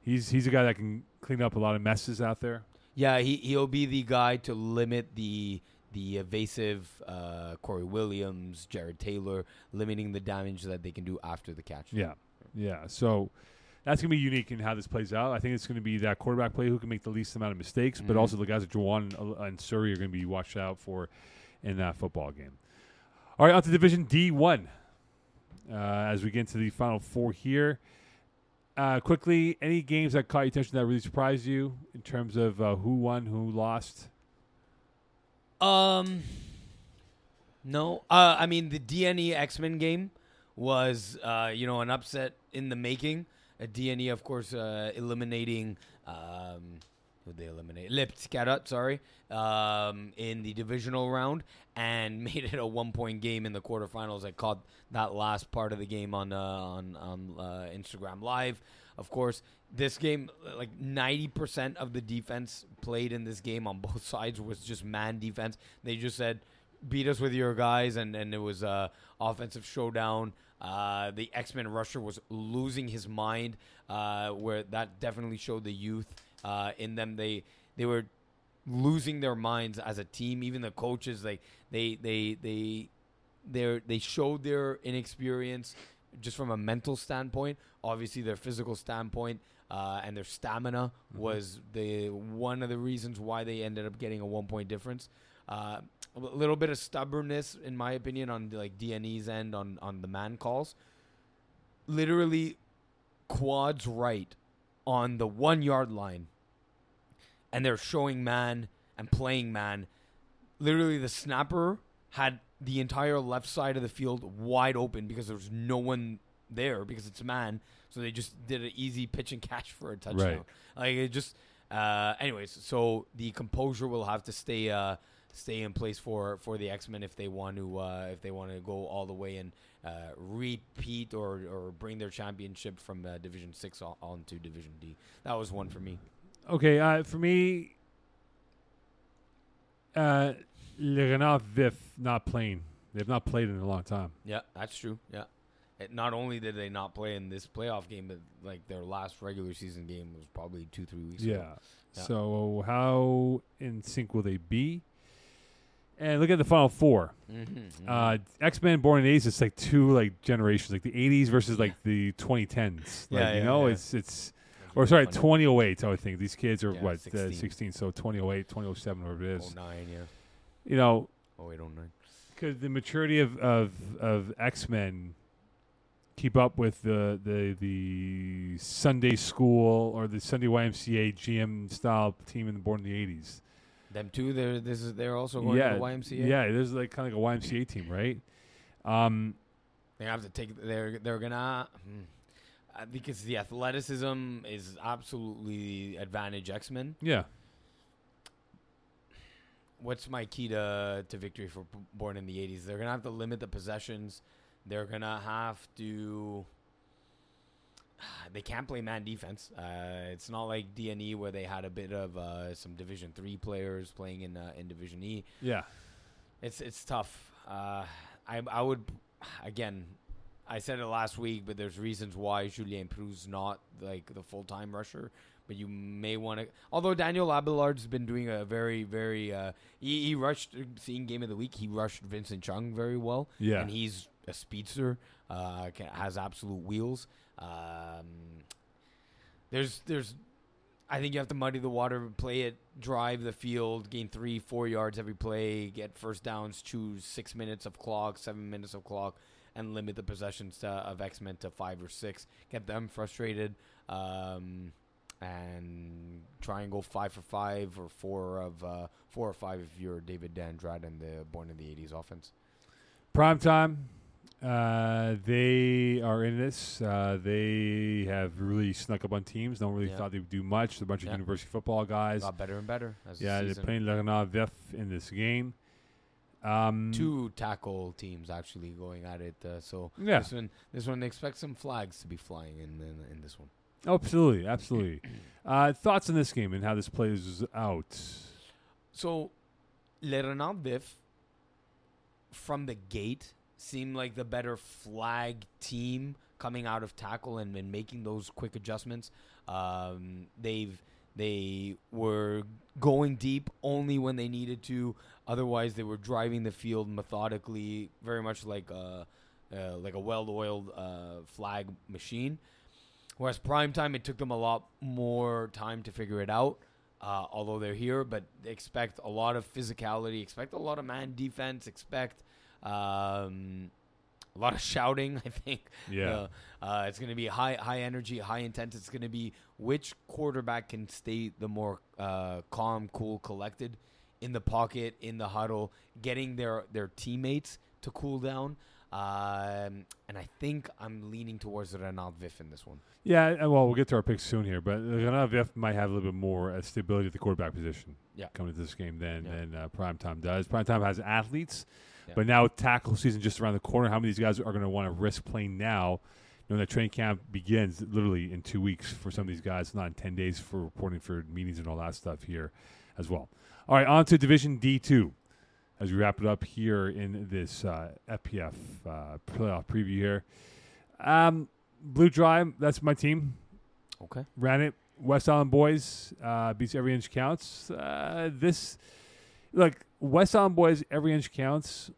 he's he's a guy that can clean up a lot of messes out there.
Yeah, he he'll be the guy to limit the the evasive uh, Corey Williams, Jared Taylor, limiting the damage that they can do after the catch.
Yeah, yeah. So that's gonna be unique in how this plays out. I think it's gonna be that quarterback play who can make the least amount of mistakes, but
Mhm.
also the guys like Jawan and- and Suri are gonna be watched out for in that football game. All right, on to Division D one. Uh, as we get into the final four here, uh, quickly, any games that caught your attention that really surprised you in terms of uh, who won, who lost?
Um. No, uh, I mean the DNE X Men game was uh, you know an upset in the making. Uh, DNE, of course, uh, eliminating um, who they eliminate Lipskarat, sorry, um, in the divisional round, and made it a one point game in the quarterfinals. I caught that last part of the game on uh, on on uh, Instagram Live. Of course, this game, like 90% of the defense played in this game on both sides was just man defense. They just said, beat us with your guys, and, and it was a offensive showdown. Uh, the X Men rusher was losing his mind, uh, where that definitely showed the youth uh, in them. They they were losing their minds as a team. Even the coaches, like they they they they they showed their inexperience just from a mental standpoint. Obviously, their physical standpoint uh, and their stamina was the one of the reasons why they ended up getting a one point difference. Uh, a little bit of stubbornness, in my opinion, on like DNE's end on on the man calls. Literally, quads right on the one yard line and they're showing man and playing man. Literally, the snapper had the entire left side of the field wide open because there was no one there because it's man. So they just did an easy pitch and catch for a touchdown. Like it just, uh, anyways. So the composure will have to stay uh, stay in place for for the X Men if they want to uh, if they want to go all the way and uh, repeat or or bring their championship from uh, Division Six on, on to Division D. That was one for me.
Okay, uh, for me, uh, Le Renard Vif not playing. They've not played in a long time.
Yeah, that's true. Yeah. It, not only did they not play in this playoff game, but like their last regular season game was probably two, three weeks ago.
Yeah.
Yeah.
So how in sync will they be? And look at the final four.
Mm-hmm.
Uh, X Men Born in the 80s, it's like two like generations, like the 80s versus like the 2010s. Like,
Yeah,
you
yeah,
know,
yeah.
it's it's or sorry, 2008. I would think these kids are
Yeah,
what
16.
Uh, 16, so 2008, 2007, whatever it
Oh
is.
nine, yeah.
You know,
Oh eight, oh nine.
could the maturity of of, of X Men keep up with the, the the Sunday school or the Sunday YMCA GM style team in the born in the eighties?
Them two, they're this is they're also going to the YMCA.
yeah, there's like kind of like a YMCA team, right? Um,
they have to take. They're they're gonna hmm. uh, because the athleticism is absolutely advantage X Men.
yeah,
what's my key to to victory for B- Born in the '80s? They're gonna have to limit the possessions. They're gonna have to. They can't play man defense. Uh, it's not like D and E where they had a bit of uh, some Division three players playing in uh, in Division E.
yeah.
It's it's tough. Uh, I I would again. I said it last week, but there's reasons why Julien Prou's not like the full time rusher. But you may want to. Although Daniel Abelard's been doing a very, very. Uh, he, he rushed, seeing game of the week, he rushed Vincent Chung very well.
Yeah.
And he's a speedster, uh, can, has absolute wheels. Um, there's, there's I think you have to muddy the water, play it, drive the field, gain three, four yards every play, get first downs, choose six minutes of clock, seven minutes of clock, and limit the possessions to, of X Men to five or six. Get them frustrated, um, and try and go five for five or four of uh, four or five if you're David Dandrade and the Born in the '80s offense.
Prime time. Uh, they are in this. Uh, they have really snuck up on teams. No one really
Yeah.
thought they would do much. They're a bunch of
Yeah.
university football guys.
Got better and better as the
Yeah, they're
season-
playing Le Renard Vif in this game. Um,
Two tackle teams actually going at it. Uh, so
Yeah.
this one, this one, expect some flags to be flying in in, in this one.
Absolutely, absolutely. uh, thoughts on this game and how this plays out?
So, Le Renard Vif, from the gate, seemed like the better flag team coming out of tackle and, and making those quick adjustments. Um, they've they were going deep only when they needed to. Otherwise, they were driving the field methodically, very much like a uh, like a well-oiled uh, flag machine. Whereas prime time, it took them a lot more time to figure it out. Uh, although they're here, but expect a lot of physicality, expect a lot of man defense, expect um, a lot of shouting. I think.
Yeah.
Uh, uh, it's going to be high, high energy, high intense. It's going to be which quarterback can stay the more uh, calm, cool, collected in the pocket, in the huddle, getting their their teammates to cool down. Um, and I think I'm leaning towards Renald Vif in this one.
Yeah, uh, well, we'll get to our picks soon here, but Le Renard Vif might have a little bit more uh, stability at the quarterback position
Yeah.
coming into this game than,
Yeah.
than uh, Primetime does. Primetime has athletes,
Yeah.
but now with tackle season just around the corner. How many of these guys are going to want to risk playing now, knowing that training camp begins literally in two weeks for some of these guys, not in 10 days for reporting for meetings and all that stuff here as well. All right, on to Division D2 as we wrap it up here in this uh, FPF uh, playoff preview here. Um, Blue Dry, that's my team.
Okay.
Ran it. West Island Boys uh, beats every inch counts. Uh, this, look, West Island Boys, every inch counts.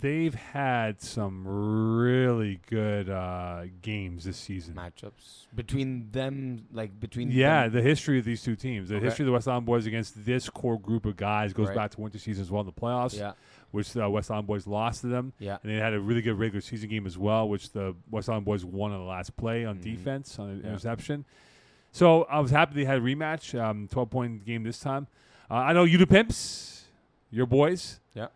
They've had some really good uh, games this season.
Matchups between them, like between
Yeah,
them-
the history of these two teams. The
Okay.
history of the West Island Boys against this core group of guys goes
Right.
back to winter season as well in the playoffs,
yeah,
which the West Island Boys lost to them.
yeah.
And they had a really good regular season game as well, which the West Island boys won on the last play on
Mhm.
defense on an
Yeah.
interception. So I was happy they had a rematch, um, twelve point game this time. Uh, I know you the pimps, your boys.
Yeah.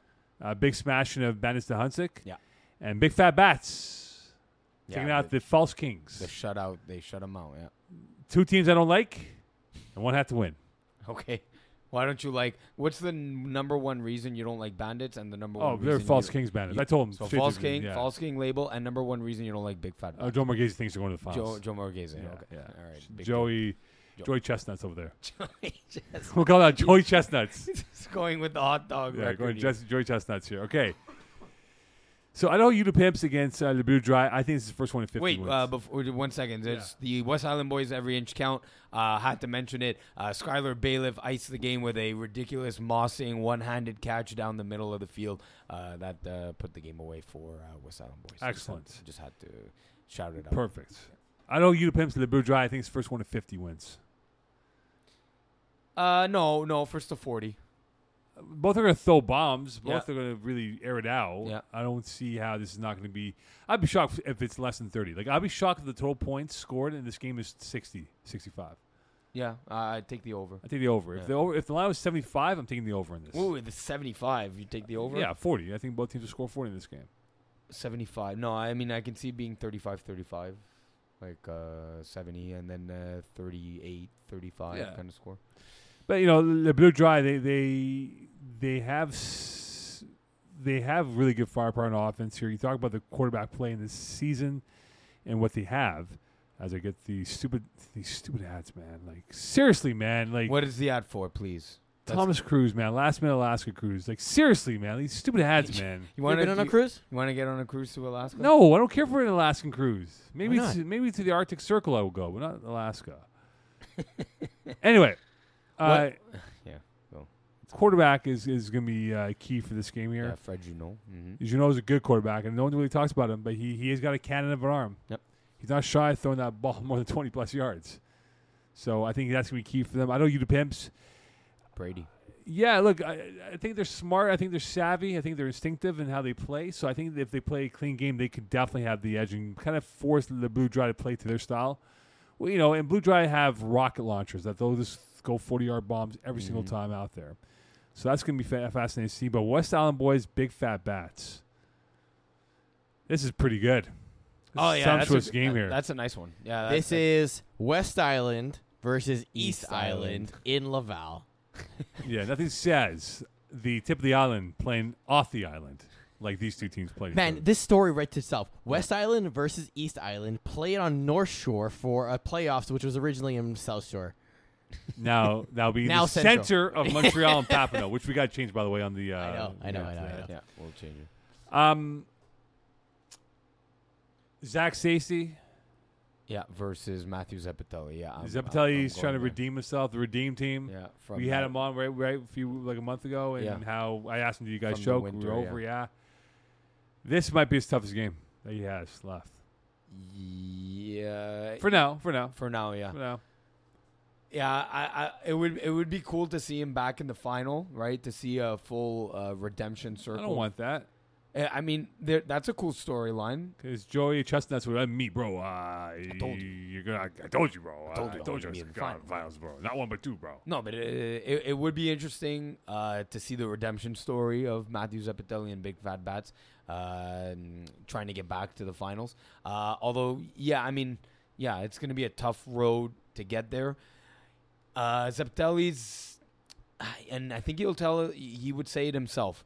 Uh, big smashing of Bandits to Hunsick.
Yeah.
And big fat bats taking
Yeah,
out the false kings.
The shutout, they shut them out. Yeah.
Two teams I don't like, and one had to win.
Okay. Why don't you like? What's the n- number one reason you don't like bandits, and the number one
Oh, they're
reason
false
you-
kings bandits.
you-
I told them.
So
straight
false
to the-
king,
yeah.
false king label, and number one reason you don't like big fat.
Uh, Joe Marghese thinks they're going to the
Joe
finals.
Joe Marghese.
Yeah,
okay.
yeah.
All right. big
Joey,
Joe.
Joey Chestnuts over there.
Joey just
We'll call that Joey Chestnuts.
just going with the hot dog.
yeah,
record
going
here.
Jess- Joey Chestnuts here. Okay. So I know you the pimps against uh, Le Bleu Dry. I think this is the first one in 50
Wait,
wins.
uh, before one second. It's the West Island Boys. Every inch count. Uh, had to mention it. Uh, Skylar Bailiff iced the game with a ridiculous mossing one-handed catch down the middle of the field uh, that uh, put the game away for uh, West Island Boys.
Excellent.
Just, just had to shout it out.
Perfect. I know you the pimps Le Bleu Dry. I think it's the first one in 50 wins.
Uh, no, no, first to forty.
Both are going to throw bombs. Both
Yeah.
are going to really air it out.
Yeah.
I don't see how this is not going to be. I'd be shocked if it's less than 30. Like, I'd be shocked if the total points scored in this game is 60, 65.
Yeah, uh, I take the over.
I take the over. If
Yeah.
the over, if the line was 75, I'm taking the over in this.
Ooh, the seventy-five. You take the over.
Uh, Yeah, 40. I think both teams will score 40 in this game.
seventy-five. No, I mean I can see it being 35, 35. Like uh, 70 and then uh, 38, 35
Yeah.
kind of score.
But you know, the Blue Dry they they they have s- they have really good firepower on offense here. You talk about the quarterback play in this season and what they have. As I get these stupid these stupid ads, man. Like seriously, man. Like
What is the ad for, please? That's-
Thomas Cruise, man. Last minute Alaska Cruise. Like seriously, man. These stupid ads, man.
You
You ever
want
been on
to
a cruise?
you want to get on a cruise to Alaska?
No, I don't care for an Alaskan cruise. Maybe
Why not?
to, maybe to the Arctic Circle I will go, but not Alaska. anyway, uh,
Yeah, go.
quarterback is is going to be uh, key for this game
Yeah,
here.
Fred, you know. Mm-hmm.
As you know, he's a good quarterback, and no one really talks about him, but he he has got a cannon of an arm.
Yep.
He's not shy of throwing that ball more than twenty plus yards. So I think that's going to be key for them. I know you the pimps.
Brady.
Yeah, look, I, I think they're smart. I think they're savvy. I think they're instinctive in how they play. So I think that if they play a clean game, they could definitely have the edge and kind of force the Blue Dry to play to their style. Well, you know, and Blue Dry have rocket launchers that they'll just go 40 yard bombs every single
Mhm.
time out there. So that's going to be fa- fascinating to see. But West Island boys, big fat bats. This is pretty good. This is sumptuous game here.
Oh, That's a nice one. Yeah,
This is West Island versus East,
East
Island,
Island.
in Laval.
yeah, nothing says the tip of the island playing off the island like these two teams play. each other.
Man, this story writes itself. West Island versus East Island played on North Shore for a playoffs, which was originally in South Shore.
Now that'll be in
Now
the
Central.
center of Montreal and Papineau, which we got changed by the way on the. Uh,
I know, I know,
yeah,
I know, I
yeah.
yeah, we'll change it.
Um, Zach Stacy,
Yeah, versus Matthew Zepitelli. Yeah, I'm- I'm-
Zepatelli's
I'm
trying to
going there.
redeem himself, the redeem team.
Yeah, from
we had
that-
him on right, right a few like a month ago, and
Yeah.
how I asked him, "Do you guys
From the
choke?" we
winter,
were over, yeah. This might be his toughest game that he has left
Yeah, for,
for now. For now,
now, yeah,
for now.
yeah. I, I, it would, it would be cool to see him back in the final, right? To see a full uh, redemption
I
circle.
don't want that
Uh, I mean, there, that's a cool storyline.
because Joey Chestnuts would uh, me, bro. Uh, I
told you.
You're gonna. I told you, bro. I told
told
you. I told
you I
you. I
wanted to
was
be in the
gonna finals, bro. Not one, but two, bro.
No, but it, it, it would be interesting uh, to see the redemption story of Matthew Zepitelli and Big Fat Bats uh, trying to get back to the finals. Uh, although, yeah, I mean, yeah, it's going to be a tough road to get there. Uh, Zepitelli's, and I think he'll tell, he would say it himself.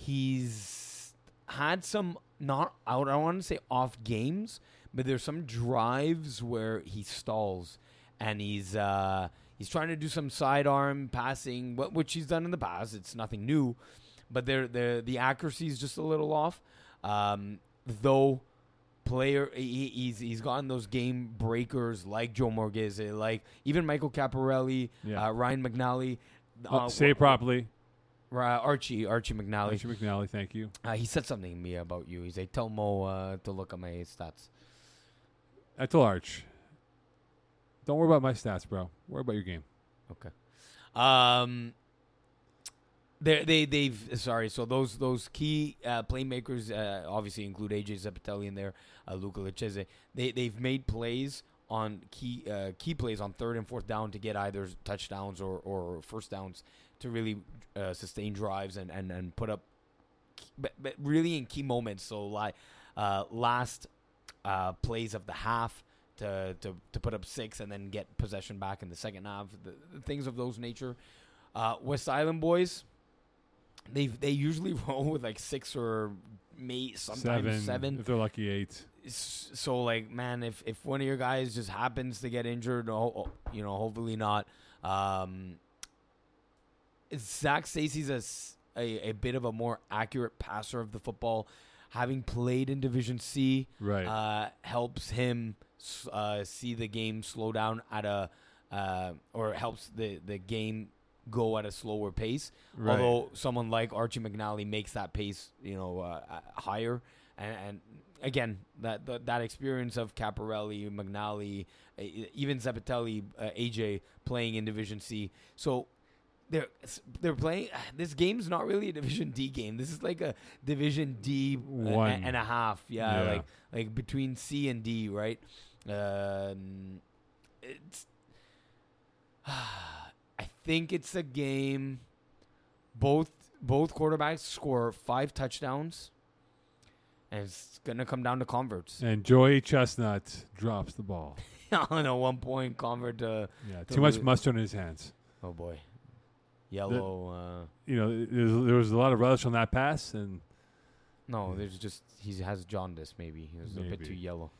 He's had some not, I don't want to say off games, but there's some drives where he stalls and he's uh, he's trying to do some sidearm passing, wh- which he's done in the past. It's nothing new, but there the the accuracy is just a little off. Um, though player he, he's he's gotten those game breakers like Joe Morgese, like even Michael Caparelli,
Yeah.
uh, Ryan McNally.
Uh, say it properly.
Ra- Archie, Archie McNally.
Alicia McNally, thank you.
Uh, he said something to me about you. He's like, tell Mo uh, to look at my stats.
I told Arch, don't worry about my stats, bro. Worry about your game.
Um, they they they've sorry. So those those key uh, playmakers uh, obviously include AJ Zepitelli in there, uh, Luca Lucchese. They they've made plays on key uh, key plays on third and fourth down to get either touchdowns or, or first downs to really uh, sustain drives and, and, and put up, but, but really in key moments. So like uh, last uh, plays of the half to, to, to put up six and then get possession back in the second half, the, the things of those nature. Uh, West Island boys, they they usually roll with like six or may sometimes seven.
If they're lucky, eight.
S- so like man if if one of your guys just happens to get injured oh, oh, you know hopefully not um zach stacy's a, s- a- a bit of a more accurate passer of the football having played in division c
Right.
uh helps him s- uh see the game slow down at a uh or helps the the game go at a slower pace
Right.
although someone like Archie McNally makes that pace, you know, uh, uh, higher. And, and again, that, that that experience of Caparelli, McNally, uh, even Zapatelli, uh, AJ playing in Division C. So they're they're playing. This game's not really a Division D game. This is like a Division D
One.
and a half. Yeah,
Yeah.
like like between C and D, right? Um, it's. I think it's a game both both quarterbacks score five touchdowns, and it's gonna come down to converts.
and Joey Chestnut drops the ball.
On a one point convert, uh,
Yeah,
The
too much
lo-
mustard in his hands.
oh boy, yellow. Uh,
You know, there's, there was a lot of relish on that pass, and
no, there's just he has jaundice. Maybe he's a bit
Maybe.
too yellow.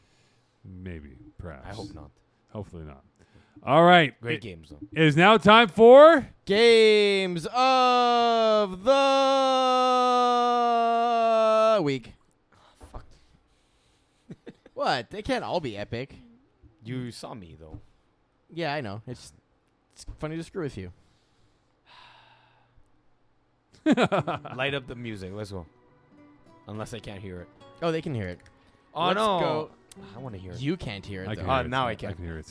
maybe, perhaps.
I hope not.
Hopefully not. All right.
Great
it-
games though.
it is now time for.
Games of the week.
Fuck.
What? They can't all be epic.
You saw me though.
Yeah, I know. It's it's funny to screw with you.
Light up the music. Let's go. Unless I can't hear it.
Oh, they can hear it.
Oh
Let's
no!
go-
I want to hear it.
You can't hear it.
I
Though.
can
Uh,
hear it.
now I can.
I can hear it.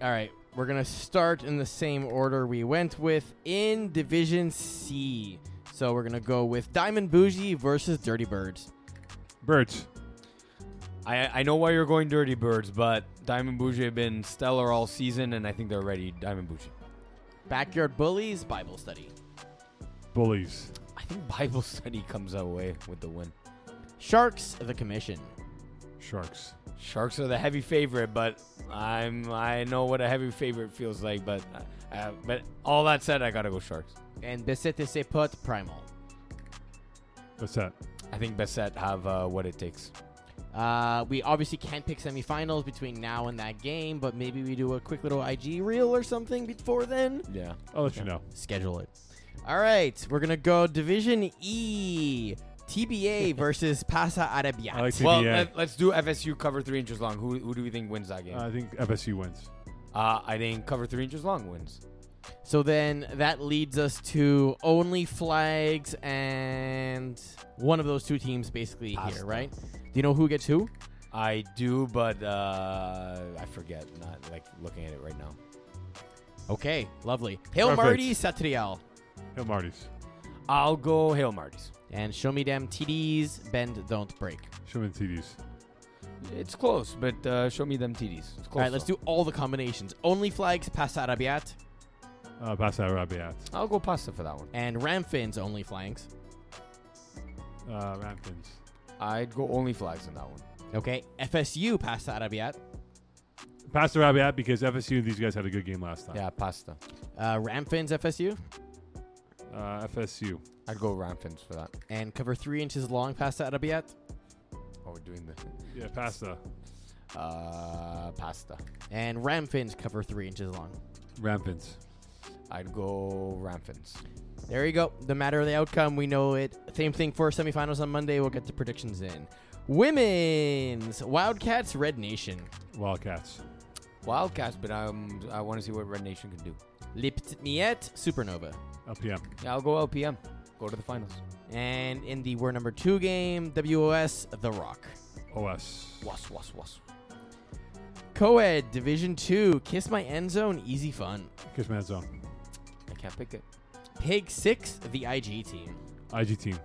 All right, we're gonna start in the same order we went with in Division C. So we're gonna go with Diamond Bougie versus Dirty Birds.
Birds.
I I know why you're going Dirty Birds, but Diamond Bougie have been stellar all season, and I think they're ready. Diamond Bougie.
Backyard Bullies Bible Study.
Bullies.
I think Bible study comes away with the win.
Sharks the Commission.
Sharks.
Sharks are the heavy favorite, but I'm I know what a heavy favorite feels like. But uh, but all that said, I gotta go Sharks.
And Besete Sepot Primal.
What's that?
I think Bassett have uh, what it takes.
Uh, we obviously can't pick semifinals between now and that game, but maybe we do a quick little IG reel or something before then.
Yeah.
I'll let you know.
Schedule it. All right, we're gonna go Division E. TBA versus Pasa Arabia.
I like TBA.
Well, let, us do FSU cover three inches long. Who who do we think wins that game?
I think FSU wins.
Uh, I think cover three inches long wins.
So then that leads us to only flags and one of those two teams basically
Pasta.
here, right? Do you know who gets who?
I do, but uh, I forget. Not like looking at it right now.
Okay, lovely. Hail
Perfect.
Marty Satrial.
Hill Marty's.
I'll go Hail Marty's.
And show me them TDs, bend, don't break.
Show me the TDs.
It's close, but uh, show me them TDs. It's close.
all right, let's
though.
do all the combinations. Only flags, Pas Arabiat,
Uh, pass that Rabiat.
I'll go pasta for that one.
and Ramfins only flags.
Uh, Rampkins.
I'd go only flags in that one.
Okay, FSU Pas Arabiat,
Pass the Rabiat because FSU and these guys had a good game last time.
Yeah, pasta.
uh, Ramfins FSU,
Uh, FSU.
I'd go Ramfins for that.
and cover three inches long Pas Arabiat,
Oh, we're doing the
Yeah, pasta.
uh, pasta.
and Ramfins cover three inches long.
Rampins.
I'd go Ramfins.
There you go. The matter of the outcome, we know it. Same thing for semifinals on Monday. We'll get the predictions in. Women's Wildcats Red Nation.
Wildcats.
Wildcats, but um, I want to see what Red Nation can do.
Liptmiet Supernova.
LPM.
Yeah, I'll go LPM. Go to the finals.
And in the we're number two game, WOS The Rock.
OS.
Was was was.
Coed Division Two. Kiss My End Zone. Easy fun.
Kiss Man Zone.
I can't pick it.
Pig Six. The IG team.
IG team.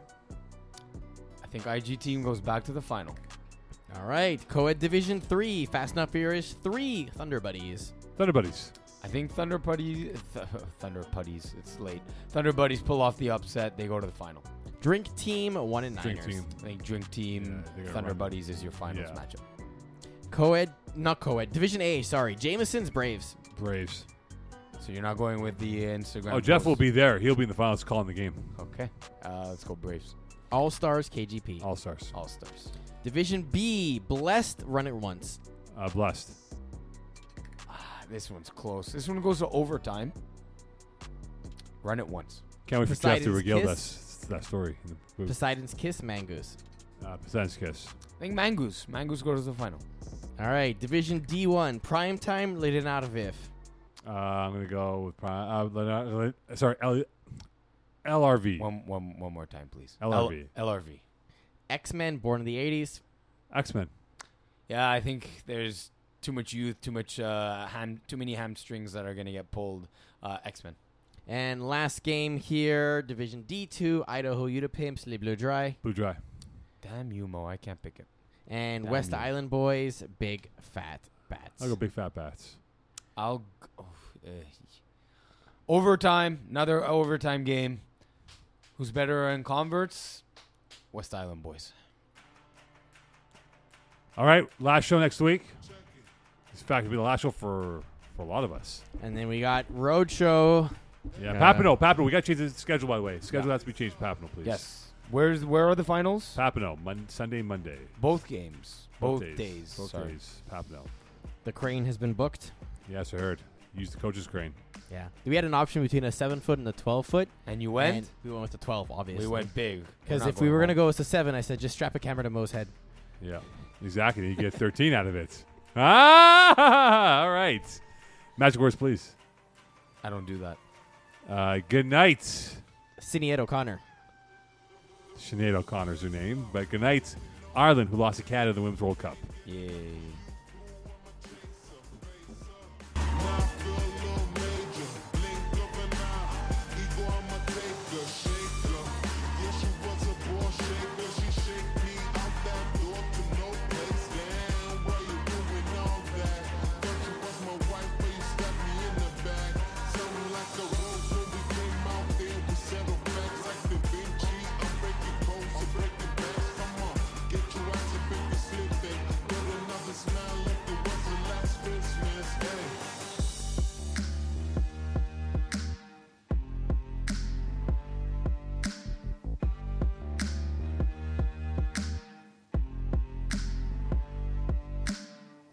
I think IG team goes back to the final.
All right. Coed Division Three. Fast Not Furious Three. Thunder Buddies.
Thunder Buddies.
I think Thunder Putty, th- Thunder Putties. It's late. Thunder Buddies pull off the upset. They go to the final.
Drink Team One and Niners.
Drink team.
I think Drink Team
Yeah, I think I
Thunder
remember.
Buddies is your finals
Yeah.
matchup.
Coed, not Coed, Division A. Sorry, Jameson's Braves.
Braves.
So you're not going with the uh, Instagram.
Oh, Jeff
post.
will be there. He'll be in the finals calling the game.
Okay. Uh, let's go Braves.
All Stars KGP.
All stars.
All stars.
Division B. Blessed. Run it once.
Uh, blessed.
Ah, this one's close. This one goes to overtime. Run it once.
Can't wait for Jeff to
Poseidon's
regale
Kiss.
us that story. in the booth.
Poseidon's Kiss. Mangoose.
Uh, Poseidon's kiss.
I think Mangoose. Mangoose goes to the final.
All right, Division D1. Primetime. Ledenadoviv.
Uh, I'm gonna go with Prime. Uh, Leonardo- Le- sorry, L- LRV.
One, one, one more time, please.
LRV.
L- LRV.
X Men. Born in the 80s.
X Men.
Yeah, I think there's too much youth, too much uh, ham, too many hamstrings that are gonna get pulled. Uh, X Men.
And last game here, Division D2, Idaho Utapimps, Les Bleu Dry,
Blue Dry.
Damn you, Mo. I can't pick it.
and
Damn
West
you.
Island Boys, Big Fat Bats.
I'll go Big Fat Bats.
I'll. G- oh, uh, overtime. Another overtime game. Who's better in converts? West Island boys.
All right, last show next week. This fact will be the last show for for a lot of us.
And then we got Roadshow.
Yeah,
Yeah.
Papino, Papino. We got to change the schedule, by the way. Schedule has to be changed. Papino, please.
Yes. Where's where are the finals?
Papino, Mon- Sunday, Monday.
Both games. Both, days.
Both
Sorry.
days. Papino.
The crane has been booked.
Yes, I heard. Use the coach's crane.
Yeah. We had an option between a 7 foot and a 12 foot.
And you went.
and we went with the 12, obviously.
we went big.
Because if we were going to go with the 7, I said just strap a camera to Mo's head.
Yeah, exactly. You get 13 out of it. Ah, all right. Magic words, please.
I don't do that.
Uh, good night.
Sinead O'Connor.
Sinead O'Connor's her name, but good night, Ireland, who lost a cat in the Women's World Cup.
Yay.